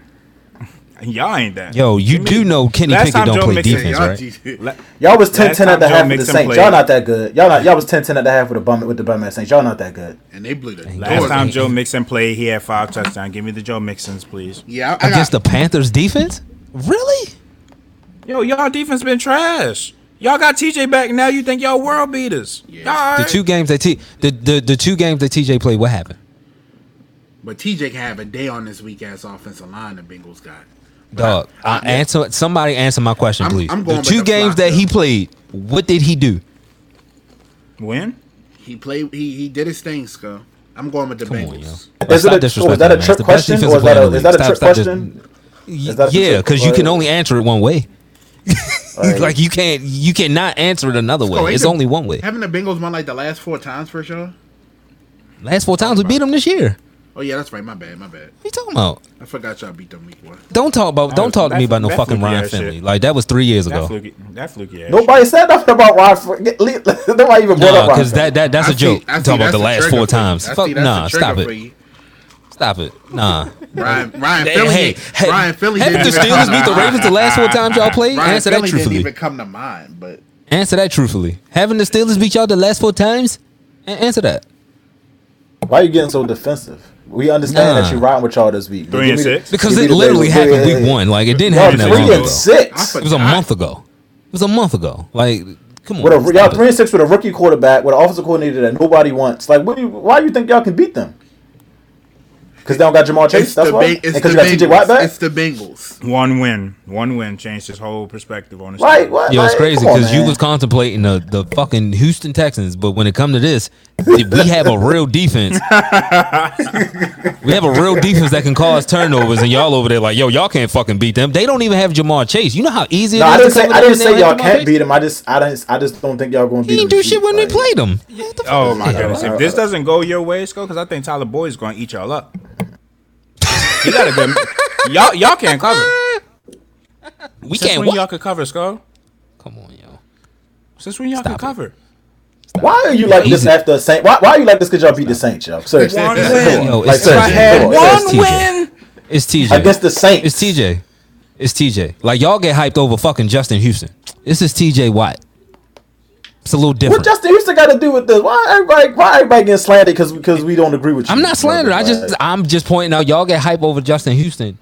Speaker 4: y'all ain't that.
Speaker 2: Yo, you do know Kenny
Speaker 4: Last
Speaker 2: Pickett
Speaker 4: time
Speaker 2: don't
Speaker 4: Joe
Speaker 2: play
Speaker 4: Mixon-
Speaker 2: defense,
Speaker 5: Y'all
Speaker 2: right?
Speaker 5: just-
Speaker 4: La-
Speaker 3: Y'all was 10
Speaker 4: Last
Speaker 3: 10
Speaker 4: time
Speaker 3: at the
Speaker 4: Joe
Speaker 3: half with the
Speaker 4: Mixon
Speaker 3: Saints.
Speaker 4: played.
Speaker 3: Y'all not that good. Y'all not y'all was 10 10 at the half with the bum with the bum at Saints. Y'all not that good.
Speaker 5: and they blew the
Speaker 4: Last
Speaker 5: doors
Speaker 4: time
Speaker 5: off.
Speaker 4: Joe Mixon played, he had five touchdowns. Give me the Joe Mixons, please.
Speaker 5: Yeah, I, I got
Speaker 2: Against the Panthers defense? Really?
Speaker 4: Yo, y'all defense been trash. Y'all got TJ back now. You think y'all world beaters?
Speaker 5: Yeah.
Speaker 4: Y'all all
Speaker 2: The
Speaker 4: right?
Speaker 2: two games that T the, the, the two games that TJ played, what happened?
Speaker 5: But TJ can have a day on this weak ass offensive line the Bengals got.
Speaker 2: Dog, I, answer somebody answer my question,
Speaker 5: I'm-
Speaker 2: please.
Speaker 5: I'm going
Speaker 2: the
Speaker 5: with
Speaker 2: two
Speaker 5: the
Speaker 2: games
Speaker 5: flock,
Speaker 2: that he
Speaker 5: though.
Speaker 2: played, what did he do?
Speaker 4: Win?
Speaker 5: He played. He he did his thing, Sco. I'm going with the
Speaker 2: Come on, yo.
Speaker 5: Bengals.
Speaker 3: Is
Speaker 2: Stop
Speaker 3: it a-
Speaker 2: disrespecting
Speaker 3: was that a
Speaker 2: him, man. It's
Speaker 3: trick
Speaker 2: the best
Speaker 3: question, or
Speaker 2: defensive
Speaker 3: is that
Speaker 2: player in
Speaker 3: a-
Speaker 2: the
Speaker 3: is that a
Speaker 2: league. Stop-
Speaker 3: trick
Speaker 2: stop
Speaker 3: question?
Speaker 2: dis-
Speaker 3: Is that a
Speaker 2: yeah,
Speaker 3: trick-
Speaker 2: because you can
Speaker 3: or-
Speaker 2: only answer it one way.
Speaker 3: Like,
Speaker 2: like you can't, you cannot answer it another way.
Speaker 5: Sco, ain't
Speaker 2: it's
Speaker 5: the-
Speaker 2: only one way.
Speaker 5: Oh, Haven't the Bengals won like the last four times for sure?
Speaker 2: Last four times we beat him this year.
Speaker 5: Oh yeah, that's right. My bad. My bad.
Speaker 2: What you talking about?
Speaker 5: I forgot y'all beat them week one.
Speaker 2: Don't talk about. Don't
Speaker 4: was-
Speaker 2: talk to me
Speaker 4: that-
Speaker 2: about no
Speaker 4: that
Speaker 2: fucking
Speaker 4: fluky
Speaker 2: Ryan
Speaker 4: ass shit.
Speaker 2: Finley. Like that was three years
Speaker 4: That
Speaker 2: ago.
Speaker 4: fluky, that fluky ass.
Speaker 3: Nobody said nothing about Ryan. Fre- Nobody even brought
Speaker 2: Nah,
Speaker 3: up Ryan.
Speaker 2: because that, that that's
Speaker 5: I
Speaker 2: a
Speaker 5: see-
Speaker 2: joke.
Speaker 5: I see
Speaker 2: Talk about
Speaker 5: that's
Speaker 2: the
Speaker 5: a
Speaker 2: last
Speaker 5: trigger
Speaker 2: four
Speaker 5: for you.
Speaker 2: times.
Speaker 5: I
Speaker 2: Fuck
Speaker 5: see that's a
Speaker 2: nah,
Speaker 5: trigger
Speaker 2: stop
Speaker 5: for
Speaker 2: it,
Speaker 5: you.
Speaker 2: stop it, nah.
Speaker 5: Ryan Ryan
Speaker 2: Hey,
Speaker 5: Philly.
Speaker 2: hey, hey,
Speaker 5: Ryan Philly.
Speaker 2: Have
Speaker 5: didn't
Speaker 2: the
Speaker 5: even
Speaker 2: Steelers
Speaker 5: come to
Speaker 2: beat the
Speaker 5: mind.
Speaker 2: Ravens the last four times y'all played?
Speaker 5: Ryan
Speaker 2: Answer that
Speaker 5: Philly didn't
Speaker 2: truthfully.
Speaker 5: even come to mind, but
Speaker 2: Answer that truthfully. Having the Steelers beat y'all the last four times? A- answer that.
Speaker 3: Why are you getting so defensive? We understand
Speaker 2: Nah.
Speaker 3: that you riding with y'all this week.
Speaker 4: Three
Speaker 3: Give
Speaker 4: and
Speaker 3: me the-
Speaker 4: six?
Speaker 2: Because
Speaker 3: give me
Speaker 2: it
Speaker 3: the
Speaker 2: literally
Speaker 3: Bengals.
Speaker 2: happened
Speaker 3: Yeah,
Speaker 2: week
Speaker 3: yeah,
Speaker 2: one. Like it didn't
Speaker 3: yeah.
Speaker 2: happen
Speaker 3: Y'all
Speaker 2: that
Speaker 4: three
Speaker 2: long
Speaker 3: three
Speaker 2: ago.
Speaker 3: and
Speaker 2: It
Speaker 3: six.
Speaker 5: I
Speaker 2: was a
Speaker 5: forgot.
Speaker 2: month ago. It was a month ago. Like, come
Speaker 3: With
Speaker 2: on.
Speaker 3: a, y'all
Speaker 2: stop
Speaker 3: three
Speaker 2: it.
Speaker 3: and six with a rookie quarterback, with an offensive coordinator that nobody wants. Like, what do you, why do you think y'all can beat them? Because they don't got Jamal Chase.
Speaker 5: It's
Speaker 3: That's
Speaker 5: the,
Speaker 3: why.
Speaker 5: Beng-
Speaker 3: And
Speaker 5: it's, the
Speaker 3: because you got TJ Watt
Speaker 5: Bengals.
Speaker 3: back.
Speaker 5: it's the Bengals.
Speaker 4: One win. One win changed his whole perspective on his
Speaker 3: Like what?
Speaker 2: Yo, it's
Speaker 3: Like,
Speaker 2: crazy
Speaker 3: come on,
Speaker 2: because you
Speaker 3: man.
Speaker 2: was contemplating the, the fucking Houston Texans, but when it come to this, we have a real defense. we have a real defense that can cause turnovers, and y'all over there like, yo, y'all can't fucking beat them. They don't even have Jamal Chase. You know how easy it
Speaker 3: No,
Speaker 2: is
Speaker 3: I
Speaker 2: to
Speaker 3: didn't say
Speaker 2: cover
Speaker 3: I
Speaker 2: them
Speaker 3: didn't
Speaker 2: when they don't have
Speaker 3: say y'all
Speaker 2: Ja'Marr
Speaker 3: can't
Speaker 2: Chase?
Speaker 3: beat them. I just I don't I just don't think y'all gonna beat
Speaker 2: He
Speaker 3: them.
Speaker 2: didn't do shit when they played them.
Speaker 4: Oh my goodness! If this doesn't go your way, Sco, because I think Tyler Boyd's going to eat y'all up. He got a good. y'all, y'all can't cover.
Speaker 2: We
Speaker 4: Since
Speaker 2: can't
Speaker 4: when
Speaker 2: walk.
Speaker 4: y'all could cover, Sco?
Speaker 2: Come on, yo.
Speaker 4: Since when y'all
Speaker 2: Stop it.
Speaker 4: can cover?
Speaker 3: Why are you like
Speaker 2: He's
Speaker 3: this
Speaker 2: a-
Speaker 3: after the Saint? Why, why are you like this? Cause y'all beat the Saints, yo. Seriously,
Speaker 4: One
Speaker 3: Come
Speaker 4: win.
Speaker 3: on.
Speaker 2: Yo,
Speaker 3: like
Speaker 2: it's if I
Speaker 3: seriously,
Speaker 2: had
Speaker 3: come
Speaker 2: one-
Speaker 3: on.
Speaker 1: One win.
Speaker 2: It's TJ.
Speaker 3: against the Saints.
Speaker 2: It's TJ. It's TJ. Like y'all get hyped over fucking Justin Houston. This is TJ Watt. It's a little different.
Speaker 3: What Justin Houston got to do with this? Why everybody? Why everybody getting slandered? Because because we don't agree with you.
Speaker 2: I'm not slandering. I just I'm just pointing out y'all get hype over Justin Houston.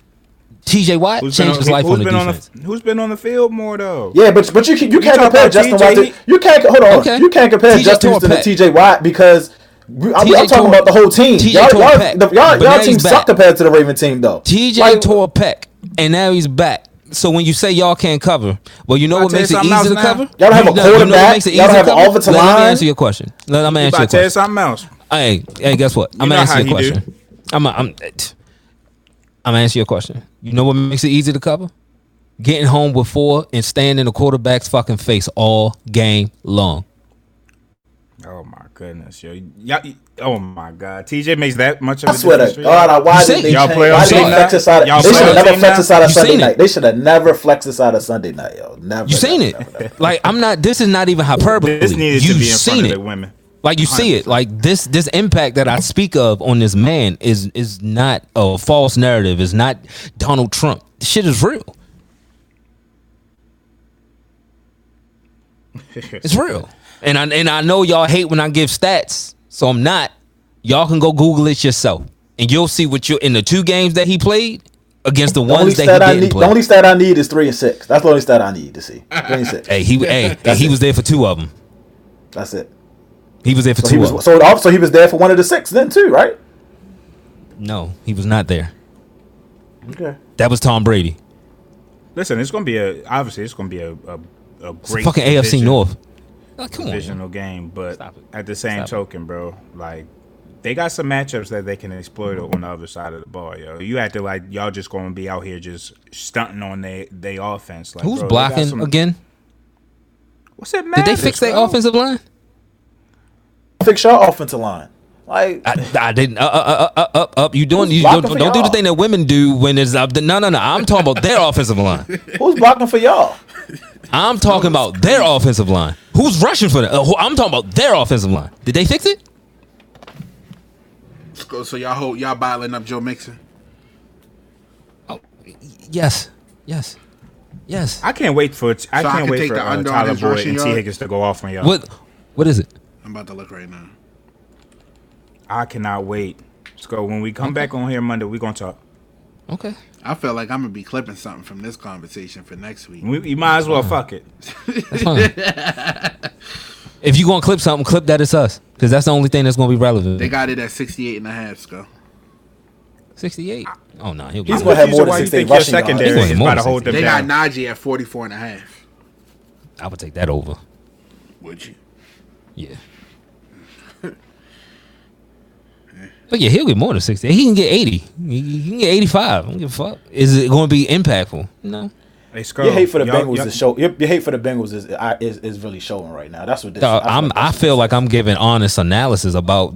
Speaker 2: TJ Watt
Speaker 4: Who's
Speaker 2: changed his life
Speaker 4: who's
Speaker 2: on the
Speaker 4: been
Speaker 2: defense.
Speaker 4: on the who's been on the field more though?
Speaker 3: Yeah, but but you can, you can't
Speaker 4: talk
Speaker 3: compare
Speaker 4: about
Speaker 3: Justin
Speaker 4: TJ
Speaker 3: Watt. To,
Speaker 4: Heat?
Speaker 3: you can't hold on.
Speaker 2: Okay.
Speaker 3: You can't compare
Speaker 2: TJ
Speaker 3: Justin
Speaker 2: tore
Speaker 3: Houston
Speaker 2: pack.
Speaker 3: to T.J. Watt because we, I'm,
Speaker 2: TJ
Speaker 3: I'm talking
Speaker 2: tore-
Speaker 3: about the whole team.
Speaker 2: TJ
Speaker 3: y'all
Speaker 2: tore
Speaker 3: y'all,
Speaker 2: pack,
Speaker 3: the, y'all,
Speaker 2: but now
Speaker 3: y'all
Speaker 2: he's
Speaker 3: team
Speaker 2: back.
Speaker 3: suck compared to the Raven team though.
Speaker 2: TJ
Speaker 3: Like,
Speaker 2: tore a pec, and now he's back. So when you say y'all can't cover, well, you know
Speaker 4: Y'all
Speaker 2: what makes it
Speaker 4: tell
Speaker 2: easy
Speaker 4: you
Speaker 2: to
Speaker 4: something else now?
Speaker 2: cover?
Speaker 3: Y'all don't have a
Speaker 2: You know- you know what
Speaker 3: quarterback.
Speaker 2: makes it
Speaker 3: Y'all don't
Speaker 2: easy to
Speaker 3: have an
Speaker 2: cover?
Speaker 3: offensive
Speaker 2: Let me
Speaker 3: line.
Speaker 2: answer your question. Let, I'm gonna answer
Speaker 4: You
Speaker 2: your
Speaker 4: about to tell
Speaker 2: question.
Speaker 4: something else.
Speaker 2: Hey, hey, guess what? I'm
Speaker 4: know
Speaker 2: gonna answer
Speaker 4: how
Speaker 2: your
Speaker 4: he do.
Speaker 2: question. I'm, a, I'm, t- I'm gonna answer your question. You know what makes it easy to cover? Getting home with four and staying in the quarterback's fucking face all game long.
Speaker 4: Oh my goodness, yo! Y'all, oh my god, TJ makes that much of a
Speaker 3: I swear
Speaker 4: difference.
Speaker 3: to God, I, why
Speaker 2: You
Speaker 3: did
Speaker 2: see-
Speaker 3: they,
Speaker 2: Y'all
Speaker 3: change-
Speaker 4: play
Speaker 3: why
Speaker 4: on
Speaker 3: did
Speaker 4: team
Speaker 3: they flex
Speaker 4: now?
Speaker 3: us out?
Speaker 4: Y'all
Speaker 3: Of, they
Speaker 4: play
Speaker 3: should
Speaker 4: on
Speaker 3: have never
Speaker 4: team
Speaker 3: flex
Speaker 4: now?
Speaker 3: us out of
Speaker 2: You
Speaker 3: Sunday
Speaker 2: seen it.
Speaker 3: night. They should have never flexed us out of Sunday night, yo. Never.
Speaker 2: You seen it? Like I'm not. This is not even hyperbole.
Speaker 4: this needed
Speaker 2: you
Speaker 4: to be in
Speaker 2: seen
Speaker 4: front of
Speaker 2: it.
Speaker 4: the women.
Speaker 2: Like you see it, like this this impact that I speak of on this man is is not a false narrative. It's not Donald Trump. This shit is real. it's real, and I and I know y'all hate when I give stats, so I'm not. Y'all can go Google it yourself, and you'll see what you in the two games that he played against the,
Speaker 3: The only
Speaker 2: ones that
Speaker 3: stat I
Speaker 2: he didn't
Speaker 3: need. The
Speaker 2: play.
Speaker 3: only stat I need is three and six. That's the only stat I need to see. Three and six.
Speaker 2: hey, he hey, he was there for two of them.
Speaker 3: That's it.
Speaker 2: He was there for
Speaker 3: So
Speaker 2: two
Speaker 3: he was
Speaker 2: of them.
Speaker 3: so it also he was there for one of the six then too, right?
Speaker 2: no, he was not there.
Speaker 3: Okay.
Speaker 2: That was Tom Brady.
Speaker 4: Listen, it's gonna be a obviously it's gonna be a a, a
Speaker 2: It's the
Speaker 4: great
Speaker 2: fucking AFC
Speaker 4: division-
Speaker 2: North. Like, Oh, come on. man.
Speaker 4: divisional game, but
Speaker 2: Stop it.
Speaker 4: at the same
Speaker 2: Stop it.
Speaker 4: token, bro, like they got some matchups that they can exploit on the other side of the ball, yo. You acting like y'all just gonna be out here just stunting on they they offense. Like
Speaker 2: Who's
Speaker 4: bro, they got
Speaker 2: blocking
Speaker 4: some-
Speaker 2: again?
Speaker 4: What's that
Speaker 2: Did
Speaker 4: matter?
Speaker 2: they fix their offensive line?
Speaker 3: Fix your offensive line. Like
Speaker 2: I, I didn't. Uh, uh, uh, uh, up, up. You doing? You don't,
Speaker 3: blocking for
Speaker 2: don't do the
Speaker 3: y'all?
Speaker 2: thing that women do when it's up. to- No, no, no. I'm talking about their offensive line.
Speaker 3: who's blocking for y'all?
Speaker 2: I'm talking about their offensive line. Who's rushing for that? Uh, who- I'm talking about their offensive line. Did they fix it?
Speaker 5: So, so y'all hold, y'all bottling up Joe Mixon.
Speaker 2: Yes. Yes. Yes.
Speaker 4: I can't wait for I
Speaker 5: So I
Speaker 4: can't
Speaker 5: can
Speaker 4: wait
Speaker 5: take
Speaker 4: for
Speaker 5: the
Speaker 4: uh,
Speaker 5: under on
Speaker 4: Tyler
Speaker 5: his
Speaker 4: Boyd
Speaker 5: rushing
Speaker 4: and T
Speaker 5: yard?
Speaker 4: Higgins to go off on y'all.
Speaker 2: What? What is it?
Speaker 5: I'm about to look right now.
Speaker 4: I cannot wait. Let's go. When we come back on here Monday, we gonna talk.
Speaker 2: Okay.
Speaker 5: I feel like I'm gonna be clipping something from this conversation for next week.
Speaker 4: We, you might
Speaker 3: Uh,
Speaker 4: as well fuck it.
Speaker 2: That's fine. if you gonna clip something, clip that it's us, because that's the only thing that's gonna be relevant.
Speaker 5: They got it at 68 and a half, Sco.
Speaker 2: 68. Oh no, he'll be
Speaker 3: He's
Speaker 2: fine.
Speaker 3: gonna have more
Speaker 4: Why
Speaker 3: than
Speaker 4: you
Speaker 3: sixteen
Speaker 4: think your
Speaker 3: rushing
Speaker 4: secondary
Speaker 2: They
Speaker 3: yards.
Speaker 2: going
Speaker 4: is
Speaker 2: more
Speaker 4: about to
Speaker 2: than
Speaker 4: hold them
Speaker 5: They got
Speaker 4: down?
Speaker 5: Najee at 44 and a half.
Speaker 2: I would take that over.
Speaker 5: Would you?
Speaker 2: Yeah. But yeah, he'll get more than 60. He can get 80. He he can get 85. I don't give a fuck. Is it going to be impactful? No.
Speaker 4: Hey, Skull,
Speaker 3: Your hate for the
Speaker 4: y'all-
Speaker 3: Bengals
Speaker 4: y'all-
Speaker 3: is show. Your, your hate for the Bengals is, I- is is really showing right now. That's what this.
Speaker 2: Dog,
Speaker 3: that's what
Speaker 2: Uh, I'm,
Speaker 3: this-
Speaker 2: I feel like I'm giving honest analysis about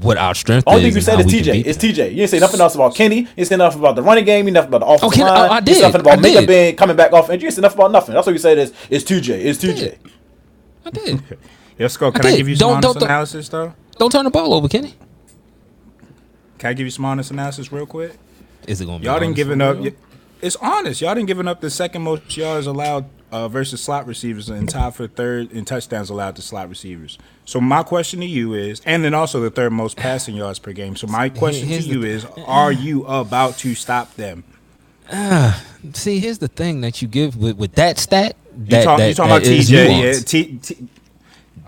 Speaker 2: what our strength
Speaker 3: Only
Speaker 2: is.
Speaker 3: thing you
Speaker 2: and
Speaker 3: said
Speaker 2: how
Speaker 3: is
Speaker 2: we can
Speaker 3: TJ.
Speaker 2: beat
Speaker 3: It's
Speaker 2: them.
Speaker 3: TJ. You didn't say nothing else about Kenny. You didn't say nothing about the running game. You didn't nothing about the
Speaker 2: Oh,
Speaker 3: offensive
Speaker 2: Kenny-
Speaker 3: line.
Speaker 2: oh, I
Speaker 3: You didn't say
Speaker 2: did.
Speaker 3: nothing
Speaker 2: I
Speaker 3: about
Speaker 2: did.
Speaker 3: Mika being coming back off injury. You didn't say nothing about nothing. That's what you said is it's TJ. It's TJ.
Speaker 2: did. I did.
Speaker 4: Yo, Skull, can
Speaker 2: I
Speaker 4: I,
Speaker 2: did.
Speaker 4: give you some
Speaker 2: Don't-
Speaker 4: honest
Speaker 2: don't- don't-
Speaker 4: analysis though?
Speaker 2: Don't turn the ball over, Kenny.
Speaker 4: Can I give you some honest analysis real quick?
Speaker 2: Is it going to be
Speaker 4: Y'all didn't
Speaker 2: honest
Speaker 4: giving
Speaker 2: or
Speaker 4: up.
Speaker 2: real?
Speaker 4: It's honest. Y'all didn't giving up the second most yards allowed uh, versus slot receivers and tied for third in touchdowns allowed to slot receivers. So my question to you is, and then also the third most passing yards per game. So my question to
Speaker 2: here's the
Speaker 4: you
Speaker 2: th-
Speaker 4: is, are you about to stop them?
Speaker 2: See, here's the thing that you give with, with that stat.
Speaker 4: You
Speaker 2: That,
Speaker 4: talk,
Speaker 2: that,
Speaker 4: you talking
Speaker 2: that
Speaker 4: about
Speaker 2: is
Speaker 4: TJ? Yeah,
Speaker 2: nuanced.
Speaker 4: T, T,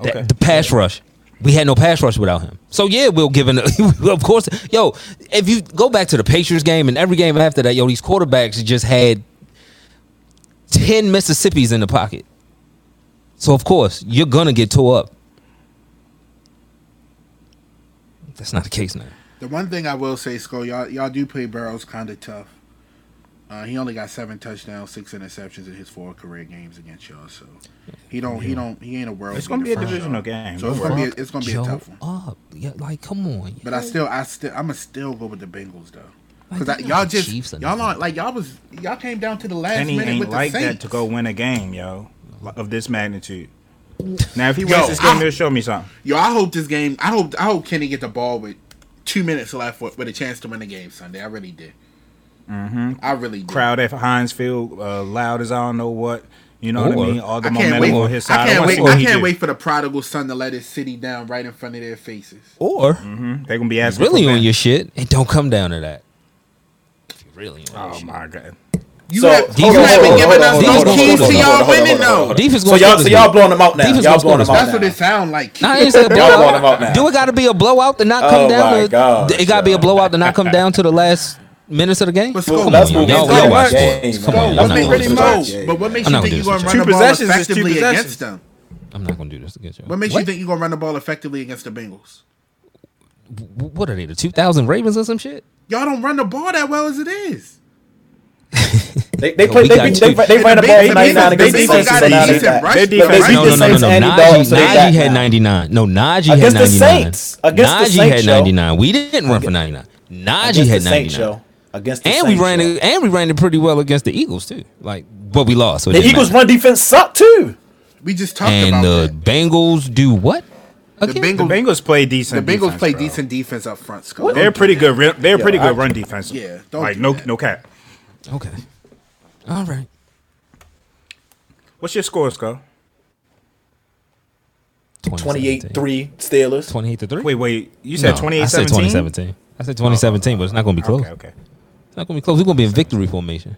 Speaker 2: that-
Speaker 4: okay.
Speaker 2: the pass rush. We had no pass rush without him. So yeah, we'll give him. of course, yo, if you go back to the Patriots game and every game after that, yo, these quarterbacks just had ten Mississippi's in the pocket. So of course, you're gonna get tore up. That's not the case now.
Speaker 5: The one thing I will say, Sco, y'all y'all do play Burrow's kind of tough. Uh, he only got seven touchdowns, six interceptions in his four career games against y'all. So he don't he don't he ain't a world.
Speaker 4: It's gonna
Speaker 5: beater
Speaker 4: be a
Speaker 5: for
Speaker 4: divisional
Speaker 5: y'all.
Speaker 4: game.
Speaker 5: So it's
Speaker 4: Don't
Speaker 5: gonna be a,
Speaker 2: worry.
Speaker 5: it's gonna be
Speaker 2: Joe
Speaker 5: a tough one.
Speaker 2: up, yeah, like come on.
Speaker 5: But I still I still I'm gonna still go with the Bengals though. Cause
Speaker 2: Like,
Speaker 5: I,
Speaker 2: they
Speaker 5: y'all
Speaker 2: not the
Speaker 5: just
Speaker 2: Chiefs or
Speaker 5: y'all
Speaker 2: nothing.
Speaker 5: not like y'all was y'all came down to the last
Speaker 4: Penny
Speaker 5: minute
Speaker 4: ain't
Speaker 5: with
Speaker 4: like
Speaker 5: the Saints.
Speaker 4: that to go win a game, yo, of this magnitude. Now, if he
Speaker 5: Yo,
Speaker 4: wins this game,
Speaker 5: I-
Speaker 4: he'll show me something.
Speaker 5: Yo, I hope this game. I hope I hope Kenny get the ball with two minutes left with, with a chance to win the game Sunday. I really did. Mm-hmm. I really did.
Speaker 4: Crowd at Heinz Field, uh, loud as I don't know what. You know
Speaker 2: Or-
Speaker 4: what I mean? All the
Speaker 5: I can't
Speaker 4: momentum
Speaker 5: wait.
Speaker 4: on his side.
Speaker 5: I can't
Speaker 4: wanna
Speaker 5: wait.
Speaker 4: see what
Speaker 5: I
Speaker 4: he
Speaker 5: can't
Speaker 4: do.
Speaker 5: wait for the prodigal son to let his city down right in front of their faces.
Speaker 2: Or
Speaker 4: They're gonna be asking
Speaker 2: really
Speaker 4: for
Speaker 2: on
Speaker 4: Ben.
Speaker 2: your shit and don't come down to that. If you're Really on your
Speaker 4: Oh
Speaker 2: shit.
Speaker 4: my god!
Speaker 5: You,
Speaker 3: So-
Speaker 5: have,
Speaker 2: Hold
Speaker 5: you
Speaker 2: on, hold
Speaker 5: haven't
Speaker 2: on,
Speaker 5: given
Speaker 2: hold on,
Speaker 5: us
Speaker 2: hold on,
Speaker 5: these
Speaker 2: hold on,
Speaker 5: keys
Speaker 2: hold
Speaker 5: to
Speaker 2: on,
Speaker 5: y'all
Speaker 3: hold on, hold
Speaker 5: women
Speaker 3: on, hold
Speaker 5: though.
Speaker 3: on, hold on.
Speaker 2: Defense
Speaker 3: So
Speaker 2: gonna
Speaker 3: y'all,
Speaker 2: score
Speaker 3: so
Speaker 2: this
Speaker 3: y'all
Speaker 2: game.
Speaker 3: blowing them out now.
Speaker 2: Defense
Speaker 3: Y'all
Speaker 2: gonna
Speaker 3: blowing them
Speaker 2: score
Speaker 3: out
Speaker 5: That's
Speaker 3: now.
Speaker 5: what it sound like.
Speaker 2: Nah, I ain't said a
Speaker 3: Y'all blowing them
Speaker 2: blowout.
Speaker 3: out now.
Speaker 2: Do it got to be a blowout to not come
Speaker 3: Oh
Speaker 2: down?
Speaker 3: my
Speaker 2: to,
Speaker 3: gosh,
Speaker 2: it got to be a
Speaker 3: yo.
Speaker 2: blowout to not come down to the last minutes of the game.
Speaker 5: Let's
Speaker 2: Come
Speaker 5: go.
Speaker 2: on,
Speaker 5: Let's
Speaker 2: y'all.
Speaker 5: move.
Speaker 2: Y'all
Speaker 5: Let's
Speaker 2: gotta
Speaker 5: go.
Speaker 2: watch
Speaker 3: Let's
Speaker 2: sports.
Speaker 3: go.
Speaker 2: Come on, I'm
Speaker 3: Let's
Speaker 5: What
Speaker 2: not
Speaker 3: make
Speaker 5: makes
Speaker 2: gonna do
Speaker 5: really
Speaker 3: Pretty
Speaker 2: this.
Speaker 3: much.
Speaker 5: mo? But what makes
Speaker 2: I'm
Speaker 5: you
Speaker 2: not gonna do
Speaker 5: think you're
Speaker 2: this
Speaker 5: gonna
Speaker 2: with you.
Speaker 5: run the
Speaker 1: Two
Speaker 5: ball
Speaker 1: possessions is two
Speaker 5: effectively against
Speaker 1: possessions.
Speaker 5: them?
Speaker 2: I'm not gonna do this against you.
Speaker 5: What makes you
Speaker 2: What?
Speaker 5: think you're gonna run the ball effectively against the Bengals?
Speaker 2: What are they? The 2000 Ravens or some shit?
Speaker 5: Y'all don't run the ball that well as it is.
Speaker 3: They they
Speaker 2: Yo,
Speaker 3: play
Speaker 2: we
Speaker 3: they
Speaker 2: got
Speaker 3: beat
Speaker 2: two.
Speaker 3: they, they ran the ball
Speaker 5: And the
Speaker 3: for
Speaker 5: Bengals-
Speaker 3: 99
Speaker 5: the
Speaker 3: against the
Speaker 5: Bengals
Speaker 3: Saints.
Speaker 5: got
Speaker 3: so
Speaker 5: a
Speaker 3: now they
Speaker 5: decent
Speaker 3: back.
Speaker 5: rush
Speaker 3: They
Speaker 4: Their
Speaker 3: beat
Speaker 4: defense-
Speaker 3: the
Speaker 2: No, no, no, no,
Speaker 3: Saints
Speaker 2: no.
Speaker 3: and the Dolphins.
Speaker 2: Najee,
Speaker 3: They back
Speaker 2: Najee had
Speaker 3: now.
Speaker 2: 99. No, Najee had
Speaker 3: Against the
Speaker 2: 99.
Speaker 3: Saints. Against the
Speaker 2: Najee
Speaker 3: Saints,
Speaker 2: had
Speaker 3: yo.
Speaker 2: 99. We didn't run for 99. Najee
Speaker 3: Against
Speaker 2: had
Speaker 3: the Saints,
Speaker 2: 99.
Speaker 3: yo. Against the
Speaker 2: And we
Speaker 3: Saints,
Speaker 2: ran
Speaker 3: yo.
Speaker 2: it, and we ran it pretty well against the Eagles too. Like, but we lost. So it
Speaker 3: The
Speaker 2: didn't
Speaker 3: Eagles
Speaker 2: matter.
Speaker 3: run defense sucked too.
Speaker 5: We just talked
Speaker 2: and
Speaker 5: about
Speaker 2: the
Speaker 5: that.
Speaker 2: Bengals do what? Again?
Speaker 5: Bengals-
Speaker 4: The Bengals play
Speaker 5: The
Speaker 4: decent.
Speaker 5: Bengals
Speaker 4: defense,
Speaker 5: play
Speaker 4: bro.
Speaker 5: decent defense up front. Scott.
Speaker 4: They're pretty good. re- They're pretty
Speaker 3: I-
Speaker 4: good run defense.
Speaker 5: Yeah, don't
Speaker 4: like
Speaker 5: do
Speaker 4: no
Speaker 5: that.
Speaker 4: no cap.
Speaker 2: Okay. All right.
Speaker 4: What's your score, Skull?
Speaker 3: 28 3 Steelers.
Speaker 2: 28 to 3.
Speaker 4: Wait wait. You said twenty eight
Speaker 2: I said
Speaker 4: seventeen.
Speaker 2: 2017. I said 2017, but it's not going to be close.
Speaker 4: Okay okay.
Speaker 2: It's not going to be close. We're going to be in victory formation.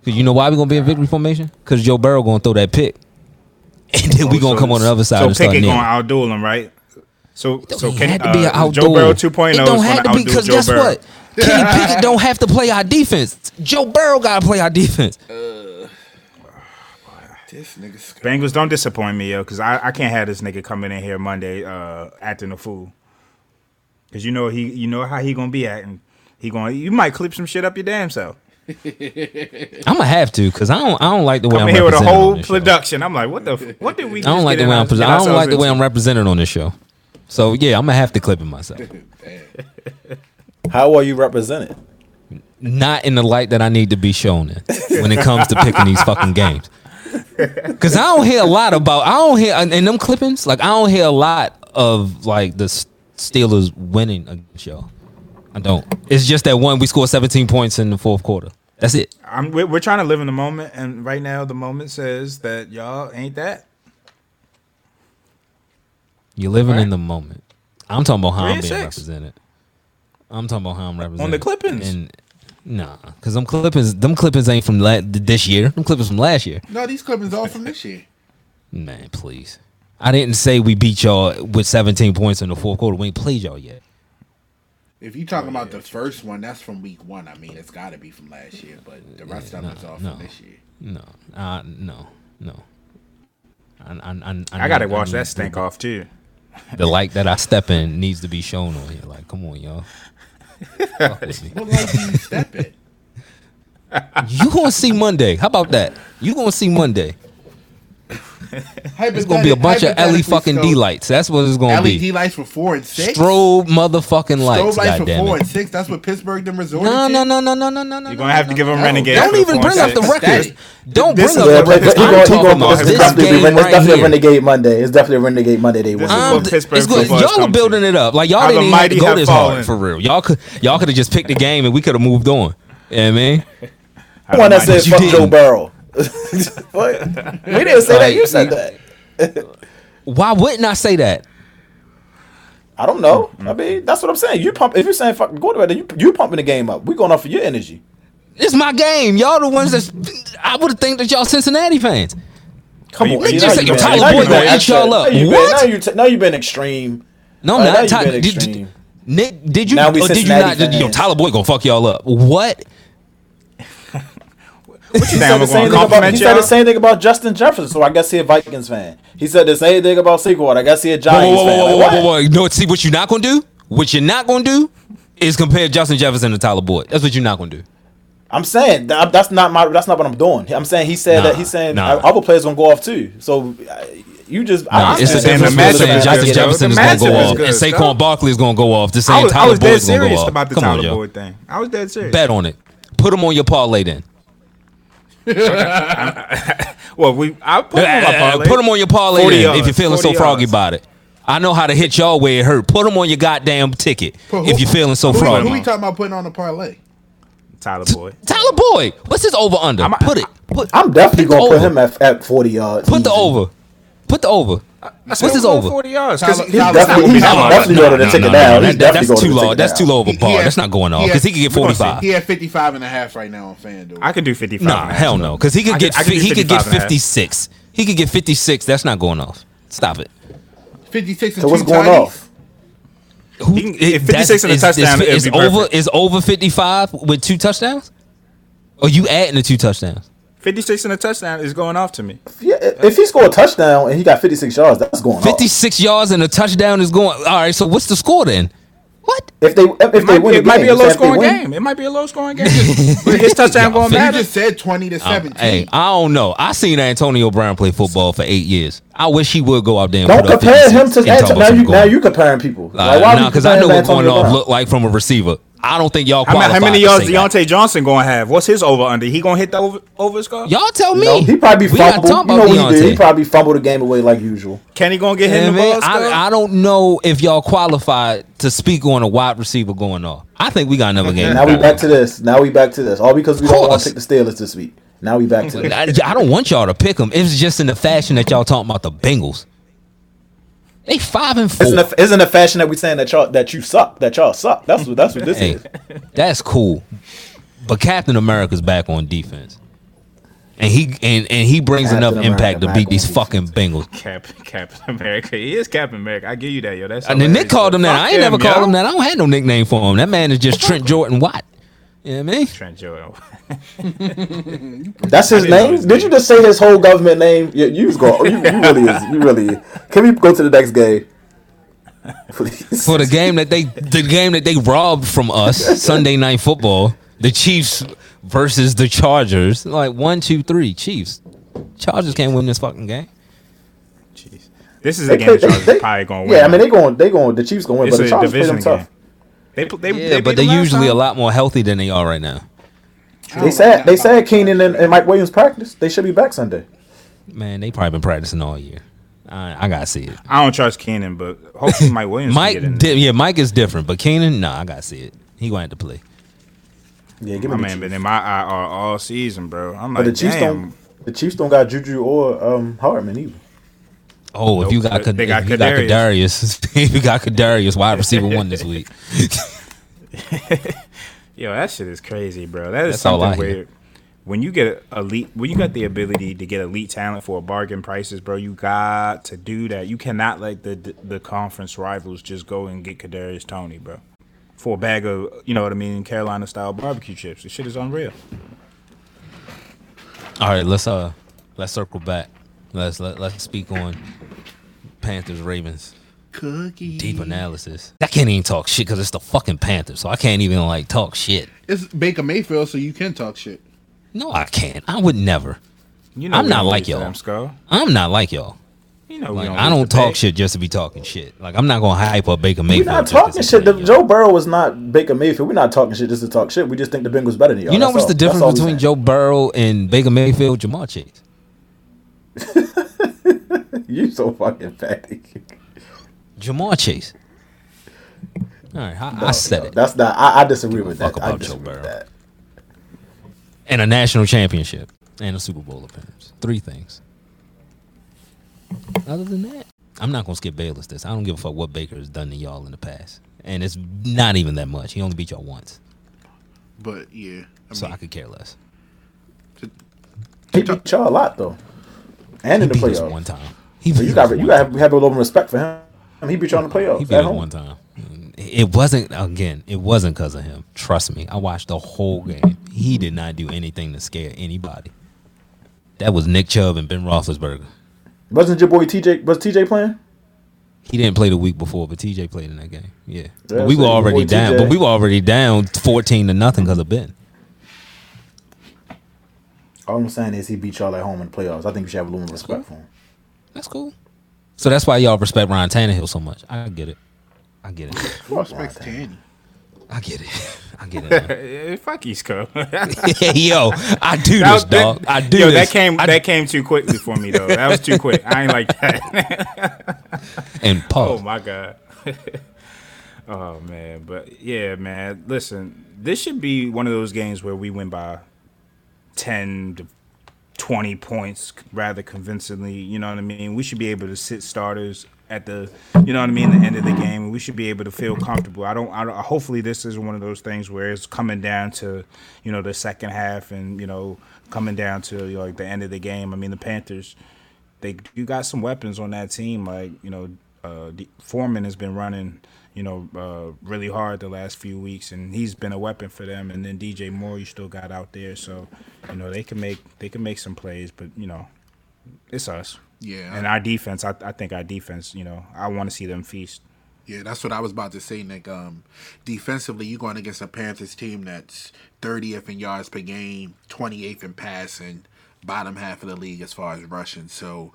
Speaker 2: Because you know why we're going to be in victory formation? Because Joe Burrow going to throw that pick. And then we're
Speaker 4: Oh,
Speaker 2: going to
Speaker 4: so-
Speaker 2: come on the other side
Speaker 4: So
Speaker 2: and start
Speaker 4: Pickett
Speaker 2: kneeling.
Speaker 4: gonna outduel him, right? So so
Speaker 2: it
Speaker 4: Kenny-
Speaker 2: had to be an
Speaker 4: uh,
Speaker 2: outdoor.
Speaker 4: Joe Burrow
Speaker 2: It
Speaker 4: 2.0 is
Speaker 2: don't
Speaker 4: gonna
Speaker 2: have to be
Speaker 4: outdo
Speaker 2: because
Speaker 4: Joe
Speaker 2: guess
Speaker 4: Burrow.
Speaker 2: what? Kenny Pickett don't have to play our defense. Joe Burrow got to play our defense.
Speaker 5: This nigga Scott.
Speaker 4: Bengals don't disappoint me, yo, because I, I can't have this nigga coming in here Monday uh, acting a fool. Cause you know he you know how he gonna be acting. He going to you might clip some shit up your damn self.
Speaker 2: I'm gonna have to because I don't. I don't like the way
Speaker 4: Come
Speaker 2: I'm
Speaker 4: in here with a
Speaker 2: represented on
Speaker 4: whole
Speaker 2: this show.
Speaker 4: production. I'm like, what the f- what did we?
Speaker 2: I don't like the way I'm. I don't like the way I'm represented on this show. So yeah, I'm gonna have to clip it myself.
Speaker 3: How are you represented?
Speaker 2: Not in the light that I need to be shown in when it comes to picking these fucking games. Cause I don't hear a lot about. I don't hear and and them clippings. Like I don't hear a lot of like the S- Steelers winning a show. I don't. It's just that one. We scored 17 points in the fourth quarter. That's it.
Speaker 4: I'm we're, we're trying to live in the moment, and right now the moment says that y'all ain't that.
Speaker 2: You're living in
Speaker 4: Right.
Speaker 2: the moment. I'm talking about how
Speaker 4: Three
Speaker 2: I'm
Speaker 4: and
Speaker 2: being
Speaker 4: six.
Speaker 2: represented. I'm talking about how I'm represented
Speaker 4: Clippings.
Speaker 2: And nah, cause them Clippings, them Clippings ain't from la- this year. Them Clippings from last year.
Speaker 5: No, these clippings all from this year.
Speaker 2: Man, please. I didn't say we beat y'all with 17 points in the fourth quarter. We ain't played y'all yet.
Speaker 5: If you talking about the first one, that's from week one. I mean, it's got to be from last year, but the rest of them
Speaker 2: nah,
Speaker 5: is all
Speaker 2: no.
Speaker 5: from this year.
Speaker 2: No, uh, no, no. I, I, Mm, I,
Speaker 4: I gotta
Speaker 2: need-
Speaker 4: wash
Speaker 2: need
Speaker 4: that stink
Speaker 2: the,
Speaker 4: off too.
Speaker 2: The light that I step in needs to be shown on here. Like, come on, y'all. Fuck with me.
Speaker 5: What like you step it?
Speaker 2: You gonna see Monday? How about that? You gonna see Monday? It's gonna be a bunch of
Speaker 5: E
Speaker 2: LE fucking D lights. That's what it's gonna
Speaker 5: LED
Speaker 2: be.
Speaker 5: lights for four and six.
Speaker 2: Strobe motherfucking
Speaker 5: E Strobe
Speaker 2: lights.
Speaker 5: lights for
Speaker 2: goddamn
Speaker 5: four and
Speaker 2: it.
Speaker 5: six. That's what Pittsburgh them resorted
Speaker 2: No,
Speaker 5: to.
Speaker 2: no, no, no, no, no, no, no.
Speaker 4: You're gonna have to give him
Speaker 2: no.
Speaker 4: renegade.
Speaker 2: Don't
Speaker 4: for
Speaker 2: even bring up the
Speaker 4: record.
Speaker 2: records. Don't
Speaker 4: This
Speaker 2: bring
Speaker 4: is
Speaker 2: up the
Speaker 4: what- but-
Speaker 2: records.
Speaker 4: but he
Speaker 2: I'm
Speaker 4: gonna- he
Speaker 2: talking
Speaker 4: gonna-
Speaker 2: about
Speaker 4: it's
Speaker 2: this
Speaker 4: definitely-
Speaker 2: game
Speaker 3: it's
Speaker 2: right
Speaker 3: definitely
Speaker 2: here. Um,
Speaker 3: Renegade Monday. It's definitely Renegade Monday. They won.
Speaker 4: This is
Speaker 2: I'm-
Speaker 4: what Pittsburgh
Speaker 2: it's good.
Speaker 4: football has
Speaker 2: Y'all are
Speaker 4: come to.
Speaker 2: building it up. Like y'all
Speaker 4: How the
Speaker 2: didn't even have to
Speaker 4: mighty
Speaker 2: go
Speaker 4: have
Speaker 2: this
Speaker 4: fallen.
Speaker 2: hard for real. Y'all could y'all could have just picked the game and we could have moved on. You know what I mean?
Speaker 4: I
Speaker 3: one that
Speaker 4: don't mind
Speaker 3: said
Speaker 2: you
Speaker 3: fuck
Speaker 2: didn't.
Speaker 3: Joe Burrow. what? We didn't say that. You said that.
Speaker 2: Why wouldn't I say that?
Speaker 3: I don't know. I mean, that's what I'm saying. You pump if you're saying fuck the quarterback, then you you pumping the game up. We going off of your energy.
Speaker 2: It's my game. Y'all the ones that's I would have think that y'all Cincinnati fans.
Speaker 3: Come
Speaker 4: you-
Speaker 3: on,
Speaker 4: Nigga
Speaker 3: you
Speaker 4: just
Speaker 3: know
Speaker 4: said
Speaker 3: you
Speaker 4: your
Speaker 3: been-
Speaker 4: Tyler
Speaker 3: now you
Speaker 4: Boyd
Speaker 3: been
Speaker 4: gonna
Speaker 2: eat
Speaker 3: extra-
Speaker 2: y'all up.
Speaker 3: now you been-
Speaker 2: What?
Speaker 3: now you t- now you've been extreme.
Speaker 2: No,
Speaker 3: Like, Oh, now
Speaker 2: not
Speaker 3: you
Speaker 2: Tyler.
Speaker 3: been
Speaker 2: Did,
Speaker 3: extreme.
Speaker 2: Nick, did you
Speaker 3: Now we
Speaker 2: or did you
Speaker 3: Cincinnati
Speaker 2: not? Did, yo,
Speaker 3: fans.
Speaker 2: Tyler Boyd gonna fuck y'all up. What?
Speaker 4: What you
Speaker 3: He said,
Speaker 4: think?
Speaker 3: the same
Speaker 4: I'm
Speaker 3: thing
Speaker 4: gonna
Speaker 3: about, he
Speaker 4: compliment
Speaker 3: said the
Speaker 4: y'all?
Speaker 3: same thing about Justin Jefferson, so I guess he a Vikings fan. He said the same thing about Sequel. I guess he a
Speaker 2: Whoa,
Speaker 3: Giants
Speaker 2: whoa, whoa, whoa, whoa,
Speaker 3: fan. Like,
Speaker 2: whoa,
Speaker 3: what?
Speaker 2: whoa! No, see what you're not gonna do. What you're not gonna do is compare Justin Jefferson to Tyler Boyd. That's what you're not gonna do.
Speaker 3: I'm saying that, that's not my that's not what I'm doing. I'm saying he said that
Speaker 2: Nah,
Speaker 3: he's saying
Speaker 2: nah.
Speaker 3: other players gonna go off too. So I- you just I
Speaker 2: Nah,
Speaker 3: just
Speaker 2: it's the
Speaker 3: said
Speaker 4: saying
Speaker 2: same
Speaker 4: the
Speaker 2: as
Speaker 3: Justin Jefferson
Speaker 2: saying
Speaker 4: matchup is
Speaker 2: Justin
Speaker 4: good, though.
Speaker 2: Jefferson
Speaker 4: The
Speaker 2: is gonna go
Speaker 4: matchup is
Speaker 2: off,
Speaker 4: good,
Speaker 2: and Saquon
Speaker 4: though.
Speaker 2: Barkley is gonna go off. The
Speaker 4: I
Speaker 2: same
Speaker 4: was, I
Speaker 2: Tyler
Speaker 4: was
Speaker 2: Boyd
Speaker 4: dead
Speaker 2: is gonna go
Speaker 4: serious
Speaker 2: off.
Speaker 4: about the
Speaker 2: Come on,
Speaker 4: Tyler
Speaker 2: y'all.
Speaker 4: Boyd thing. I was dead serious.
Speaker 2: Bet on it. Put him on your parlay then.
Speaker 4: well, we I put him on my parlay.
Speaker 2: Put them on your parlay
Speaker 4: 40
Speaker 2: then, if
Speaker 4: yards,
Speaker 2: you're feeling so
Speaker 4: 40
Speaker 2: froggy
Speaker 4: yards.
Speaker 2: about it. I know how to hit y'all where it hurt. Put them on your goddamn ticket if
Speaker 5: But who-
Speaker 2: you're feeling so
Speaker 5: who,
Speaker 2: froggy.
Speaker 5: Who we talking about putting on the parlay?
Speaker 4: Tyler Boyd.
Speaker 2: Tyler Boyd, what's his over under?
Speaker 4: I'm-
Speaker 2: put it. Put,
Speaker 3: I'm definitely
Speaker 2: pick
Speaker 3: gonna
Speaker 2: over.
Speaker 3: put him at, at forty yards.
Speaker 2: Put the
Speaker 3: easy.
Speaker 2: over. Put the over. What's his over?
Speaker 4: Forty yards.
Speaker 5: 'Cause
Speaker 4: Tyler-
Speaker 5: he-
Speaker 3: He's
Speaker 5: Nah,
Speaker 3: definitely, he's
Speaker 5: nah, nah,
Speaker 3: definitely going to the ticket down. He's
Speaker 2: That- that-
Speaker 3: definitely
Speaker 2: that's
Speaker 3: going
Speaker 2: too
Speaker 3: to the
Speaker 2: low.
Speaker 3: ticket
Speaker 2: That's too
Speaker 3: down.
Speaker 2: low of a
Speaker 5: He-
Speaker 2: bar.
Speaker 5: he had-
Speaker 2: That's not going off
Speaker 5: he had-
Speaker 2: because he could get
Speaker 5: Come
Speaker 4: on,
Speaker 2: forty
Speaker 4: see.
Speaker 2: five.
Speaker 5: He had 55 and a half right now on FanDuel.
Speaker 4: I could do fifty-five.
Speaker 2: Nah, hell no. Because he could
Speaker 4: I
Speaker 2: get
Speaker 4: could- I could
Speaker 2: fi-
Speaker 4: do
Speaker 2: he could get
Speaker 4: 55 and a half.
Speaker 2: fifty six. He could get fifty six. That's not going off. Stop it.
Speaker 5: 56 and
Speaker 3: So
Speaker 5: two
Speaker 3: what's going
Speaker 5: tighties?
Speaker 3: off?
Speaker 2: Who,
Speaker 4: He can- if
Speaker 2: it-
Speaker 4: 56 and a
Speaker 2: that's-
Speaker 4: touchdown, it'd
Speaker 2: Is, is
Speaker 4: be
Speaker 2: over
Speaker 4: perfect.
Speaker 2: is over fifty five with two touchdowns? Or you adding the two touchdowns?
Speaker 4: Oh. Fifty-six and a touchdown is going off to me.
Speaker 3: Yeah, if he scored a touchdown and he got fifty six yards, that's going
Speaker 2: Fifty
Speaker 3: off.
Speaker 2: six yards and a touchdown is going. All right. So what's the score then? What?
Speaker 3: If they if,
Speaker 4: It
Speaker 3: they
Speaker 4: might, be,
Speaker 3: win,
Speaker 4: it
Speaker 3: the
Speaker 4: might
Speaker 3: game,
Speaker 4: be a
Speaker 3: you said if they
Speaker 4: low-scoring
Speaker 3: win,
Speaker 4: game. It might be a low-scoring game. But his touchdown
Speaker 2: Y'all
Speaker 4: going
Speaker 5: You
Speaker 4: matter.
Speaker 5: just said 20 to
Speaker 2: Um,
Speaker 5: 17.
Speaker 2: hey, I don't know. I seen Antonio Brown play football for eight years. I wish he would go out there. And
Speaker 3: Don't
Speaker 2: put up
Speaker 3: compare him
Speaker 2: 56
Speaker 3: to
Speaker 2: and talk
Speaker 3: Antonio.
Speaker 2: about
Speaker 3: Now
Speaker 2: some
Speaker 3: you
Speaker 2: goal.
Speaker 3: now you comparing people. Like, why
Speaker 2: Uh,
Speaker 3: would
Speaker 2: nah,
Speaker 3: you
Speaker 2: because I know
Speaker 3: compare
Speaker 2: what
Speaker 3: him to
Speaker 2: going
Speaker 3: Antonio
Speaker 2: off
Speaker 3: Brown?
Speaker 2: look like from a receiver. I don't think y'all
Speaker 4: How many,
Speaker 2: qualified.
Speaker 4: how many
Speaker 2: to
Speaker 4: yards
Speaker 2: say that.
Speaker 4: Deontay Johnson going to have? What's his over-under? He going to hit that over, over his car?
Speaker 2: Y'all tell me.
Speaker 3: No, he probably
Speaker 2: we not
Speaker 3: fumbled. You
Speaker 2: talking
Speaker 3: know
Speaker 2: about
Speaker 3: what he did? He
Speaker 2: Deounte.
Speaker 3: probably fumbled the game away like usual.
Speaker 4: Can he going to get hit
Speaker 2: Yeah,
Speaker 4: in the
Speaker 2: man,
Speaker 4: balls?
Speaker 2: I, I don't know if y'all qualified to speak on a wide receiver going off. I think we got another game.
Speaker 3: Now we
Speaker 2: going.
Speaker 3: back to this. Now we back to this. All because we don't want
Speaker 2: course.
Speaker 3: to pick the Steelers this week. Now we back to this.
Speaker 2: I, I don't want y'all to pick them. It's just in the fashion that y'all talking about the Bengals. They five and four.
Speaker 3: Isn't the, isn't the fashion that we saying that y'all that you suck that y'all suck? That's what that's what this
Speaker 2: hey,
Speaker 3: is.
Speaker 2: that's cool. But Captain America's back on defense, and he and, and he brings
Speaker 3: Captain
Speaker 2: enough
Speaker 3: America
Speaker 2: impact to
Speaker 3: back
Speaker 2: beat
Speaker 3: on
Speaker 2: these
Speaker 3: defense.
Speaker 2: fucking Bengals.
Speaker 4: Cap, Cap America. He is Cap America. I give you that, yo. That's
Speaker 2: And then Nick
Speaker 4: hilarious, yo.
Speaker 2: called him that.
Speaker 4: Fuck
Speaker 2: I ain't never called
Speaker 4: yo.
Speaker 2: him that. I don't have no nickname for him. That man is just Trent Jordan Watt. You know what I mean?
Speaker 4: Trent Joel.
Speaker 3: That's his
Speaker 4: didn't know
Speaker 3: name.
Speaker 4: his
Speaker 3: Did you
Speaker 4: name.
Speaker 3: just say his whole government name? You, you was go. You, you really is. You really. Is. Can we go to the next game, please?
Speaker 2: for the game that they the game that they robbed from us Sunday night football. The Chiefs versus the Chargers. Like one, two, three. Chiefs. Chargers can't win this fucking game.
Speaker 4: Jeez. This is a game the Chargers are probably going to win.
Speaker 3: Yeah, I mean they going. They going. The Chiefs going to win,
Speaker 4: It's
Speaker 3: but the
Speaker 4: a
Speaker 3: Chargers play them
Speaker 4: division
Speaker 3: tough.
Speaker 4: game. They, pl- they,
Speaker 2: Yeah,
Speaker 4: they
Speaker 2: but
Speaker 4: beat
Speaker 2: they're
Speaker 4: them last
Speaker 2: usually a
Speaker 4: time.
Speaker 2: lot more healthy than they are right now.
Speaker 4: Oh,
Speaker 3: They said they said Keenan and, and Mike Williams practice. They should be back Sunday.
Speaker 2: Man, they probably been practicing all year. I, I gotta see it.
Speaker 4: I don't trust Keenan, but hopefully Mike Williams
Speaker 2: Mike,
Speaker 4: can get in.
Speaker 2: di- yeah, Mike is different, but Keenan, nah, I gotta see it. He gonna have to play.
Speaker 3: Yeah, give
Speaker 4: My
Speaker 3: me
Speaker 4: man
Speaker 3: the
Speaker 4: been
Speaker 3: Chiefs.
Speaker 4: in my IR all season, bro. I'm
Speaker 3: But
Speaker 4: like,
Speaker 3: the Chiefs
Speaker 4: damn.
Speaker 3: don't. The Chiefs don't got Juju or um Hartman either.
Speaker 2: Oh, if you
Speaker 4: Nope.
Speaker 2: got, Kad-
Speaker 4: They got
Speaker 2: if you got Kadarius, if you got Kadarius, wide receiver one this week.
Speaker 4: Yo, that shit is crazy, bro. That is
Speaker 2: That's all
Speaker 4: something
Speaker 2: I hear.
Speaker 4: weird. When you get elite, when you got the ability to get elite talent for bargain prices, bro, you got to do that. You cannot let the the conference rivals just go and get Kadarius Tony, bro, for a bag of you know what I mean, Carolina style barbecue chips. This shit is unreal.
Speaker 2: All right, let's uh let's circle back. Let's let, let's speak on Panthers Ravens
Speaker 5: Cookie.
Speaker 2: deep analysis. I can't even talk shit because it's the fucking Panthers, so I can't even like talk shit.
Speaker 5: It's Baker Mayfield, so you can talk shit.
Speaker 2: No, I can't. I would never.
Speaker 4: You know,
Speaker 2: I'm
Speaker 4: we
Speaker 2: not
Speaker 4: don't
Speaker 2: like
Speaker 4: lose to
Speaker 2: y'all.
Speaker 4: them, Skull.
Speaker 2: I'm not like y'all.
Speaker 4: You know, we
Speaker 2: Like
Speaker 4: don't
Speaker 2: I
Speaker 4: lose
Speaker 2: don't
Speaker 4: to
Speaker 2: talk
Speaker 4: Bay.
Speaker 2: shit just to be talking shit. Like I'm not gonna hype up Baker Mayfield.
Speaker 3: We're not
Speaker 2: just 'cause
Speaker 3: talking
Speaker 2: he's
Speaker 3: shit. The,
Speaker 2: playing y'all.
Speaker 3: Joe Burrow was not Baker Mayfield. We're not talking shit just to talk shit. We just think the Bengals better than y'all.
Speaker 2: You know
Speaker 3: That's
Speaker 2: what's the
Speaker 3: all. That's
Speaker 2: difference
Speaker 3: all we
Speaker 2: between
Speaker 3: saying.
Speaker 2: Joe Burrow and Baker Mayfield? Jamar Chase.
Speaker 3: You so fucking fatty.
Speaker 2: Jamar Chase. All right, I, I said it.
Speaker 3: That's not. I, I disagree with
Speaker 2: fuck
Speaker 3: that. I
Speaker 2: about Joe
Speaker 3: disagree
Speaker 2: Burrow.
Speaker 3: with that.
Speaker 2: and a national championship and a Super Bowl appearance. Three things. Other than that, I'm not gonna skip Bayless this. I don't give a fuck what Baker has done to y'all in the past, and it's not even that much. He only beat y'all once,
Speaker 5: But yeah, I
Speaker 2: so I
Speaker 5: mean,
Speaker 2: could care less.
Speaker 3: He beat y'all a lot though, and in the
Speaker 2: Beat us one
Speaker 3: playoffs.
Speaker 2: time. He
Speaker 3: So
Speaker 2: beat
Speaker 3: you
Speaker 2: us
Speaker 3: got
Speaker 2: one
Speaker 3: you got
Speaker 2: time.
Speaker 3: have, have a little respect for him. I mean, he beat y'all in the playoffs
Speaker 2: He beat
Speaker 3: at
Speaker 2: us
Speaker 3: home.
Speaker 2: one time. It wasn't again. It wasn't because of him. Trust me. I watched the whole game. He did not do anything to scare anybody. That was Nick Chubb and Ben Roethlisberger.
Speaker 3: Wasn't your boy TJ? Was TJ playing?
Speaker 2: He didn't play the week before, but TJ played in that game. Yeah,
Speaker 3: Yeah,
Speaker 2: But we
Speaker 3: so
Speaker 2: were
Speaker 3: your
Speaker 2: already
Speaker 3: boy
Speaker 2: down.
Speaker 3: TJ.
Speaker 2: But we were already down fourteen to nothing because of Ben.
Speaker 3: All I'm saying is he beat y'all at home in the playoffs. I think you should have a little respect for him.
Speaker 2: That's cool. So that's why y'all respect Ryan Tannehill so much. I get it. I get it.
Speaker 5: who respects Tanny?
Speaker 2: I get it. I get it.
Speaker 4: Eh, Fuck East Coast.
Speaker 2: yo, I do this,
Speaker 4: That-
Speaker 2: dog. I do
Speaker 4: Yo,
Speaker 2: this.
Speaker 4: that came
Speaker 2: I-
Speaker 4: that came too quickly for me though. That was too quick. I ain't like that.
Speaker 2: and
Speaker 4: oh
Speaker 2: pause.
Speaker 4: my god. oh man, but yeah, man. Listen, this should be one of those games where we win by ten to twenty points rather convincingly. You know what I mean? We should be able to sit starters at the you know what I mean the end of the game. We should be able to feel comfortable. I don't. I don't hopefully this is one of those things where it's coming down to you know the second half and you know coming down to you know, like the end of the game. I mean the Panthers they you got some weapons on that team. Like you know, uh, D- Foreman has been running you know uh, really hard the last few weeks, and he's been a weapon for them. And then DJ Moore, you still got out there, so you know they can make they can make some plays, but you know it's us.
Speaker 5: Yeah.
Speaker 4: and our defense. I, I think our defense. You know, I want to see them feast.
Speaker 5: Yeah, that's what I was about to say, Nick. Um, defensively, you're going against a Panthers team that's 30th in yards per game, 28th in passing, bottom half of the league as far as rushing. So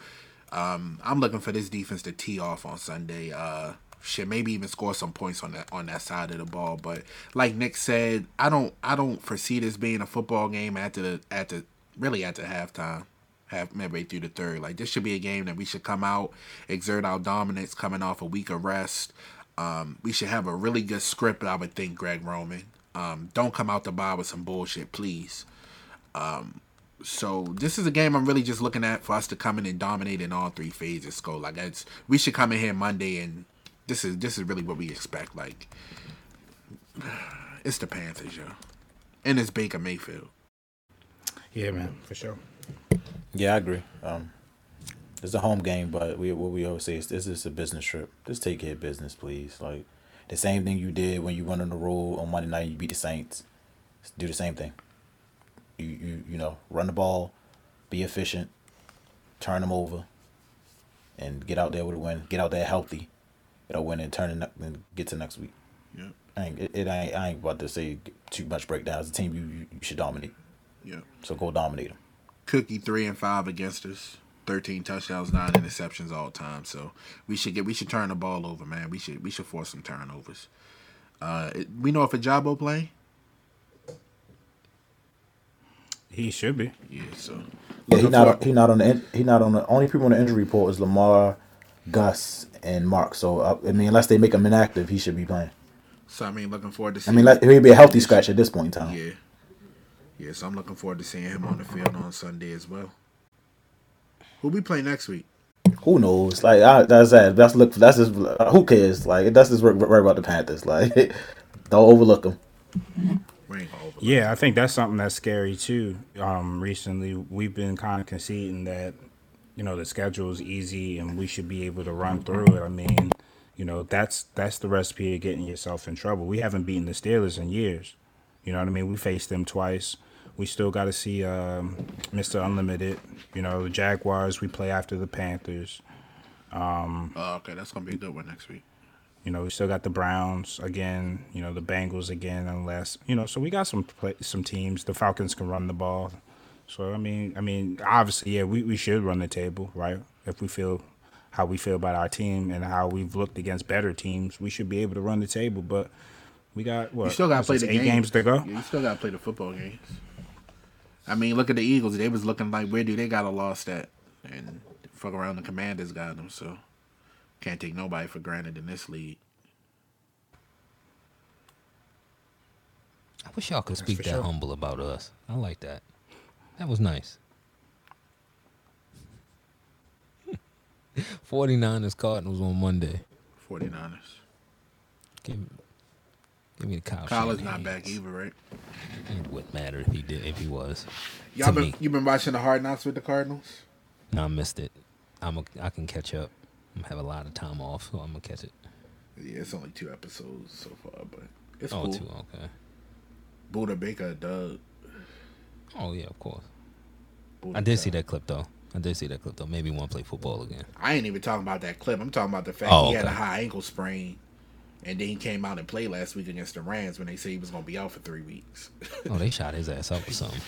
Speaker 5: um, I'm looking for this defense to tee off on Sunday. Uh, shit, maybe even score some points on that on that side of the ball. But like Nick said, I don't I don't foresee this being a football game after the at the really at the halftime half midway through the third. Like this should be a game that we should come out, exert our dominance coming off a week of rest. Um, we should have a really good script, I would think, Greg Roman. Um, don't come out the bar with some bullshit, please. Um, so this is a game I'm really just looking at for us to come in and dominate in all three phases. Go like it's we should come in here Monday and this is this is really what we expect. Like it's the Panthers, yo, and it's Baker Mayfield.
Speaker 4: Yeah, man, for sure.
Speaker 3: Yeah, I agree. Um, it's a home game, but we what we always say is this is a business trip. Just take care of business, please. Like the same thing you did when you went on the road on Monday night, you beat the Saints. Just do the same thing. You you you know run the ball, be efficient, turn them over, and get out there with a win. Get out there healthy, you know, win and turn it up and get to next week.
Speaker 5: Yeah,
Speaker 3: I ain't it, it ain't I ain't about to say too much breakdowns. It's a team you, you, you should dominate.
Speaker 5: yeah.
Speaker 3: So go dominate them.
Speaker 5: Cookie three and five against us. Thirteen touchdowns, nine interceptions all time. So we should get we should turn the ball over, man. We should we should force some turnovers. Uh, it- we know if Ajabo play,
Speaker 4: He should be.
Speaker 5: yeah. So
Speaker 3: Yeah, he
Speaker 5: Looking
Speaker 3: not
Speaker 5: for-
Speaker 3: he not on the in- he not on the only people on the injury report is Lamar, Gus, and Mark. So uh, I mean, unless they make him inactive, he should be playing.
Speaker 5: so I mean, looking forward
Speaker 3: I
Speaker 5: to. Seeing
Speaker 3: mean, like, he'd be a healthy scratch at this point in time.
Speaker 5: yeah, yeah. So I'm looking forward to seeing him on the field on Sunday as well. Who we play next week?
Speaker 3: Who knows? Like I, that's that. That's look. That's just who cares? Like that's just right about the Panthers. Like don't overlook them.
Speaker 5: We ain't gonna overlook.
Speaker 4: Yeah, I think that's something that's scary too. Um, recently, we've been kind of conceding that, you know, the schedule is easy and we should be able to run through it. I mean, you know, that's that's the recipe of getting yourself in trouble. We haven't beaten the Steelers in years. You know what I mean? We faced them twice. We still got to see um, Mr. Unlimited. You know, the Jaguars. We play after the Panthers.
Speaker 5: Oh, okay, that's gonna be a good one next week.
Speaker 4: You know, we still got the Browns again. You know, the Bengals again, unless you know. So we got some pla some teams. The Falcons can run the ball. So I mean, I mean, obviously, yeah, we, we should run the table, right? If we feel how we feel about our team and how we've looked against better teams, we should be able to run the table. But we got what?
Speaker 5: You still gotta
Speaker 4: what's
Speaker 5: play
Speaker 4: this,
Speaker 5: the
Speaker 4: eight
Speaker 5: game.
Speaker 4: games to go.
Speaker 5: Yeah, you still gotta play the football games. I mean, look at the Eagles. They was looking like where do they got a loss at, and fuck around the Commanders got them. So can't take nobody for granted in this league.
Speaker 2: I wish y'all could speak
Speaker 4: for
Speaker 2: that
Speaker 4: sure.
Speaker 2: humble about us. I like that. That was nice. 49ers Cardinals on Monday.
Speaker 5: 49ers.
Speaker 2: Give, give me the Kyle.
Speaker 5: Kyler's not
Speaker 2: Shanahan.
Speaker 5: back either, right?
Speaker 2: It wouldn't matter if he did if he was.
Speaker 5: Y'all
Speaker 2: To
Speaker 5: been
Speaker 2: me.
Speaker 5: you been watching the Hard Knocks with the Cardinals?
Speaker 2: No, I missed it. I'm a, I can catch up. I'm have a lot of time off, so I'm gonna catch it.
Speaker 5: Yeah, it's only two episodes so far, but it's
Speaker 2: Oh,
Speaker 5: cool.
Speaker 2: two. Okay.
Speaker 5: Buda Baker, Doug.
Speaker 2: Oh yeah, of course.
Speaker 5: Buda
Speaker 2: I did see
Speaker 5: Baker.
Speaker 2: that clip though. I did see that clip though. Maybe one play football again.
Speaker 5: I ain't even talking about that clip. I'm talking about the fact
Speaker 2: Oh,
Speaker 5: he had a
Speaker 2: okay.
Speaker 5: high ankle sprain, and then he came out and played last week against the Rams when they said he was gonna be out for three weeks.
Speaker 2: Oh, they shot his ass up or something.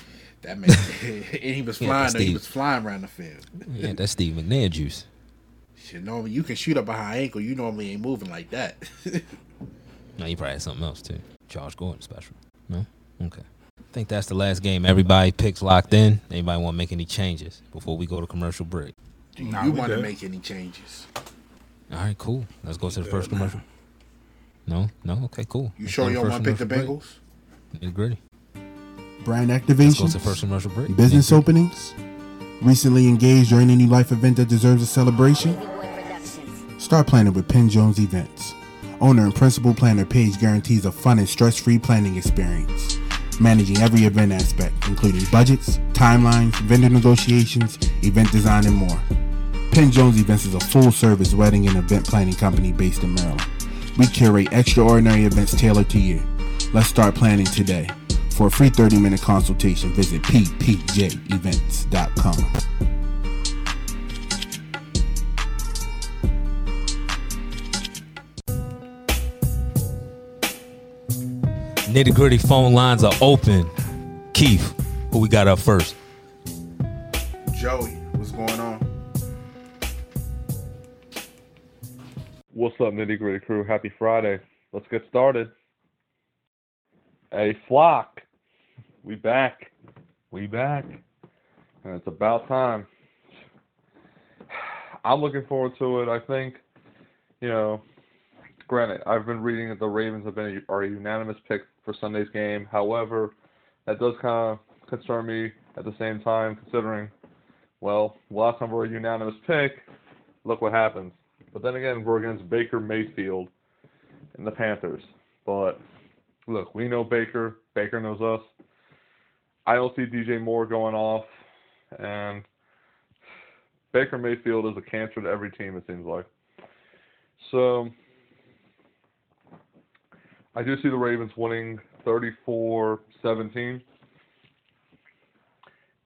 Speaker 5: that man, and he was
Speaker 2: Yeah,
Speaker 5: flying. though, he
Speaker 2: Steve.
Speaker 5: was flying around the field.
Speaker 2: Yeah, that's Steve McNair juice.
Speaker 5: Shit, normally you can shoot up a high ankle. You normally ain't moving like that.
Speaker 2: No, he probably had something else too. Charles Gordon special. No? Okay. I think that's the last game everybody picks locked in. Anybody want to make any changes before we go to commercial break?
Speaker 5: Do
Speaker 4: Nah,
Speaker 5: you
Speaker 4: we
Speaker 5: want to
Speaker 4: good.
Speaker 5: make any changes?
Speaker 2: All right, cool. Let's go to the first commercial. No? No? Okay, cool.
Speaker 5: You
Speaker 2: Let's
Speaker 5: sure
Speaker 2: go
Speaker 5: you
Speaker 2: to
Speaker 5: don't
Speaker 2: first
Speaker 5: want to pick the
Speaker 2: commercial
Speaker 5: Bengals?
Speaker 2: break. Nitty gritty.
Speaker 1: brand
Speaker 2: Let's go to the
Speaker 1: activations,
Speaker 2: first commercial break.
Speaker 1: business
Speaker 2: Nitty-gritty.
Speaker 1: openings, recently engaged or any new life event that deserves a celebration.
Speaker 6: Baby Boy Productions.
Speaker 1: Start planning with Penn Jones Events. Owner and principal planner Paige guarantees a fun and stress free planning experience, managing every event aspect, including budgets, timelines, vendor negotiations, event design, and more. Penn Jones Events is a full service wedding and event planning company based in Maryland. We curate extraordinary events tailored to you. Let's start planning today. For a free 30 minute consultation, visit ppjevents.com.
Speaker 2: Nitty gritty phone lines are open. Keith, who we got up first?
Speaker 5: Joey, what's going on?
Speaker 7: What's up, nitty gritty crew? Happy Friday. Let's get started. Hey, Flock. We back. We back. And it's about time. I'm looking forward to it. I think, you know, granted, I've been reading that the Ravens have been a, are a unanimous pick for Sunday's game. However, that does kind of concern me at the same time, considering, well, last time we were a unanimous pick, look what happens. But then again, we're against Baker Mayfield and the Panthers. But look, we know Baker. Baker knows us. I don't see DJ Moore going off, and Baker Mayfield is a cancer to every team. It seems like. So I do see the Ravens winning 34-17.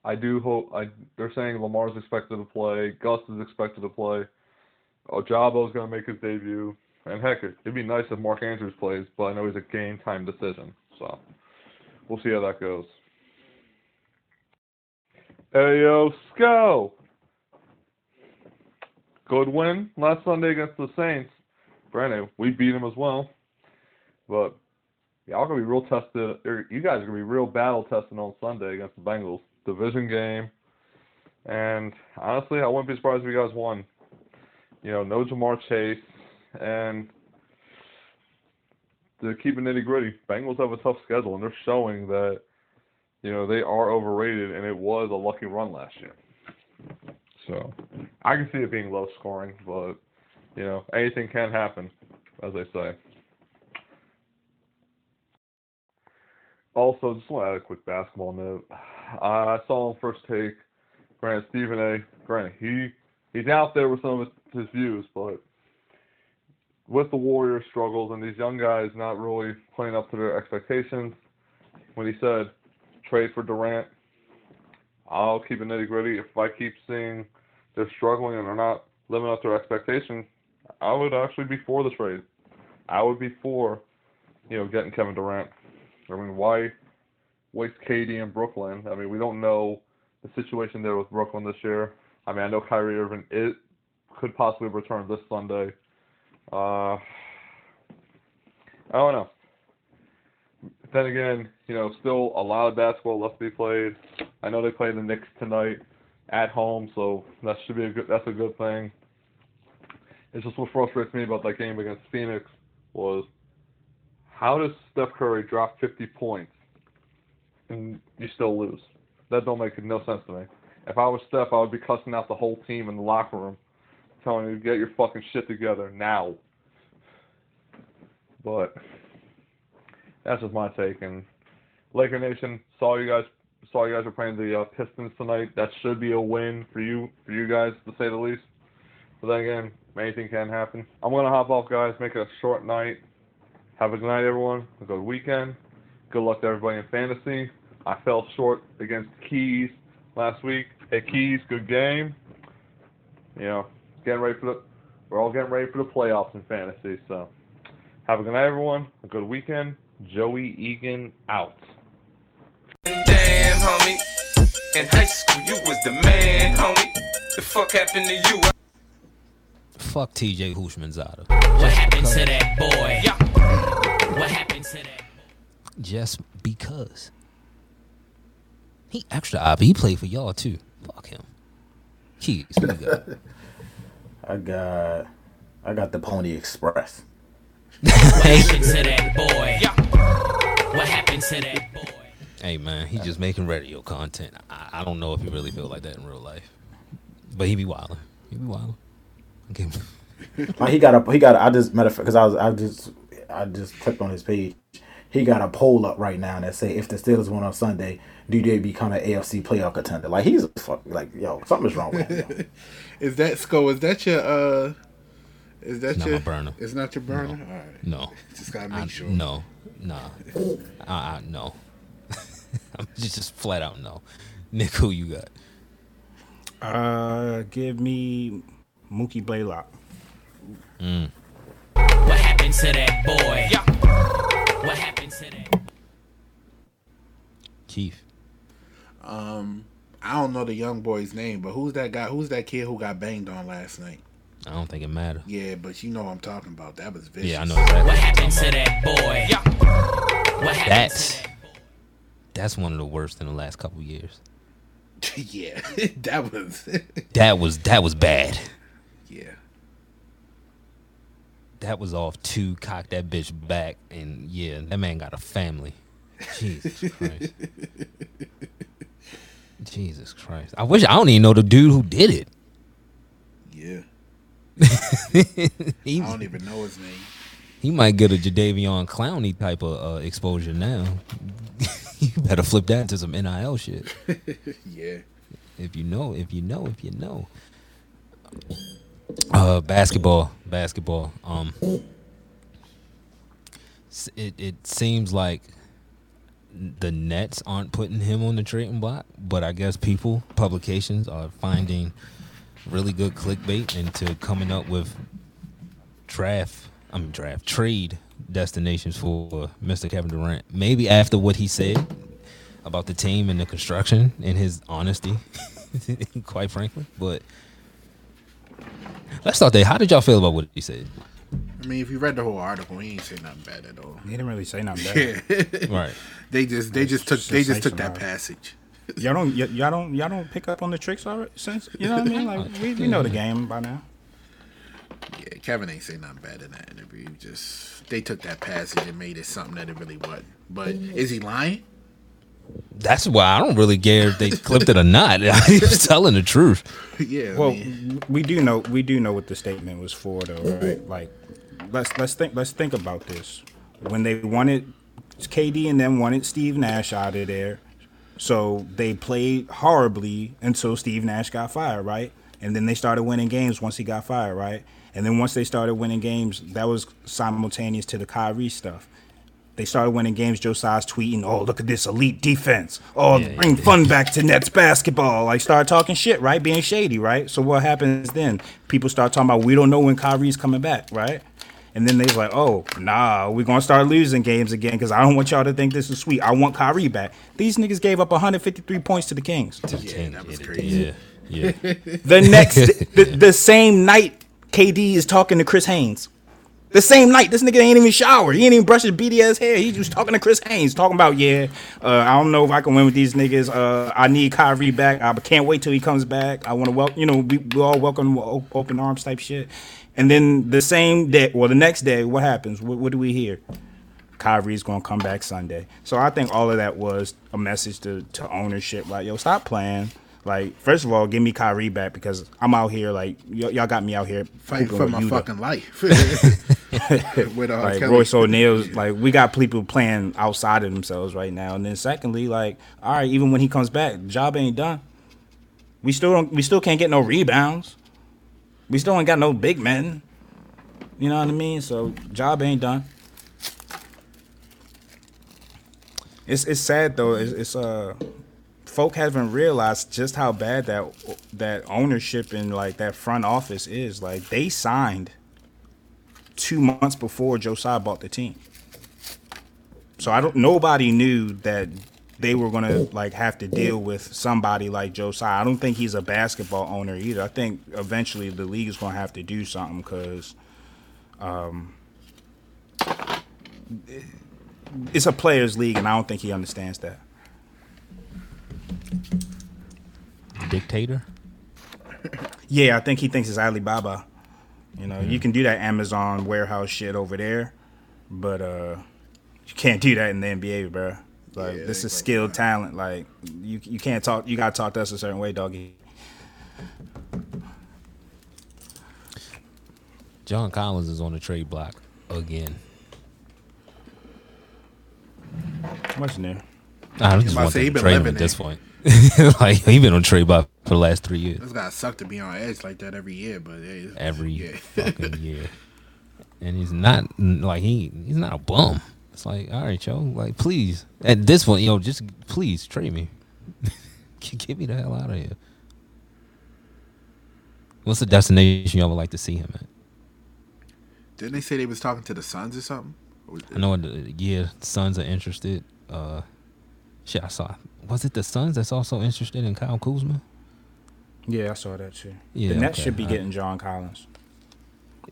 Speaker 7: I do hope I, they're saying Lamar's expected to play, Gus is expected to play. Ojabo's going to make his debut. And heck, it'd be nice if Mark Andrews plays, but I know he's a game time decision. So we'll see how that goes. Ayo, Sco! Good win last Sunday against the Saints. Granted, we beat them as well. But y'all going to be real tested. Or you guys are going to be real battle tested on Sunday against the Bengals. Division game. And honestly, I wouldn't be surprised if you guys won you know, no Jamar Chase, and to keep it nitty gritty, Bengals have a tough schedule, and they're showing that, you know, they are overrated, and it was a lucky run last year. So I can see it being low scoring, but, you know, anything can happen, as they say. Also, just want to add a quick basketball note. I saw on first take, granted, Stephen A. Granted, he he's out there with some of his views, but with the Warriors' struggles and these young guys not really playing up to their expectations, when he said trade for Durant, I'll keep it nitty gritty. If I keep seeing they're struggling and they're not living up to their expectations, I would actually be for the trade. I would be for, you know, getting Kevin Durant. I mean, why waste KD in Brooklyn? I mean, we don't know the situation there with Brooklyn this year. I mean, I know Kyrie Irving it could possibly return this Sunday. Uh, I don't know. Then again, you know, still a lot of basketball left to be played. I know they play the Knicks tonight at home, so that should be a good. That's a good thing. It's just what frustrates me about that game against Phoenix was how does Steph Curry drop 50 points and you still lose? That don't make no sense to me. If I was Steph, I would be cussing out the whole team in the locker room, telling you get your fucking shit together now. But that's just my take. And Laker Nation, saw you guys, saw you guys were playing the uh, Pistons tonight. That should be a win for you, for you guys to say the least. But then again, anything can happen. I'm gonna hop off, guys. Make it a short night. Have a good night, everyone. A good weekend. Good luck to everybody in fantasy. I fell short against Keys last week. Hey, Keys, good game. You know, getting ready for the, we're all getting ready for the playoffs in fantasy. So, have a good night, everyone. A good weekend. Joey Egan out.
Speaker 8: Damn, homie. In high school, you was the man, homie. The fuck happened to you?
Speaker 2: Fuck TJ Hushmanzada.
Speaker 9: What happened to that boy? What happened to that?
Speaker 2: just because. He extra op. He played for y'all too. Fuck him. Keys, who you got?
Speaker 3: I got I got the Pony Express.
Speaker 6: happened to that boy? What happened to that boy?
Speaker 2: Hey man, he just making radio content. I, I don't know if he really feel like that in real life, but he be wilding. He be wilding. Okay.
Speaker 3: Like, he got a he got a, I just matter because I was I just I just clicked on his page. He got a poll up right now that say if the Steelers win on Sunday, do they become an AFC playoff contender? Like he's a fuck, like yo, something's wrong with him. yo.
Speaker 5: Is that Sco? Is that your? uh Is that
Speaker 2: It's not
Speaker 5: your?
Speaker 2: my burner.
Speaker 5: It's not your burner. All right.
Speaker 2: No,
Speaker 5: Just gotta make
Speaker 2: I,
Speaker 5: sure.
Speaker 2: no, nah, uh, uh, no. I'm just, just flat out no. Nick, who you got?
Speaker 4: Uh, give me Mookie Blaylock.
Speaker 6: What happened to that boy? What happened to that?
Speaker 2: Keith.
Speaker 5: I don't know the young boy's name, but who's that guy? Who's that kid who got banged on last night?
Speaker 2: I don't think it matter.
Speaker 5: Yeah, but you know what I'm talking about. That was vicious.
Speaker 2: Yeah, I know exactly.
Speaker 6: What happened to that boy? What happened
Speaker 2: That's
Speaker 6: to that?
Speaker 2: that's one of the worst in the last couple years.
Speaker 5: yeah, that was.
Speaker 2: That was that was bad.
Speaker 5: yeah.
Speaker 2: That was off two cock that bitch back and yeah, that man got a family. Jesus Christ. Jesus Christ. I wish I don't even know the dude who did it.
Speaker 5: Yeah.
Speaker 2: He,
Speaker 5: I don't even know his name.
Speaker 2: he might get a Jadavion Clowney type of uh, exposure now. you better flip that into some NIL shit.
Speaker 5: Yeah.
Speaker 2: If you know, if you know, if you know. Uh, basketball, basketball. Um, s- it it seems like the Nets aren't putting him on the trading block, but I guess people, publications are finding really good clickbait into coming up with draft, I mean draft trade destinations for Mr. Kevin Durant. Maybe after what he said about the team and the construction and his honesty, quite frankly. But let's start there. How did y'all feel about what he said?
Speaker 5: I mean, if you read the whole article, he ain't say nothing bad at all.
Speaker 4: He didn't really say nothing bad.
Speaker 5: Yeah.
Speaker 2: Right.
Speaker 5: they just they just took they just took that
Speaker 4: sensationalized.
Speaker 5: passage.
Speaker 4: Y'all don't y- y'all don't y'all don't pick up on the tricks already since you know what I mean? Like we, we know the game by now.
Speaker 5: Yeah, Kevin ain't say nothing bad in that interview. Just they took that passage and made it something that it really wasn't. But is he lying?
Speaker 2: That's why I don't really care if they clipped it or not. He was telling the truth.
Speaker 5: yeah. I
Speaker 4: Well,
Speaker 5: mean,
Speaker 4: we do know we do know what the statement was for though, right? Like let's let's think let's think about this. When they wanted KD and them wanted Steve Nash out of there, so they played horribly until Steve Nash got fired, right? And then they started winning games once he got fired, right? And then once they started winning games, that was simultaneous to the Kyrie stuff. They started winning games. Joe Si's tweeting, "Oh, look at this elite defense! Oh, bring fun back to Nets basketball!" Like, start talking shit, right? Being shady, right? So what happens then? People start talking about we don't know when Kyrie's coming back, right? And then they was like, "Oh, nah, we're gonna start losing games again because I don't want y'all to think this is sweet. I want Kyrie back." These niggas gave up 153 points to the Kings.
Speaker 2: Yeah,
Speaker 5: that was
Speaker 2: Yeah.
Speaker 5: crazy.
Speaker 2: Yeah.
Speaker 4: The next, the, the same night, KD is talking to Chris Haynes. The same night, this nigga ain't even showered. He ain't even brushed his beady ass hair. He just talking to Chris Haynes, talking about yeah, uh, I don't know if I can win with these niggas. Uh, I need Kyrie back. I can't wait till he comes back. I want to welcome, you know, we, we all welcome with o- open arms type shit. And then the same day, well, the next day, what happens? What, what do we hear? Kyrie's gonna come back Sunday. So I think all of that was a message to, to ownership, like, yo, stop playing. Like, first of all, give me Kyrie back because I'm out here, like, y- y'all got me out here
Speaker 5: Fighting
Speaker 4: hooping
Speaker 5: for
Speaker 4: with
Speaker 5: my
Speaker 4: Yuta.
Speaker 5: fucking life. With uh,
Speaker 4: Like
Speaker 5: Kelly.
Speaker 4: Royce O'Neal's, like we got people playing outside of themselves right now. And then secondly, like, all right, even when he comes back, job ain't done. We still don't, we still can't get no rebounds. We still ain't got no big men. You know what I mean? So job ain't done. It's it's sad though. It's, it's uh, folk haven't realized just how bad that that ownership and like that front office is. Like they signed two months before Josiah bought the team. So I don't. Nobody knew that they were gonna like have to deal with somebody like Josiah. I don't think he's a basketball owner either. I think eventually the league is gonna have to do something because, um, it's a players' league, and I don't think he understands that.
Speaker 2: Dictator.
Speaker 4: Yeah, I think he thinks it's Alibaba. You know,
Speaker 5: Hmm.
Speaker 4: you can do that Amazon warehouse shit over there, but uh you can't do that in the NBA, bro. Like
Speaker 5: Yeah,
Speaker 4: this
Speaker 5: they
Speaker 4: is skilled talent. Like you you can't talk. You gotta talk to us a certain way, doggy.
Speaker 2: John Collins is on the trade block again.
Speaker 4: What's in there?
Speaker 2: I just
Speaker 5: about
Speaker 2: want
Speaker 5: to say, he
Speaker 2: them to
Speaker 5: been
Speaker 2: trade him
Speaker 5: living
Speaker 2: at this point. like he been on trade block for the last three years.
Speaker 5: It's gotta suck to be on edge like that every year, but hey,
Speaker 2: every
Speaker 5: yeah.
Speaker 2: fucking year. And he's not like he he's not a bum. It's like, all right, yo, like please. At this one, yo, just please trade me. Get me the hell out of here. What's the destination y'all would like to see him at?
Speaker 5: Didn't they say they was talking to the Suns or something? Or was-
Speaker 2: I know the yeah, Suns are interested. Uh shit, I saw was it the Suns that's also interested in Kyle Kuzma?
Speaker 4: Yeah, I saw that shit.
Speaker 2: Yeah,
Speaker 4: the Nets
Speaker 2: okay,
Speaker 4: should be
Speaker 2: all right.
Speaker 4: getting John Collins.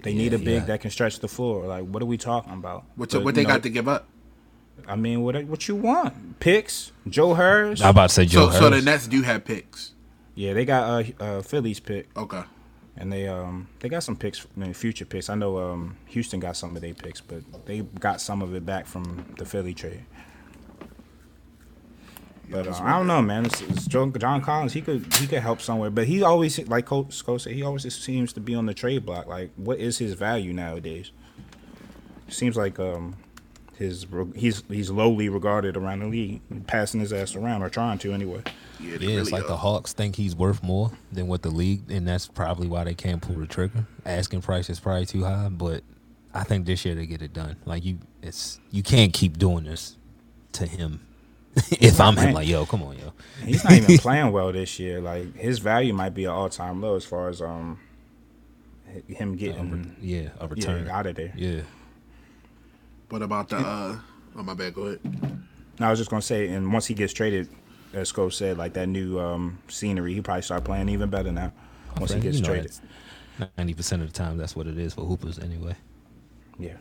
Speaker 4: They
Speaker 2: Yeah,
Speaker 4: need a big
Speaker 2: yeah.
Speaker 4: that can stretch the floor. Like, what are we talking about?
Speaker 5: What,
Speaker 4: But,
Speaker 5: what
Speaker 4: you
Speaker 5: they
Speaker 4: know,
Speaker 5: got to give up?
Speaker 4: I mean, what what you want? Picks? Joe Hurst?
Speaker 2: I'm about to say Joe
Speaker 5: so, so the
Speaker 2: Harris.
Speaker 5: Nets do have picks.
Speaker 4: Yeah, they got uh, uh Phillies pick.
Speaker 5: Okay.
Speaker 4: and they um they got some picks, I mean, future picks. I know um Houston got some of their picks, but they got some of it back from the Philly trade. But uh, I don't know, man. It's, it's John, John Collins. He could he could help somewhere, but he always like Coach Sco said. He always just seems to be on the trade block. Like, what is his value nowadays? Seems like um his re- he's he's lowly regarded around the league, passing his ass around or trying to anyway.
Speaker 5: Yeah, they
Speaker 2: Yeah, it's
Speaker 5: really
Speaker 2: like the
Speaker 5: are.
Speaker 2: Hawks think he's worth more than what the league, and that's probably why they can't pull the trigger. Asking price is probably too high, but I think this year they get it done. Like you, it's you can't keep doing this to him. if I'm him,
Speaker 4: Right.
Speaker 2: like yo, come on, yo,
Speaker 4: He's not even playing well this year. Like his value might be an all time low as far as um h- him getting
Speaker 2: yeah, a return,
Speaker 4: yeah,
Speaker 2: Um, yeah.
Speaker 4: out of there.
Speaker 5: What about the? uh Oh my bad. Go ahead.
Speaker 4: No, I was just gonna say, and once he gets traded, as Scope said, like that new um scenery, he probably start playing even better now. Once he
Speaker 2: But,
Speaker 4: gets
Speaker 2: you know,
Speaker 4: traded,
Speaker 2: that's ninety percent of the time that's what it is for hoopers anyway.
Speaker 4: yeah.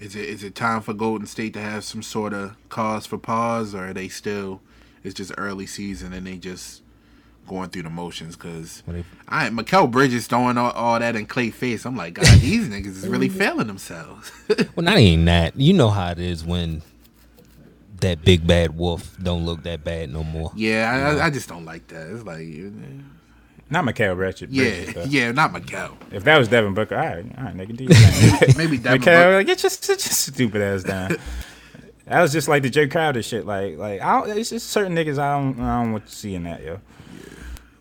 Speaker 5: Is it is it time for Golden State to have some sort of cause for pause, or are they still? It's just early season and they just going through the motions because.
Speaker 2: But if,
Speaker 5: I Mikel Bridges throwing all, all that in Clay face. I'm like, God, these niggas is really failing themselves.
Speaker 2: well, not even that. You know how it is when that big bad wolf don't look that bad no more.
Speaker 5: yeah, I, I, I just don't like that. It's like, eh,
Speaker 4: Not Mikael Ratchet. Bridges,
Speaker 5: yeah,
Speaker 4: though.
Speaker 5: yeah, not Mikel.
Speaker 4: If that was Devin Booker, all right, all right, nigga, do your thing.
Speaker 5: Maybe Devin Book-
Speaker 4: Mikael, like, get your, sit your stupid ass down. That was just like the Jay Crowder shit. Like, like I don't, it's just certain niggas I don't, I don't want to see in that, yo.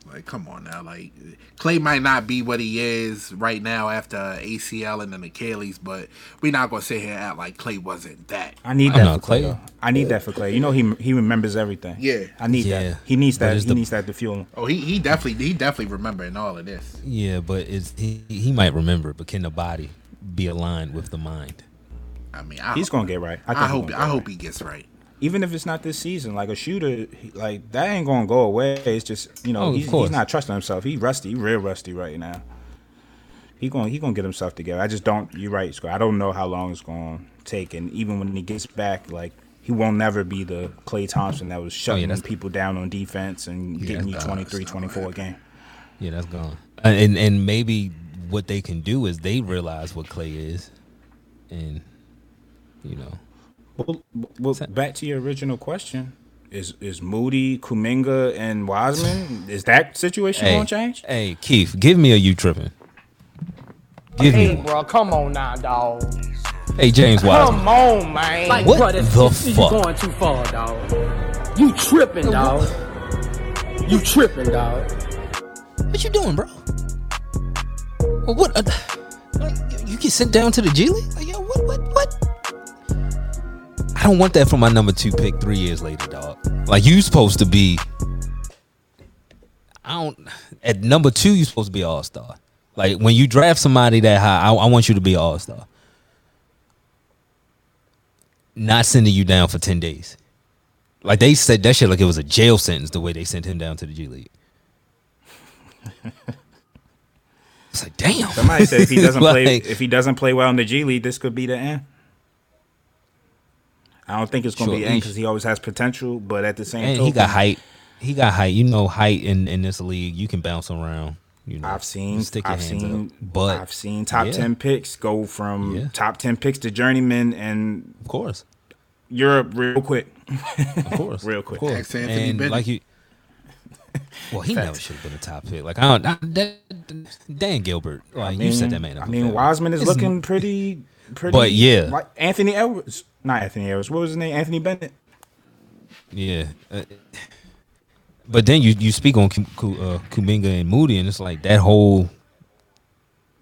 Speaker 5: Like, come on now. Like, Clay might not be what he is right now after ACL and an Achilles, but we're not gonna sit here and act like Clay wasn't that.
Speaker 4: I need
Speaker 2: I
Speaker 4: that
Speaker 2: know,
Speaker 4: for Clay.
Speaker 2: Clay-
Speaker 4: though. I need that for Clay. You know he he remembers everything.
Speaker 5: Yeah.
Speaker 4: I need
Speaker 2: Yeah.
Speaker 4: that. He needs
Speaker 2: But
Speaker 4: that.
Speaker 2: it's
Speaker 4: He
Speaker 2: the-
Speaker 4: needs that to fuel him.
Speaker 5: Oh, he he definitely he definitely remembering all of this.
Speaker 2: Yeah, but it's he, he might remember, but can the body be aligned with the mind?
Speaker 5: I mean, I,
Speaker 4: He's gonna get right. I, think
Speaker 5: I
Speaker 4: he
Speaker 5: hope
Speaker 4: gonna
Speaker 5: I
Speaker 4: get
Speaker 5: hope
Speaker 4: right.
Speaker 5: he gets right.
Speaker 4: even if it's not this season, like a shooter, he- like that ain't gonna go away. It's just you know
Speaker 2: Oh, of
Speaker 4: he's, he's
Speaker 2: course.
Speaker 4: not trusting himself. He rusty. He real rusty right now. He gonna he gonna get himself together. I just don't. You're right, Scott. I don't know how long it's gonna take, and even when he gets back, like. He won't never be the Clay Thompson that was shutting
Speaker 2: Oh, that's-
Speaker 4: people down on defense and getting you
Speaker 2: that's-
Speaker 4: 23, 24 a game.
Speaker 2: Yeah, that's gone. And and maybe what they can do is they realize what Clay is, and you know,
Speaker 4: Well, well back to your original question. Is is Moody, Kuminga, and Wiseman? Is that situation
Speaker 2: hey,
Speaker 4: gonna change?
Speaker 2: hey Keith, give me a you tripping. Give me one.
Speaker 9: bro, come on now, dog.
Speaker 2: Hey James Wiseman,
Speaker 9: on, man. Like,
Speaker 2: What
Speaker 9: bro, Oh that's,
Speaker 2: the
Speaker 9: you
Speaker 2: fuck?
Speaker 9: going too far, dog. You tripping, dog. You tripping, dog.
Speaker 2: what you doing, bro? Well, what? Uh, like, you get sent down to the G League? Like, yo, what? What? What? I don't want that for my number two pick three years later, dog. Like you supposed to be. I don't. At number two, you supposed to be all star. Like when you draft somebody that high, I, I want you to be all star. Not sending you down for ten days. Like they said that shit like it was a jail sentence the way they sent him down to the G League. It's like damn.
Speaker 4: Somebody said if he doesn't play
Speaker 2: Like-
Speaker 4: if he doesn't play well in the G League, this could be the end. I don't think it's going to
Speaker 2: Sure,
Speaker 4: be N
Speaker 2: each.
Speaker 4: because he always has potential, but at the same
Speaker 2: And
Speaker 4: token,
Speaker 2: he got height. He got height. You know, height in, in this league, you can bounce around. You know,
Speaker 4: I've seen,
Speaker 2: stick your
Speaker 4: I've
Speaker 2: hands
Speaker 4: seen,
Speaker 2: up. But
Speaker 4: I've seen top
Speaker 2: yeah.
Speaker 4: ten picks go from
Speaker 2: Yeah.
Speaker 4: top ten picks to journeyman and
Speaker 2: of course,
Speaker 4: Europe real quick.
Speaker 2: of course,
Speaker 4: Real quick.
Speaker 2: of course.
Speaker 5: Ex Anthony
Speaker 2: and
Speaker 5: Bennett.
Speaker 2: like you. Well, he never should have been a top pick. Like I don't, I, that- Dan Gilbert. Like you said, that man. up
Speaker 4: Mm. I
Speaker 2: for
Speaker 4: mean,
Speaker 2: failure.
Speaker 4: Wiseman is
Speaker 2: It's-
Speaker 4: looking pretty, pretty.
Speaker 2: But yeah.
Speaker 4: Wi- Anthony Edwards, not Anthony Edwards. What was his name? Anthony Bennett.
Speaker 2: Yeah. Uh, but then you, you speak on Ku- Ku- uh, Kuminga and Moody, and it's like that whole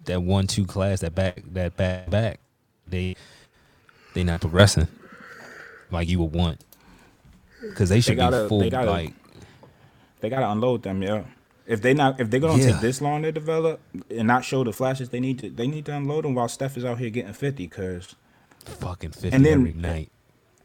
Speaker 2: that one two class that back that back back they they not progressing like you would want because they should
Speaker 4: gotta-
Speaker 2: be full
Speaker 4: they gotta-
Speaker 2: like
Speaker 4: They gotta unload them, yeah. If they not, if they're gonna
Speaker 2: Yeah.
Speaker 4: take this long to develop and not show the flashes, they need to, they need to unload them while Steph is out here getting fifty, cause
Speaker 2: fucking fifty
Speaker 4: and then-
Speaker 2: every night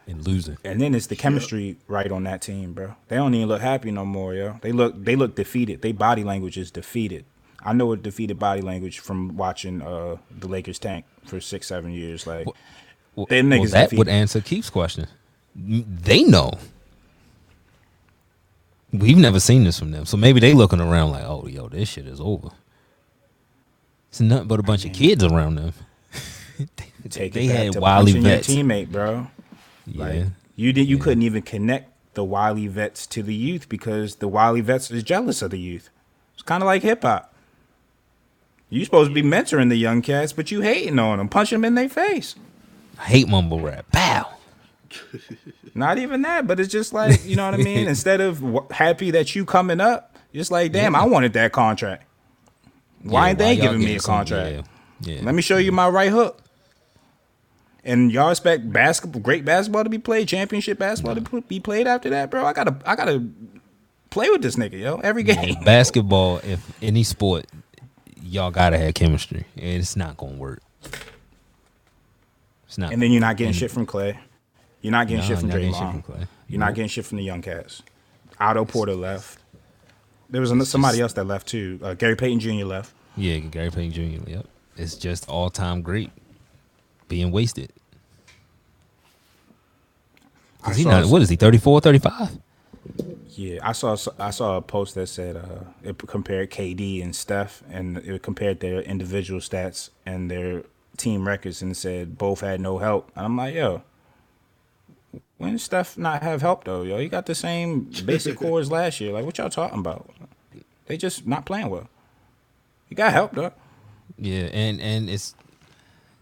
Speaker 2: and losing.
Speaker 4: and then it's the chemistry right on that team, bro. They don't even look happy no more, yo. They look they look defeated. They body language is defeated. I know a defeated body language from watching uh the Lakers tank for six seven years. Like
Speaker 2: Well,
Speaker 4: Them
Speaker 2: well,
Speaker 4: niggas
Speaker 2: that
Speaker 4: defeat-
Speaker 2: would answer Keith's question. M- They know. We've never seen this from them, so maybe they looking around like, "Oh, yo, this shit is over." It's nothing but a bunch
Speaker 4: Mm.
Speaker 2: of kids around them. They-
Speaker 4: take
Speaker 2: they
Speaker 4: it back
Speaker 2: had
Speaker 4: to
Speaker 2: wily
Speaker 4: punching your
Speaker 2: vets.
Speaker 4: teammate, bro.
Speaker 2: yeah,
Speaker 4: Like you did, you couldn't even connect the wily vets to the youth because the wily vets is jealous of the youth. It's kind of like hip hop. You supposed to be mentoring the young cats, but you hating on them, punch them in their face.
Speaker 2: I hate mumble rap. Pow.
Speaker 4: Not even that, but it's just like you know what I mean. Instead of w- happy that you coming up, just like damn, I wanted that contract. Why
Speaker 2: Yeah,
Speaker 4: ain't they
Speaker 2: y'all
Speaker 4: giving me
Speaker 2: getting
Speaker 4: a
Speaker 2: some-
Speaker 4: contract?
Speaker 2: Yeah, yeah.
Speaker 4: Let me show you my right hook. And y'all expect basketball, great basketball to be played, championship basketball to be played after that, bro. I gotta, I gotta play with this nigga, yo, every game.
Speaker 2: If basketball, if any sport, y'all gotta have chemistry. It's not gonna work. It's not.
Speaker 4: And then you're not getting
Speaker 2: And-
Speaker 4: shit from Clay. You're not getting
Speaker 2: Nah,
Speaker 4: shit from
Speaker 2: not getting shit
Speaker 4: Draymond.
Speaker 2: from Klay.
Speaker 4: You're not getting shit from the young cats. Otto Porter left. There was another, somebody else that left too. Uh, Gary Payton Jr. left.
Speaker 2: Yeah, Gary Payton Jr. Yep, it's just all time great being wasted. Is he
Speaker 4: saw
Speaker 2: not,
Speaker 4: s-
Speaker 2: what is he? 34, 35?
Speaker 4: Yeah, I saw I saw a post that said uh, it compared KD and Steph, and it compared their individual stats and their team records, and said both had no help. And I'm like, yo, when did Steph not have help though, yo, he got the same basic core as last year. Like, what y'all talking about? They just not playing well. He got help though.
Speaker 2: Yeah, and and it's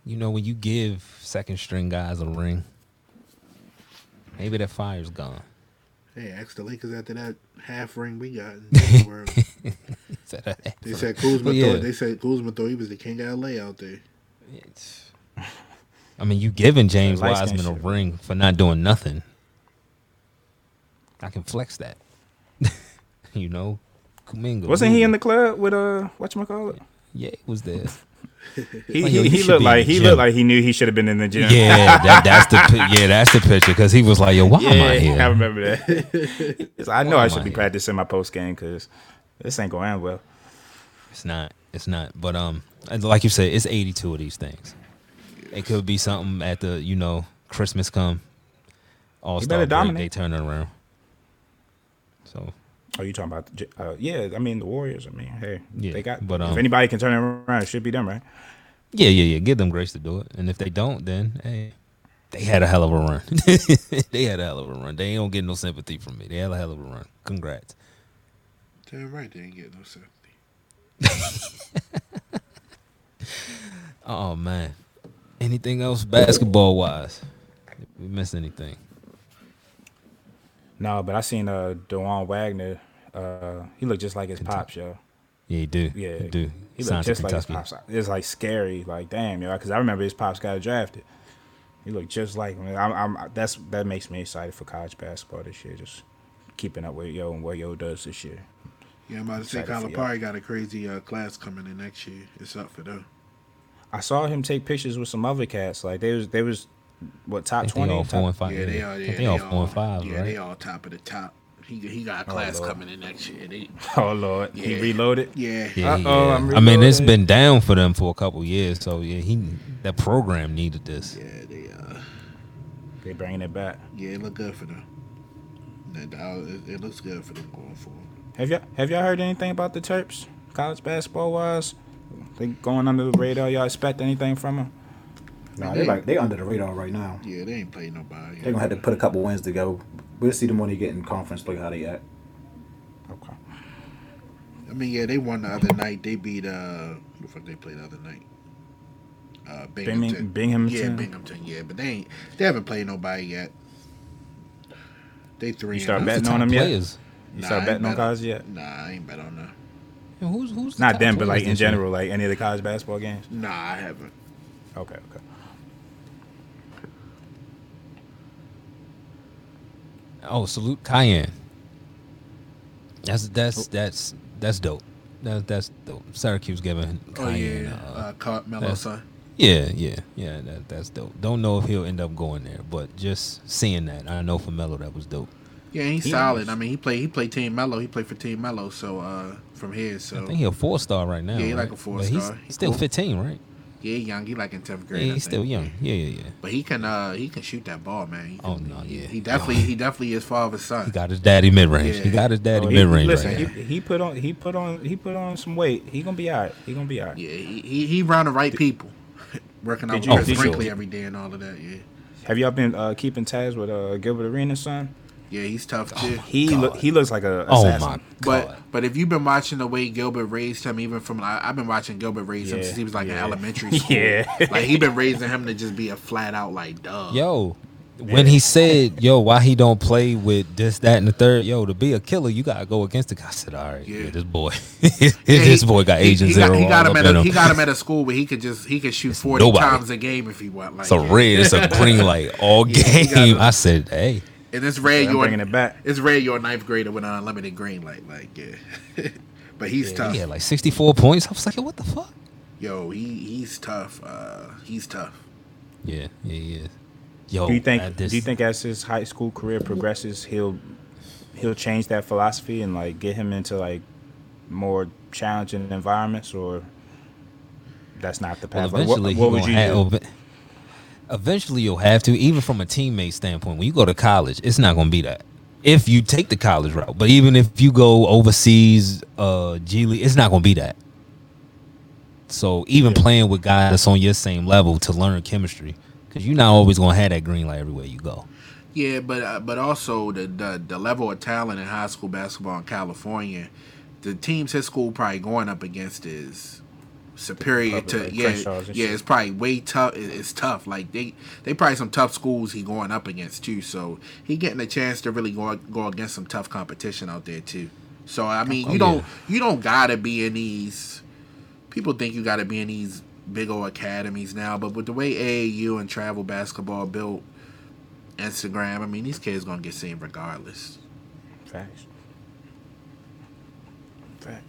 Speaker 2: you know when you give second string guys a ring, maybe that fire's gone.
Speaker 5: Hey, ask the Lakers after that half ring we got. in the world. They said Kuzma.
Speaker 2: Well, yeah.
Speaker 5: thought, they said Kuzma thought he was the king of LA out there.
Speaker 2: I mean, you giving James
Speaker 4: light skin
Speaker 2: Wiseman a
Speaker 4: shit.
Speaker 2: ring for not doing nothing. I can flex that. you know, Kuminga.
Speaker 4: Wasn't he in the club with uh, what you call it?
Speaker 2: Yeah, he was there.
Speaker 4: He,
Speaker 2: Like, yo,
Speaker 4: he,
Speaker 2: you
Speaker 4: he
Speaker 2: should
Speaker 4: looked
Speaker 2: be in
Speaker 4: like
Speaker 2: the
Speaker 4: he
Speaker 2: gym.
Speaker 4: looked like he knew he should have been in the gym.
Speaker 2: Yeah, that, that's the pi- yeah, that's the picture because he was like, "Yo, why am I
Speaker 4: I
Speaker 2: here?"
Speaker 4: remember that. He's like, I know
Speaker 2: Why
Speaker 4: I
Speaker 2: am
Speaker 4: should
Speaker 2: I
Speaker 4: be
Speaker 2: here?
Speaker 4: practicing my post game because this ain't going to end well.
Speaker 2: It's not, it's not. But um, and like you said, it's eighty-two of these things. It could be something at the you know Christmas come, All Star
Speaker 4: better
Speaker 2: break, they
Speaker 4: dominate.
Speaker 2: turn it around. So
Speaker 4: Oh, you talking about? the J- Uh, yeah, I mean the Warriors. I mean, hey,
Speaker 2: Yeah,
Speaker 4: they got.
Speaker 2: but,
Speaker 4: But
Speaker 2: um,
Speaker 4: if anybody can turn it around, it should be them, right?
Speaker 2: yeah, yeah, yeah. Give them grace to do it, and if they don't, then hey, they had a hell of a run. they had a hell of a run. They don't get no sympathy from me. They had a hell of a run. Congrats.
Speaker 5: Damn right, they ain't get no sympathy.
Speaker 2: Oh man. Anything else basketball wise? We miss anything?
Speaker 4: No, but I seen uh Dewan Wagner. Uh, he looked just like his pops, yo.
Speaker 2: Yeah, you do.
Speaker 4: Yeah,
Speaker 2: you do.
Speaker 4: He
Speaker 2: Signed
Speaker 4: looked
Speaker 2: to
Speaker 4: just like his
Speaker 2: Kentucky.
Speaker 4: pops. It's like scary, like damn, yo, because I remember his pops got drafted. He looked just like him. I'm, I'm, that's that makes me excited for college basketball this year. Just keeping up with yo and what yo does this year.
Speaker 5: Yeah, I'm about to say
Speaker 4: Excited for
Speaker 5: Calipari got a crazy uh, class coming in next year. It's up for them.
Speaker 4: I saw him take pictures with some other cats. Like they was they was what
Speaker 2: I
Speaker 4: top
Speaker 2: think they
Speaker 4: twenty?
Speaker 2: all
Speaker 4: top-
Speaker 2: four and five.
Speaker 5: Yeah, they are.
Speaker 2: I
Speaker 5: Yeah,
Speaker 2: think
Speaker 5: they
Speaker 2: all
Speaker 5: are
Speaker 2: four and five,
Speaker 5: Yeah,
Speaker 2: right? Oh,
Speaker 5: they all top of the top. He he got a class coming in next year. They,
Speaker 4: Oh lord, he
Speaker 5: Yeah.
Speaker 4: reloaded.
Speaker 5: yeah,
Speaker 2: Yeah,
Speaker 4: Uh-oh,
Speaker 2: yeah.
Speaker 4: I'm
Speaker 2: I mean, it's
Speaker 4: reloading.
Speaker 2: been down for them for a couple years, so yeah, he that program needed this.
Speaker 5: yeah, they uh,
Speaker 4: They bringing it back.
Speaker 5: Yeah, it look good for them. It, it, it looks good for them going forward.
Speaker 4: Have y'all have y'all heard anything about the Terps? College basketball wise, they going under the radar. Y'all expect anything from them?
Speaker 3: Nah, they like they under the radar right now.
Speaker 5: Yeah, they ain't playing nobody.
Speaker 3: They gonna have to put a couple wins to go. We'll see them when they get in conference play how they act.
Speaker 4: Okay.
Speaker 5: I mean, yeah, they won the other night. They beat uh, who the fuck they played the other night? Uh, Binghamton.
Speaker 4: Binghamton.
Speaker 5: Yeah, Binghamton. Yeah, but they ain't. They haven't played nobody yet. They three.
Speaker 4: You
Speaker 5: and
Speaker 4: start
Speaker 5: oh.
Speaker 4: betting
Speaker 2: top
Speaker 4: on them yet? You
Speaker 2: players.
Speaker 5: Nah, I
Speaker 4: start
Speaker 5: ain't
Speaker 4: betting on
Speaker 5: bet
Speaker 4: guys yet?
Speaker 5: Nah, I ain't bet on them.
Speaker 2: And who's who's the
Speaker 4: Not
Speaker 2: top
Speaker 4: them,
Speaker 2: players
Speaker 4: but like in
Speaker 2: this year?
Speaker 4: general, like any of the college basketball games.
Speaker 5: Nah, I haven't.
Speaker 4: Okay, okay.
Speaker 2: Oh, salute Cayenne. That's that's
Speaker 4: Oh.
Speaker 2: that's that's dope. That, that's dope. Syracuse giving
Speaker 5: Oh
Speaker 2: Cayenne.
Speaker 5: yeah,
Speaker 2: uh,
Speaker 5: uh, Carmelo
Speaker 2: that's-
Speaker 5: son.
Speaker 2: yeah, yeah, yeah. That, that's dope. Don't know if he'll end up going there, but just seeing that, I know for Melo that was dope.
Speaker 5: Yeah, he's
Speaker 4: He
Speaker 5: solid.
Speaker 4: is.
Speaker 5: I mean, he played. He played Team Mello. He played for Team Mello. So uh, from here,
Speaker 2: I
Speaker 5: so
Speaker 2: think he's a four star right now.
Speaker 5: Yeah, he like
Speaker 2: right?
Speaker 5: a four
Speaker 2: But he's
Speaker 5: star. He
Speaker 2: still
Speaker 5: cool.
Speaker 2: fifteen, right?
Speaker 5: yeah, he young. He like in tenth grade.
Speaker 2: yeah,
Speaker 5: I
Speaker 2: he's still
Speaker 5: think.
Speaker 2: young. Yeah, yeah, yeah.
Speaker 5: But he can. Uh, he can shoot that ball, man. He can,
Speaker 2: Oh no, yeah.
Speaker 5: He definitely. He definitely is father's son.
Speaker 2: He got his daddy mid range. He
Speaker 5: Yeah.
Speaker 2: got his daddy
Speaker 4: Oh, he-
Speaker 2: mid range
Speaker 4: Listen,
Speaker 2: right now.
Speaker 4: he, he put on he put on he put on some weight. He gonna be alright. He gonna be alright.
Speaker 5: Yeah, he he, he around the right people, working out
Speaker 4: did
Speaker 5: with
Speaker 4: you-
Speaker 5: Chris
Speaker 4: did you-
Speaker 5: Brinkley every day and all of that. Yeah,
Speaker 4: Have y'all been uh, keeping tabs with uh, Gilbert Arenas son?
Speaker 5: yeah, he's tough too.
Speaker 4: He look he looks like a
Speaker 2: Oh
Speaker 4: assassin.
Speaker 2: my god.
Speaker 5: But but if you've been watching the way Gilbert raised him, even from like, I've been watching Gilbert raise him
Speaker 4: Yeah,
Speaker 5: since he was like in
Speaker 4: yeah.
Speaker 5: elementary school.
Speaker 4: Yeah.
Speaker 5: like he been raising him to just be a flat out like dog.
Speaker 2: Yo, when he said, "Yo, why he don't play with this, that, and the third? Yo, to be a killer, you gotta go against the guy. I said, "All right, yeah,
Speaker 5: Yeah.
Speaker 2: this boy, this boy got agent
Speaker 5: he
Speaker 2: zero
Speaker 5: Got, he got
Speaker 2: all
Speaker 5: him
Speaker 2: up
Speaker 5: at
Speaker 2: in
Speaker 5: a,
Speaker 2: him.
Speaker 5: he got him at a school where he could just he could shoot forty
Speaker 2: nobody.
Speaker 5: times a game if he want. Like
Speaker 2: it's a
Speaker 5: yeah.
Speaker 2: red, it's a green light all
Speaker 5: he got
Speaker 2: game."
Speaker 5: him.
Speaker 2: I said, "Hey,
Speaker 5: and it's red.
Speaker 4: I'm
Speaker 5: You're
Speaker 4: bringing it back.
Speaker 5: It's red. You're a ninth grader with an unlimited green light. Like yeah, but he's tough.
Speaker 2: he had like sixty-four points." I was like, "Yo, what the fuck?"
Speaker 5: Yo, he he's tough. Uh, he's tough.
Speaker 2: Yeah, yeah, yeah. Yo,
Speaker 4: Do you think
Speaker 2: Oh, at this,
Speaker 4: do you think as his high school career progresses he'll he'll change that philosophy and like get him into like more challenging environments or that's not the
Speaker 2: well,
Speaker 4: path? Like, what-
Speaker 2: eventually
Speaker 4: what,
Speaker 2: he
Speaker 4: would you
Speaker 2: gonna
Speaker 4: do?
Speaker 2: have, Eventually, you'll have to, even from a teammate standpoint. When you go to college, it's not gonna be that. If you take the college route, but even if you go overseas, uh, G League, it's not gonna be that. So even playing with guys that's on your same level to learn chemistry, because you're not always gonna have that green light everywhere you go.
Speaker 5: Yeah, but uh, but also the, the the level of talent in high school basketball in California, the teams his school probably going up against is superior to
Speaker 4: like
Speaker 5: yeah
Speaker 4: Crenshaws and
Speaker 5: yeah
Speaker 4: shit.
Speaker 5: it's probably way tough it- it's tough like they they probably some tough schools he going up against too so he getting a chance to really go go against some tough competition out there too so I mean
Speaker 2: Oh,
Speaker 5: you don't
Speaker 2: yeah.
Speaker 5: you don't gotta be in these people think you gotta be in these big old academies now but with the way AAU and travel basketball built Instagram. I mean, these kids gonna get seen regardless.
Speaker 4: Facts. Facts.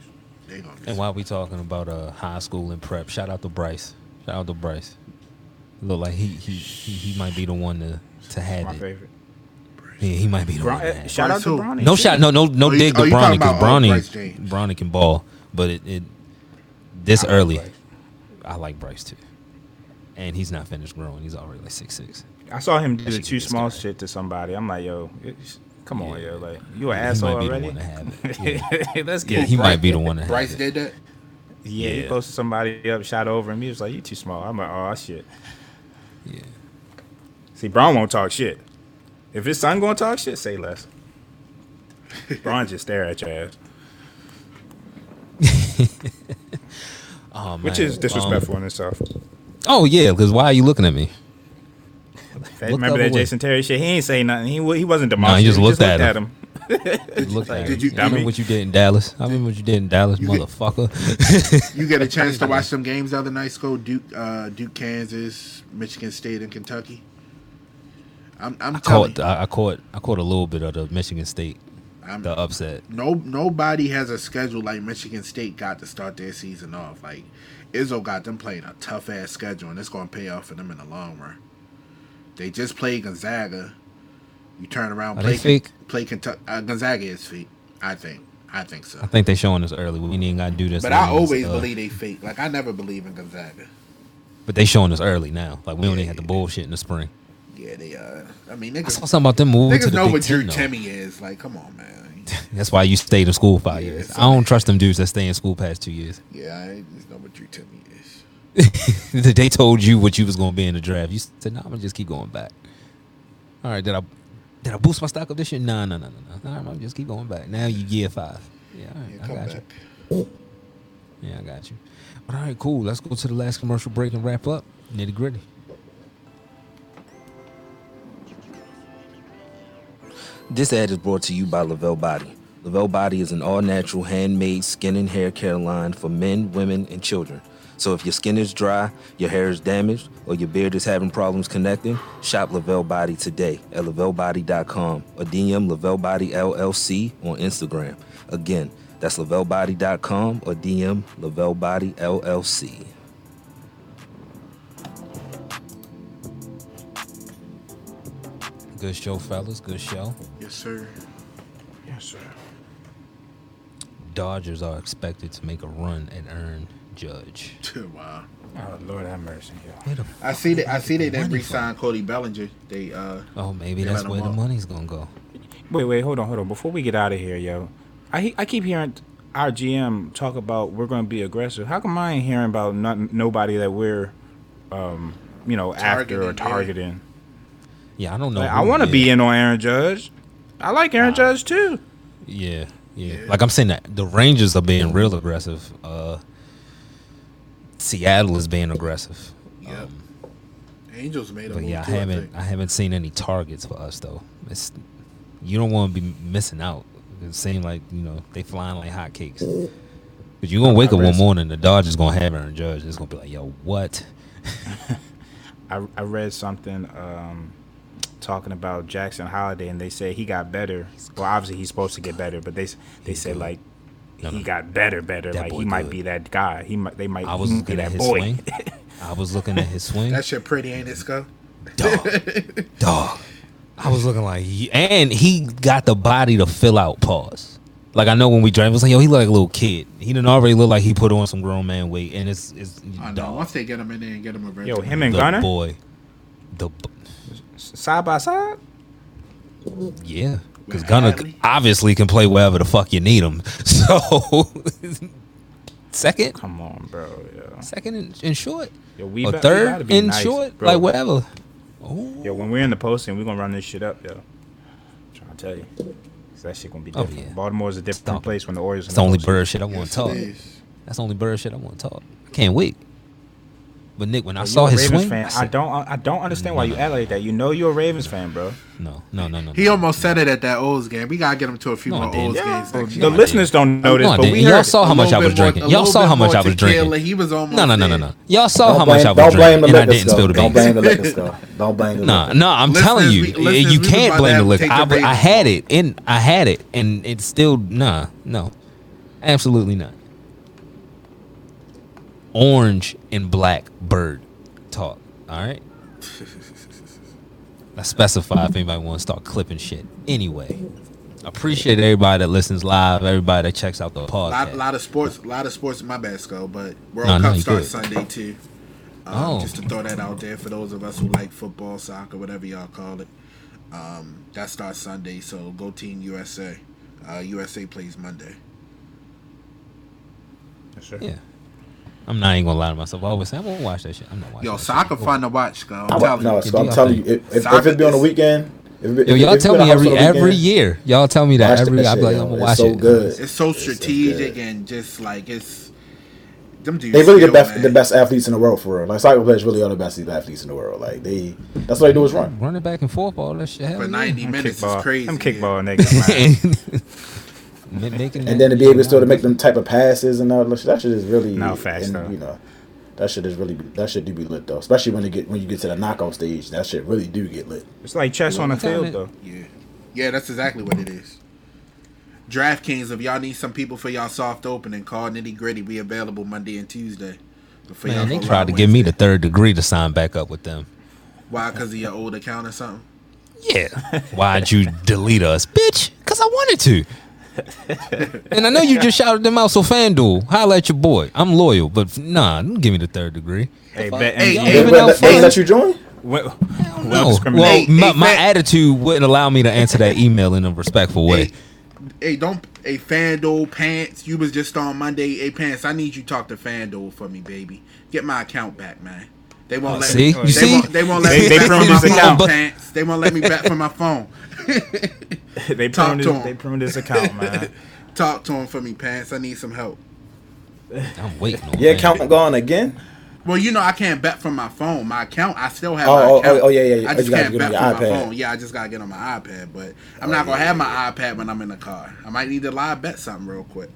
Speaker 5: They gonna get
Speaker 2: And while we talking about uh high school and prep, shout out to Bryce. Shout out to Bryce. Look like he he he, he might be the one to to
Speaker 4: My
Speaker 2: have it.
Speaker 4: favorite.
Speaker 2: Yeah, he might be the one.
Speaker 4: Bron-
Speaker 2: To have
Speaker 4: uh,
Speaker 2: it.
Speaker 4: shout out to
Speaker 5: Bryce who?
Speaker 4: Bronny.
Speaker 2: No
Speaker 4: too.
Speaker 2: shot, no, no, no
Speaker 5: Oh, you-
Speaker 2: dig
Speaker 5: oh,
Speaker 2: to
Speaker 5: you
Speaker 2: Bronny
Speaker 5: talking
Speaker 2: because
Speaker 5: about, oh, Bryce
Speaker 2: Bronny,
Speaker 5: James.
Speaker 2: Bronny can ball, but it, it this early, I like Bryce too, and he's not finished growing. He's already like six six.
Speaker 4: I saw him do
Speaker 2: That
Speaker 4: the
Speaker 2: shit
Speaker 4: too
Speaker 2: gets
Speaker 4: small
Speaker 2: scary.
Speaker 4: shit to somebody. I'm like, yo, it's, come on,
Speaker 2: Yeah.
Speaker 4: yo, like you an
Speaker 2: He
Speaker 4: asshole
Speaker 2: might be the
Speaker 4: already.
Speaker 2: one to have it.
Speaker 4: Let's
Speaker 2: Yeah,
Speaker 4: get
Speaker 2: he might be the one to
Speaker 5: it.
Speaker 2: have
Speaker 5: Bryce
Speaker 2: it.
Speaker 5: did that.
Speaker 4: Yeah, he
Speaker 2: Yeah.
Speaker 4: posted somebody up, shot over him. He was like, you too small. I'm like, oh shit.
Speaker 2: Yeah.
Speaker 4: See, Braun won't talk shit. If his son gonna talk shit, say less. Braun just stare at your ass,
Speaker 2: Oh, man.
Speaker 4: which is
Speaker 2: Um,
Speaker 4: disrespectful in itself.
Speaker 2: oh yeah, because why are you looking at me?
Speaker 4: That-
Speaker 2: looked
Speaker 4: remember
Speaker 2: the
Speaker 4: that
Speaker 2: other way.
Speaker 4: Jason Terry shit? He ain't say nothing. He wa- he wasn't
Speaker 2: No, he
Speaker 4: demonstrative.
Speaker 2: just looked at him.
Speaker 4: him.
Speaker 2: Look at
Speaker 5: did
Speaker 2: him.
Speaker 5: you-
Speaker 2: I remember
Speaker 5: dummy.
Speaker 2: what you did in Dallas. I remember what you did in Dallas,
Speaker 5: get-
Speaker 2: motherfucker.
Speaker 5: You get a chance to watch some games the other night. Go Duke, uh, Duke, Kansas, Michigan State, and Kentucky. I'm, I'm
Speaker 2: I
Speaker 5: telling
Speaker 2: caught,
Speaker 5: you,
Speaker 2: I, I caught, I caught a little bit of the Michigan State,
Speaker 5: I'm,
Speaker 2: the upset.
Speaker 5: no nobody has a schedule like Michigan State got to start their season off. Like Izzo got them playing a tough ass schedule, and it's going to pay off for them in the long run. They just played Gonzaga. You turn around,
Speaker 2: Are
Speaker 5: play
Speaker 2: they fake?
Speaker 5: play Kentucky. Uh, Gonzaga is fake. I think. I think so.
Speaker 2: I think they showing us early. We ain't gotta do this.
Speaker 5: But I
Speaker 2: until it's,
Speaker 5: always
Speaker 2: uh,
Speaker 5: believe they fake. Like I never believe in Gonzaga.
Speaker 2: But they showing us early now. Like we only
Speaker 5: Yeah,
Speaker 2: had the
Speaker 5: yeah.
Speaker 2: bullshit in the spring.
Speaker 5: yeah, they uh I mean
Speaker 2: I saw
Speaker 5: niggas,
Speaker 2: something about them moving to
Speaker 5: niggas
Speaker 2: the
Speaker 5: know
Speaker 2: Big
Speaker 5: what Drew
Speaker 2: Ten, though.
Speaker 5: Timmy is. Like, come on, man.
Speaker 2: That's why you stayed in school five years.
Speaker 5: it's
Speaker 2: I don't trust them dudes that stay in school past two years.
Speaker 5: Yeah, I just know what Drew Timmy is.
Speaker 2: they told you what you was gonna be in the draft. You said, "Nah, I'm gonna just keep going back." All right, did I did I boost my stock up this year? No, no, no, no, no. All right, I'm gonna just keep going back. Now you year five. Yeah, all right,
Speaker 5: Yeah,
Speaker 2: I
Speaker 5: come
Speaker 2: got you.
Speaker 5: back.
Speaker 2: Yeah, I got you. But all right, cool. Let's go to the last commercial break and wrap up. Nitty gritty.
Speaker 10: This ad is brought to you by Lavelle Body. Lavelle Body is an all natural handmade skin and hair care line for men, women, and children. So if your skin is dry, your hair is damaged, or your beard is having problems connecting, shop Lavelle Body today at lavellebody.com or DM Lavelle Body LLC on Instagram. Again, that's lavellebody.com or DM Lavelle Body LLC.
Speaker 2: Good show, fellas. Good show.
Speaker 5: Yes, sir.
Speaker 4: Yes, sir.
Speaker 2: Dodgers are expected to make a run and earn Judge.
Speaker 5: wow.
Speaker 4: Oh Lord have mercy, yo.
Speaker 2: Where the
Speaker 5: I
Speaker 2: fuck
Speaker 5: see
Speaker 2: did
Speaker 5: that. I see they
Speaker 2: get
Speaker 5: didn't
Speaker 2: money
Speaker 5: re-sign Cody Bellinger. They uh,
Speaker 2: from? Oh, maybe
Speaker 5: They
Speaker 2: that's
Speaker 5: let 'em
Speaker 2: where the
Speaker 5: walk.
Speaker 2: money's gonna go.
Speaker 4: Wait, wait, hold on, hold on. Before we get out of here, yo, I he- I keep hearing our GM talk about we're going to be aggressive. How come I ain't hearing about not, nobody that we're, um, you know, after or
Speaker 5: Targeting, yeah.
Speaker 4: targeting?
Speaker 2: Yeah, I don't know.
Speaker 4: Like, I
Speaker 2: Oh, who
Speaker 4: want to
Speaker 2: it
Speaker 4: be
Speaker 2: is.
Speaker 4: in on Aaron Judge. I like Aaron Judge too.
Speaker 2: Yeah, yeah, Like I'm saying that the Rangers are being real aggressive. Uh Seattle is being aggressive.
Speaker 5: yep. Angels made a
Speaker 2: Um, But
Speaker 5: move
Speaker 2: yeah, I
Speaker 5: too,
Speaker 2: haven't
Speaker 5: think.
Speaker 2: I haven't seen any targets for us though. It's you don't want to be missing out. It seems like you know they flying like hotcakes. Cause you're gonna wake up one morning, the Dodgers gonna have Aaron Judge. It's gonna be like, yo, what?
Speaker 4: I, I read something um, talking about Jackson Holiday, and they say he got better. Well, obviously he's supposed to get better, but they s- they
Speaker 2: He's
Speaker 4: said
Speaker 2: good.
Speaker 4: like
Speaker 2: No,
Speaker 4: he
Speaker 2: no.
Speaker 4: got better, better.
Speaker 2: That
Speaker 4: like
Speaker 2: boy
Speaker 4: he might
Speaker 2: good.
Speaker 4: be that guy. He might they might
Speaker 2: I was
Speaker 5: Mm,
Speaker 4: he might be
Speaker 2: looking at
Speaker 4: that
Speaker 2: his
Speaker 4: boy.
Speaker 2: swing. I was looking at his swing.
Speaker 5: That shit pretty, ain't it, Sco?
Speaker 2: dog, dog. I was looking like, and he got the body to fill out. Pause. Like I know when we drank, it was like, yo, he look like a little kid. He didn't already look like he put on some grown man weight, and it's it's
Speaker 5: I know.
Speaker 2: dog.
Speaker 5: Once they get him in there and get him a red.
Speaker 4: Yo,
Speaker 5: Yo,
Speaker 4: him and
Speaker 2: The
Speaker 4: Gunner
Speaker 2: boy, the b-
Speaker 4: side by side.
Speaker 2: yeah, because
Speaker 5: With
Speaker 2: Gunner
Speaker 5: Hadley?
Speaker 2: obviously can play wherever the fuck you need him. So second,
Speaker 4: Come on, bro. Yo,
Speaker 2: second in, in short,
Speaker 4: yo we
Speaker 2: or
Speaker 4: bet- we gotta
Speaker 2: third
Speaker 4: be
Speaker 2: in
Speaker 4: nice,
Speaker 2: short,
Speaker 4: bro.
Speaker 2: like whatever. Oh,
Speaker 4: Yo, when we're in the posting, we're gonna run this shit up, yo. trying to tell you, 'Cause that shit gonna be
Speaker 2: Oh,
Speaker 4: different.
Speaker 2: yeah.
Speaker 4: Baltimore's a different
Speaker 2: Stomp.
Speaker 4: place when the Orioles.
Speaker 2: it's
Speaker 4: in
Speaker 2: the only
Speaker 4: posting.
Speaker 2: bird shit I want to talk. That's the only bird shit I want to talk. I can't wait. But Nick, when I
Speaker 4: Yo, you
Speaker 2: saw
Speaker 4: a
Speaker 2: his
Speaker 4: Ravens
Speaker 2: swing,
Speaker 4: fan. I
Speaker 2: said,
Speaker 4: don't. I don't understand why you act like that. You know you're a Ravens fan, bro.
Speaker 2: No, no, no, no.
Speaker 5: He
Speaker 2: no.
Speaker 5: almost said it at that O's game. We gotta get him to a few
Speaker 2: No, I
Speaker 5: more
Speaker 2: didn't.
Speaker 5: O's
Speaker 4: Yeah.
Speaker 5: games next
Speaker 4: The
Speaker 5: year.
Speaker 2: I
Speaker 4: listeners don't know
Speaker 2: No,
Speaker 4: this,
Speaker 2: I
Speaker 4: but
Speaker 2: didn't.
Speaker 4: we
Speaker 2: y'all
Speaker 4: heard
Speaker 2: saw
Speaker 5: A
Speaker 2: how much I
Speaker 5: little
Speaker 2: was
Speaker 5: bit more-
Speaker 2: drinking.
Speaker 5: a
Speaker 2: Y'all
Speaker 5: little
Speaker 2: saw
Speaker 5: bit
Speaker 2: how much
Speaker 5: more
Speaker 2: I was
Speaker 5: tequila.
Speaker 2: drinking.
Speaker 5: He was almost
Speaker 2: No, no, no, no,
Speaker 5: there.
Speaker 2: no. Y'all saw how much I was
Speaker 9: don't blame
Speaker 2: drinking,
Speaker 9: the
Speaker 2: and I
Speaker 9: liquor
Speaker 2: didn't spill
Speaker 9: store.
Speaker 2: the
Speaker 9: Don't
Speaker 2: beans.
Speaker 9: blame the liquor store. Don't blame the
Speaker 2: Nah,
Speaker 9: liquor.
Speaker 2: no, I'm
Speaker 5: Listeners,
Speaker 2: telling you,
Speaker 5: we-
Speaker 2: y-
Speaker 5: listeners,
Speaker 2: you
Speaker 5: we was
Speaker 2: can't
Speaker 5: about
Speaker 2: blame
Speaker 5: to
Speaker 2: the
Speaker 5: have
Speaker 2: liquor.
Speaker 5: to take
Speaker 2: I,
Speaker 5: the
Speaker 2: w- I
Speaker 5: bait.
Speaker 2: had it, and I had it, and it's still nah, no, absolutely not. Orange and black bird talk. All right, I specify if anybody wants to start clipping shit. Anyway, appreciate everybody that listens live, everybody that checks out the podcast.
Speaker 5: lot, lot of sports, lot of sports. My bad, Skull, but World
Speaker 2: No, no,
Speaker 5: Cup
Speaker 2: you
Speaker 5: starts
Speaker 2: good.
Speaker 5: Sunday too. Um,
Speaker 2: Oh.
Speaker 5: Just to throw that out there for those of us who like football, soccer, whatever y'all call it. Um, that starts Sunday, so go Team USA. Uh, USA plays Monday.
Speaker 2: Yeah. I'm not even gonna lie to myself. I always say I'm gonna watch that shit. I'm not watching.
Speaker 5: Yo,
Speaker 2: that
Speaker 5: soccer
Speaker 2: shit.
Speaker 5: fun to watch, Skull.
Speaker 9: I
Speaker 5: I'm
Speaker 9: wa-
Speaker 5: telling
Speaker 9: No,
Speaker 5: you.
Speaker 9: so I'm telling you, if, if, if it be on the weekend, if it,
Speaker 2: Yo,
Speaker 9: if-
Speaker 2: y'all
Speaker 9: if it
Speaker 2: tell
Speaker 9: be
Speaker 2: me
Speaker 9: in the house
Speaker 2: every
Speaker 9: on the weekend,
Speaker 2: every year. Y'all tell me that
Speaker 9: watch
Speaker 2: every. I be
Speaker 9: shit,
Speaker 2: like,
Speaker 9: yo.
Speaker 2: I'm gonna
Speaker 9: It's
Speaker 2: watch
Speaker 9: so
Speaker 2: it.
Speaker 9: good.
Speaker 5: It's so
Speaker 9: so
Speaker 5: strategic
Speaker 9: good.
Speaker 5: and just like it's. Them dudes
Speaker 9: They really the
Speaker 5: skill,
Speaker 9: best,
Speaker 5: man.
Speaker 9: the best athletes in the world for real. Like soccer players really are the best athletes in the world. Like they, that's what they do is run.
Speaker 2: Running back and forth, all that shit. Hell
Speaker 5: for
Speaker 2: yeah.
Speaker 5: 90 minutes is crazy.
Speaker 4: I'm
Speaker 5: yeah.
Speaker 4: kickball niggas. man.
Speaker 2: Ma- making that
Speaker 9: and then to be
Speaker 2: shit
Speaker 9: able still to
Speaker 2: happen.
Speaker 9: make them type of passes and all that shit, that shit is really
Speaker 4: No, facts,
Speaker 9: and,
Speaker 4: though.
Speaker 9: You know, that shit is really that shit do be lit though, especially when you get when you get to the knockout stage. That shit really do get lit.
Speaker 4: It's like chess on the
Speaker 2: Damn
Speaker 4: field,
Speaker 2: it.
Speaker 4: though.
Speaker 5: Yeah. Yeah, that's exactly what it is. DraftKings, if y'all need some people for y'all soft opening, call Nitty Gritty. We available Monday and Tuesday. But for
Speaker 2: Man,
Speaker 5: y'all
Speaker 2: they
Speaker 5: go
Speaker 2: tried
Speaker 5: live
Speaker 2: to give me the
Speaker 5: Wednesday.
Speaker 2: third degree to sign back up with them.
Speaker 5: Why? Because of your old account or something?
Speaker 2: Yeah. Why'd you delete us, bitch? Cause I wanted to. and I know you just shouted them out. So FanDuel, holla at your boy. I'm loyal, but f- nah, don't give me the third degree.
Speaker 4: Hey, bet
Speaker 5: Hey,
Speaker 4: MGM.
Speaker 5: hey,
Speaker 2: Giving out
Speaker 9: let, they
Speaker 2: fun.
Speaker 9: let you join?
Speaker 4: Well,
Speaker 2: No. Well, my, my attitude wouldn't allow me to answer that email in a respectful way.
Speaker 5: Hey, don't. Hey, Fanduel pants. You was just on Monday. Hey, pants. I need you to talk to Fanduel for me, baby. Get my account back, man. They won't
Speaker 2: Oh,
Speaker 5: let
Speaker 2: see?
Speaker 5: me.
Speaker 2: You
Speaker 5: they,
Speaker 2: see?
Speaker 5: Won't, they won't let
Speaker 2: They-
Speaker 5: me
Speaker 2: they
Speaker 5: back
Speaker 2: pruned
Speaker 5: from my
Speaker 2: his account.
Speaker 5: phone,
Speaker 2: But-
Speaker 5: pants. They won't let me back from my phone.
Speaker 4: they
Speaker 5: Talk
Speaker 4: pruned
Speaker 5: to
Speaker 4: his,
Speaker 5: him.
Speaker 4: they pruned his account, man.
Speaker 5: Talk to him for me, pants. I need some help.
Speaker 2: I'm waiting. On
Speaker 3: Your
Speaker 2: that.
Speaker 3: account gone again?
Speaker 5: Well, you know I can't bet from my phone. My account, I still have
Speaker 3: Oh,
Speaker 5: my
Speaker 3: oh,
Speaker 5: account.
Speaker 3: oh, oh, yeah, yeah, yeah.
Speaker 5: I
Speaker 3: Oh,
Speaker 5: just
Speaker 3: you gotta
Speaker 5: can't
Speaker 3: get
Speaker 5: bet
Speaker 3: on
Speaker 5: from
Speaker 3: your
Speaker 5: my
Speaker 3: iPad. Oh,
Speaker 5: phone. Yeah, I just gotta get on my iPad. But I'm not gonna have my iPad when I'm in the car. I might need to live bet something real quick.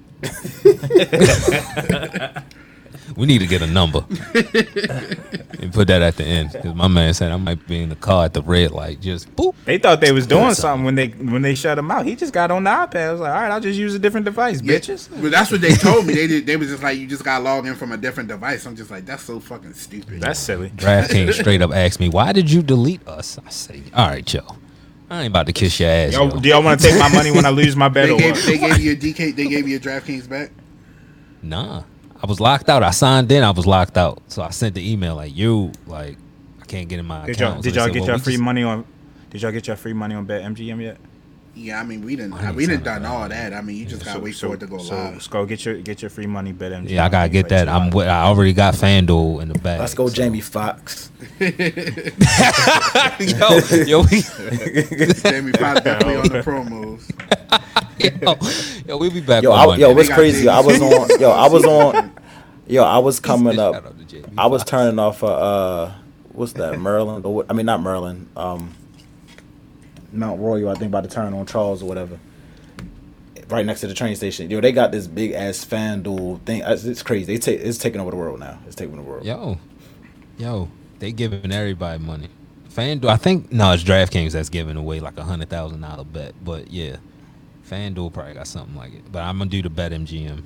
Speaker 2: We need to get a number and put that at the end because my man said I might be in the car at the red light. Just boop.
Speaker 4: They thought they was
Speaker 2: Yeah,
Speaker 4: doing
Speaker 2: so-
Speaker 4: something when they when they shut him out. He just got on the iPad. I was like, all right, I'll just use a different device,
Speaker 5: Yeah,
Speaker 4: bitches.
Speaker 5: But that's what they told me. They did. They was just like, you just got to log in from a different device. I'm just like, that's so fucking stupid.
Speaker 4: That's silly.
Speaker 2: DraftKings straight up asked me, "Why did you delete us?" I say, "All right, yo, I ain't about to kiss your ass."
Speaker 4: Y'all,
Speaker 2: yo."
Speaker 4: do y'all want to take my money when I lose my bet
Speaker 5: They
Speaker 4: or
Speaker 5: gave,
Speaker 4: what?
Speaker 5: they gave you a DK. They gave you a DraftKings back.
Speaker 2: Nah, I was locked out. I signed in. I was locked out. So I sent the email like, "You like, I can't get in my
Speaker 4: Did y'all,
Speaker 2: account." So
Speaker 4: did
Speaker 2: they
Speaker 4: y'all
Speaker 2: said,
Speaker 4: get
Speaker 2: "Well,
Speaker 4: your
Speaker 2: we
Speaker 4: free
Speaker 2: just-
Speaker 4: money on? Did y'all get your free money on bet MGM yet?
Speaker 5: Yeah, I mean, we didn't.
Speaker 2: Mine ain't
Speaker 5: we didn't
Speaker 2: sound like
Speaker 5: done
Speaker 2: that.
Speaker 5: all that. I mean, you just gotta wait for it to go
Speaker 4: so,
Speaker 5: live.
Speaker 4: Skull, get your get your free money bet MGM.
Speaker 2: Yeah, I gotta get that. I'm. wi- I already got Fanduel in the back.
Speaker 3: Let's go, Jamie Fox.
Speaker 2: yo, yo, we,
Speaker 5: Jamie Foxx definitely on the promos.
Speaker 2: yo, yo, we be back.
Speaker 3: Yo,
Speaker 2: on
Speaker 3: I,
Speaker 2: Monday.
Speaker 3: yo, what's
Speaker 5: They got
Speaker 3: crazy? Yo, I was
Speaker 5: Jamie
Speaker 3: on. Yo, I was on. Yo, I was coming
Speaker 2: Shout
Speaker 3: up.
Speaker 2: out to Jamie
Speaker 3: I was
Speaker 2: Foxx.
Speaker 3: turning off. Uh, uh what's that? Merlin? Or what, I mean, not Merlin. Um, Mount Royal. I think about to turn on Charles or whatever. Right next to the train station. Yo, they got this big ass fan duel thing. Uh, It's, it's crazy. They take. It's taking over the world now. It's taking over the world.
Speaker 2: Yo, yo, they giving everybody money. FanDuel, I think no, it's DraftKings that's giving away like a hundred thousand dollar bet, but yeah, FanDuel probably got something like it. But I'm gonna do the bet MGM.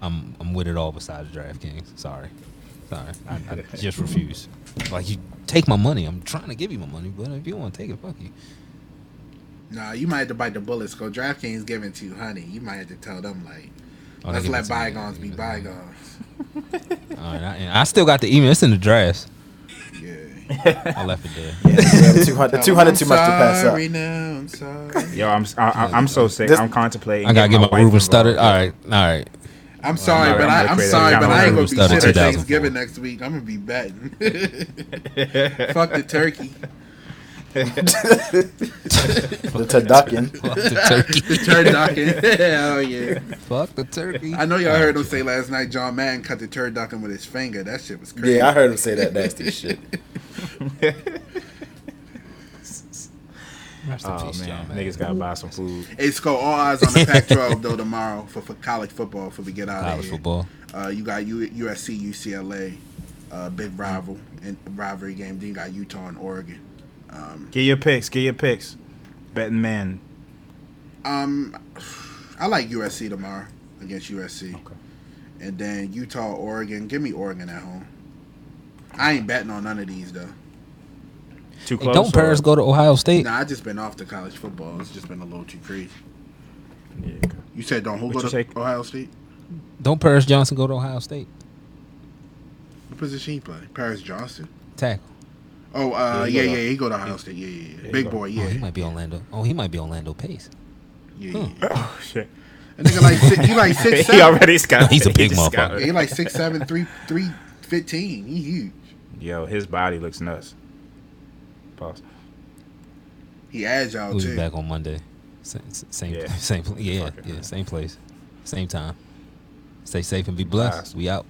Speaker 2: I'm I'm with it all besides DraftKings. Sorry, sorry, I, I just refuse. Like you take my money. I'm trying to give you my money, but if you don't want to take it, fuck you.
Speaker 5: Nah, you might have to bite the bullets. Go DraftKings giving to you, honey. You might have to tell them like,
Speaker 2: Oh, they give
Speaker 5: let's
Speaker 2: it
Speaker 5: let
Speaker 2: to me.
Speaker 5: bygones be
Speaker 2: Give it to me.
Speaker 5: bygones.
Speaker 2: All right, I, and I still got the email. It's in the drafts.
Speaker 5: Yeah.
Speaker 2: I left it there.
Speaker 3: Yeah, yeah, 200, 200 too much to pass up.
Speaker 5: Sorry now, I'm sorry.
Speaker 4: Yo, I'm I, I, I'm so sick.
Speaker 3: This-
Speaker 4: I'm contemplating.
Speaker 2: I gotta get
Speaker 4: getting
Speaker 2: my
Speaker 4: wife Oh,
Speaker 2: Ruben
Speaker 4: involved.
Speaker 2: studded. All right, all right.
Speaker 5: I'm sorry,
Speaker 4: not-
Speaker 5: but
Speaker 4: I'm
Speaker 5: I,
Speaker 4: not
Speaker 5: I'm
Speaker 4: creative.
Speaker 5: sorry,
Speaker 4: I'm
Speaker 5: but
Speaker 4: not
Speaker 5: I ain't gonna
Speaker 4: creative.
Speaker 5: be
Speaker 2: Started
Speaker 5: shit at
Speaker 2: 2004.
Speaker 5: Thanksgiving next week. I'm gonna be betting. Fuck the turkey.
Speaker 3: The Tadukin.
Speaker 2: Fuck the turkey.
Speaker 5: Turducken. Hell yeah.
Speaker 2: Fuck the turkey.
Speaker 5: I know y'all heard him say last night John Madden cut the turducken with his finger. That shit was crazy.
Speaker 3: Yeah, I heard him say that nasty shit.
Speaker 2: Rest in
Speaker 4: Oh
Speaker 2: peace,
Speaker 4: man,
Speaker 2: John, man.
Speaker 4: niggas gotta buy some food.
Speaker 5: It's go all eyes on the Pac-12 though tomorrow for, for college football. If we get out of
Speaker 2: college
Speaker 5: here,
Speaker 2: football.
Speaker 5: Uh, you got U- USC, UCLA, uh, big rival and rivalry game. Then you got Utah and Oregon.
Speaker 4: Get your picks. Get your picks. Betting man.
Speaker 5: Um, I like USC tomorrow against USC, and then Utah, Oregon. Give me Oregon at home. I ain't betting on none of these though.
Speaker 4: Too
Speaker 2: Hey,
Speaker 4: close.
Speaker 2: don't Paris
Speaker 4: or-
Speaker 2: go to Ohio
Speaker 4: Hmm.
Speaker 2: State?
Speaker 5: Nah, I just been off the college football. It's just been a little too crazy.
Speaker 4: Yeah, okay.
Speaker 5: You said don't who
Speaker 4: What
Speaker 5: go
Speaker 4: you
Speaker 5: to
Speaker 4: take?
Speaker 5: Ohio State?
Speaker 2: Don't Paris Johnson go to Ohio State?
Speaker 5: What position he play? Paris Johnson.
Speaker 2: Tackle.
Speaker 5: Oh, uh,
Speaker 4: Yeah, he
Speaker 5: yeah, yeah,
Speaker 4: go to-
Speaker 5: he go to Ohio State. Yeah, yeah, yeah.
Speaker 4: he
Speaker 5: Big
Speaker 4: go-
Speaker 5: boy.
Speaker 2: Oh, he
Speaker 5: Yeah,
Speaker 2: might be Orlando. Oh, he might be Orlando Pace.
Speaker 5: yeah. yeah.
Speaker 4: Oh shit.
Speaker 5: That nigga like six, he like six
Speaker 4: he
Speaker 5: seven.
Speaker 4: already scouted.
Speaker 2: He's a big
Speaker 4: just
Speaker 2: motherfucker.
Speaker 5: Yeah,
Speaker 4: scouted.
Speaker 5: he like six seven three three fifteen. He huge.
Speaker 4: Yo, his body looks nuts. Pause.
Speaker 5: He agile
Speaker 2: We'll be
Speaker 5: too.
Speaker 2: back on Monday. Same, same,
Speaker 4: Yeah.
Speaker 2: same, pl- yeah,
Speaker 4: Fuck it,
Speaker 2: yeah,
Speaker 4: man.
Speaker 2: same place, same time. Stay safe and be blessed.
Speaker 4: Alright.
Speaker 2: We out.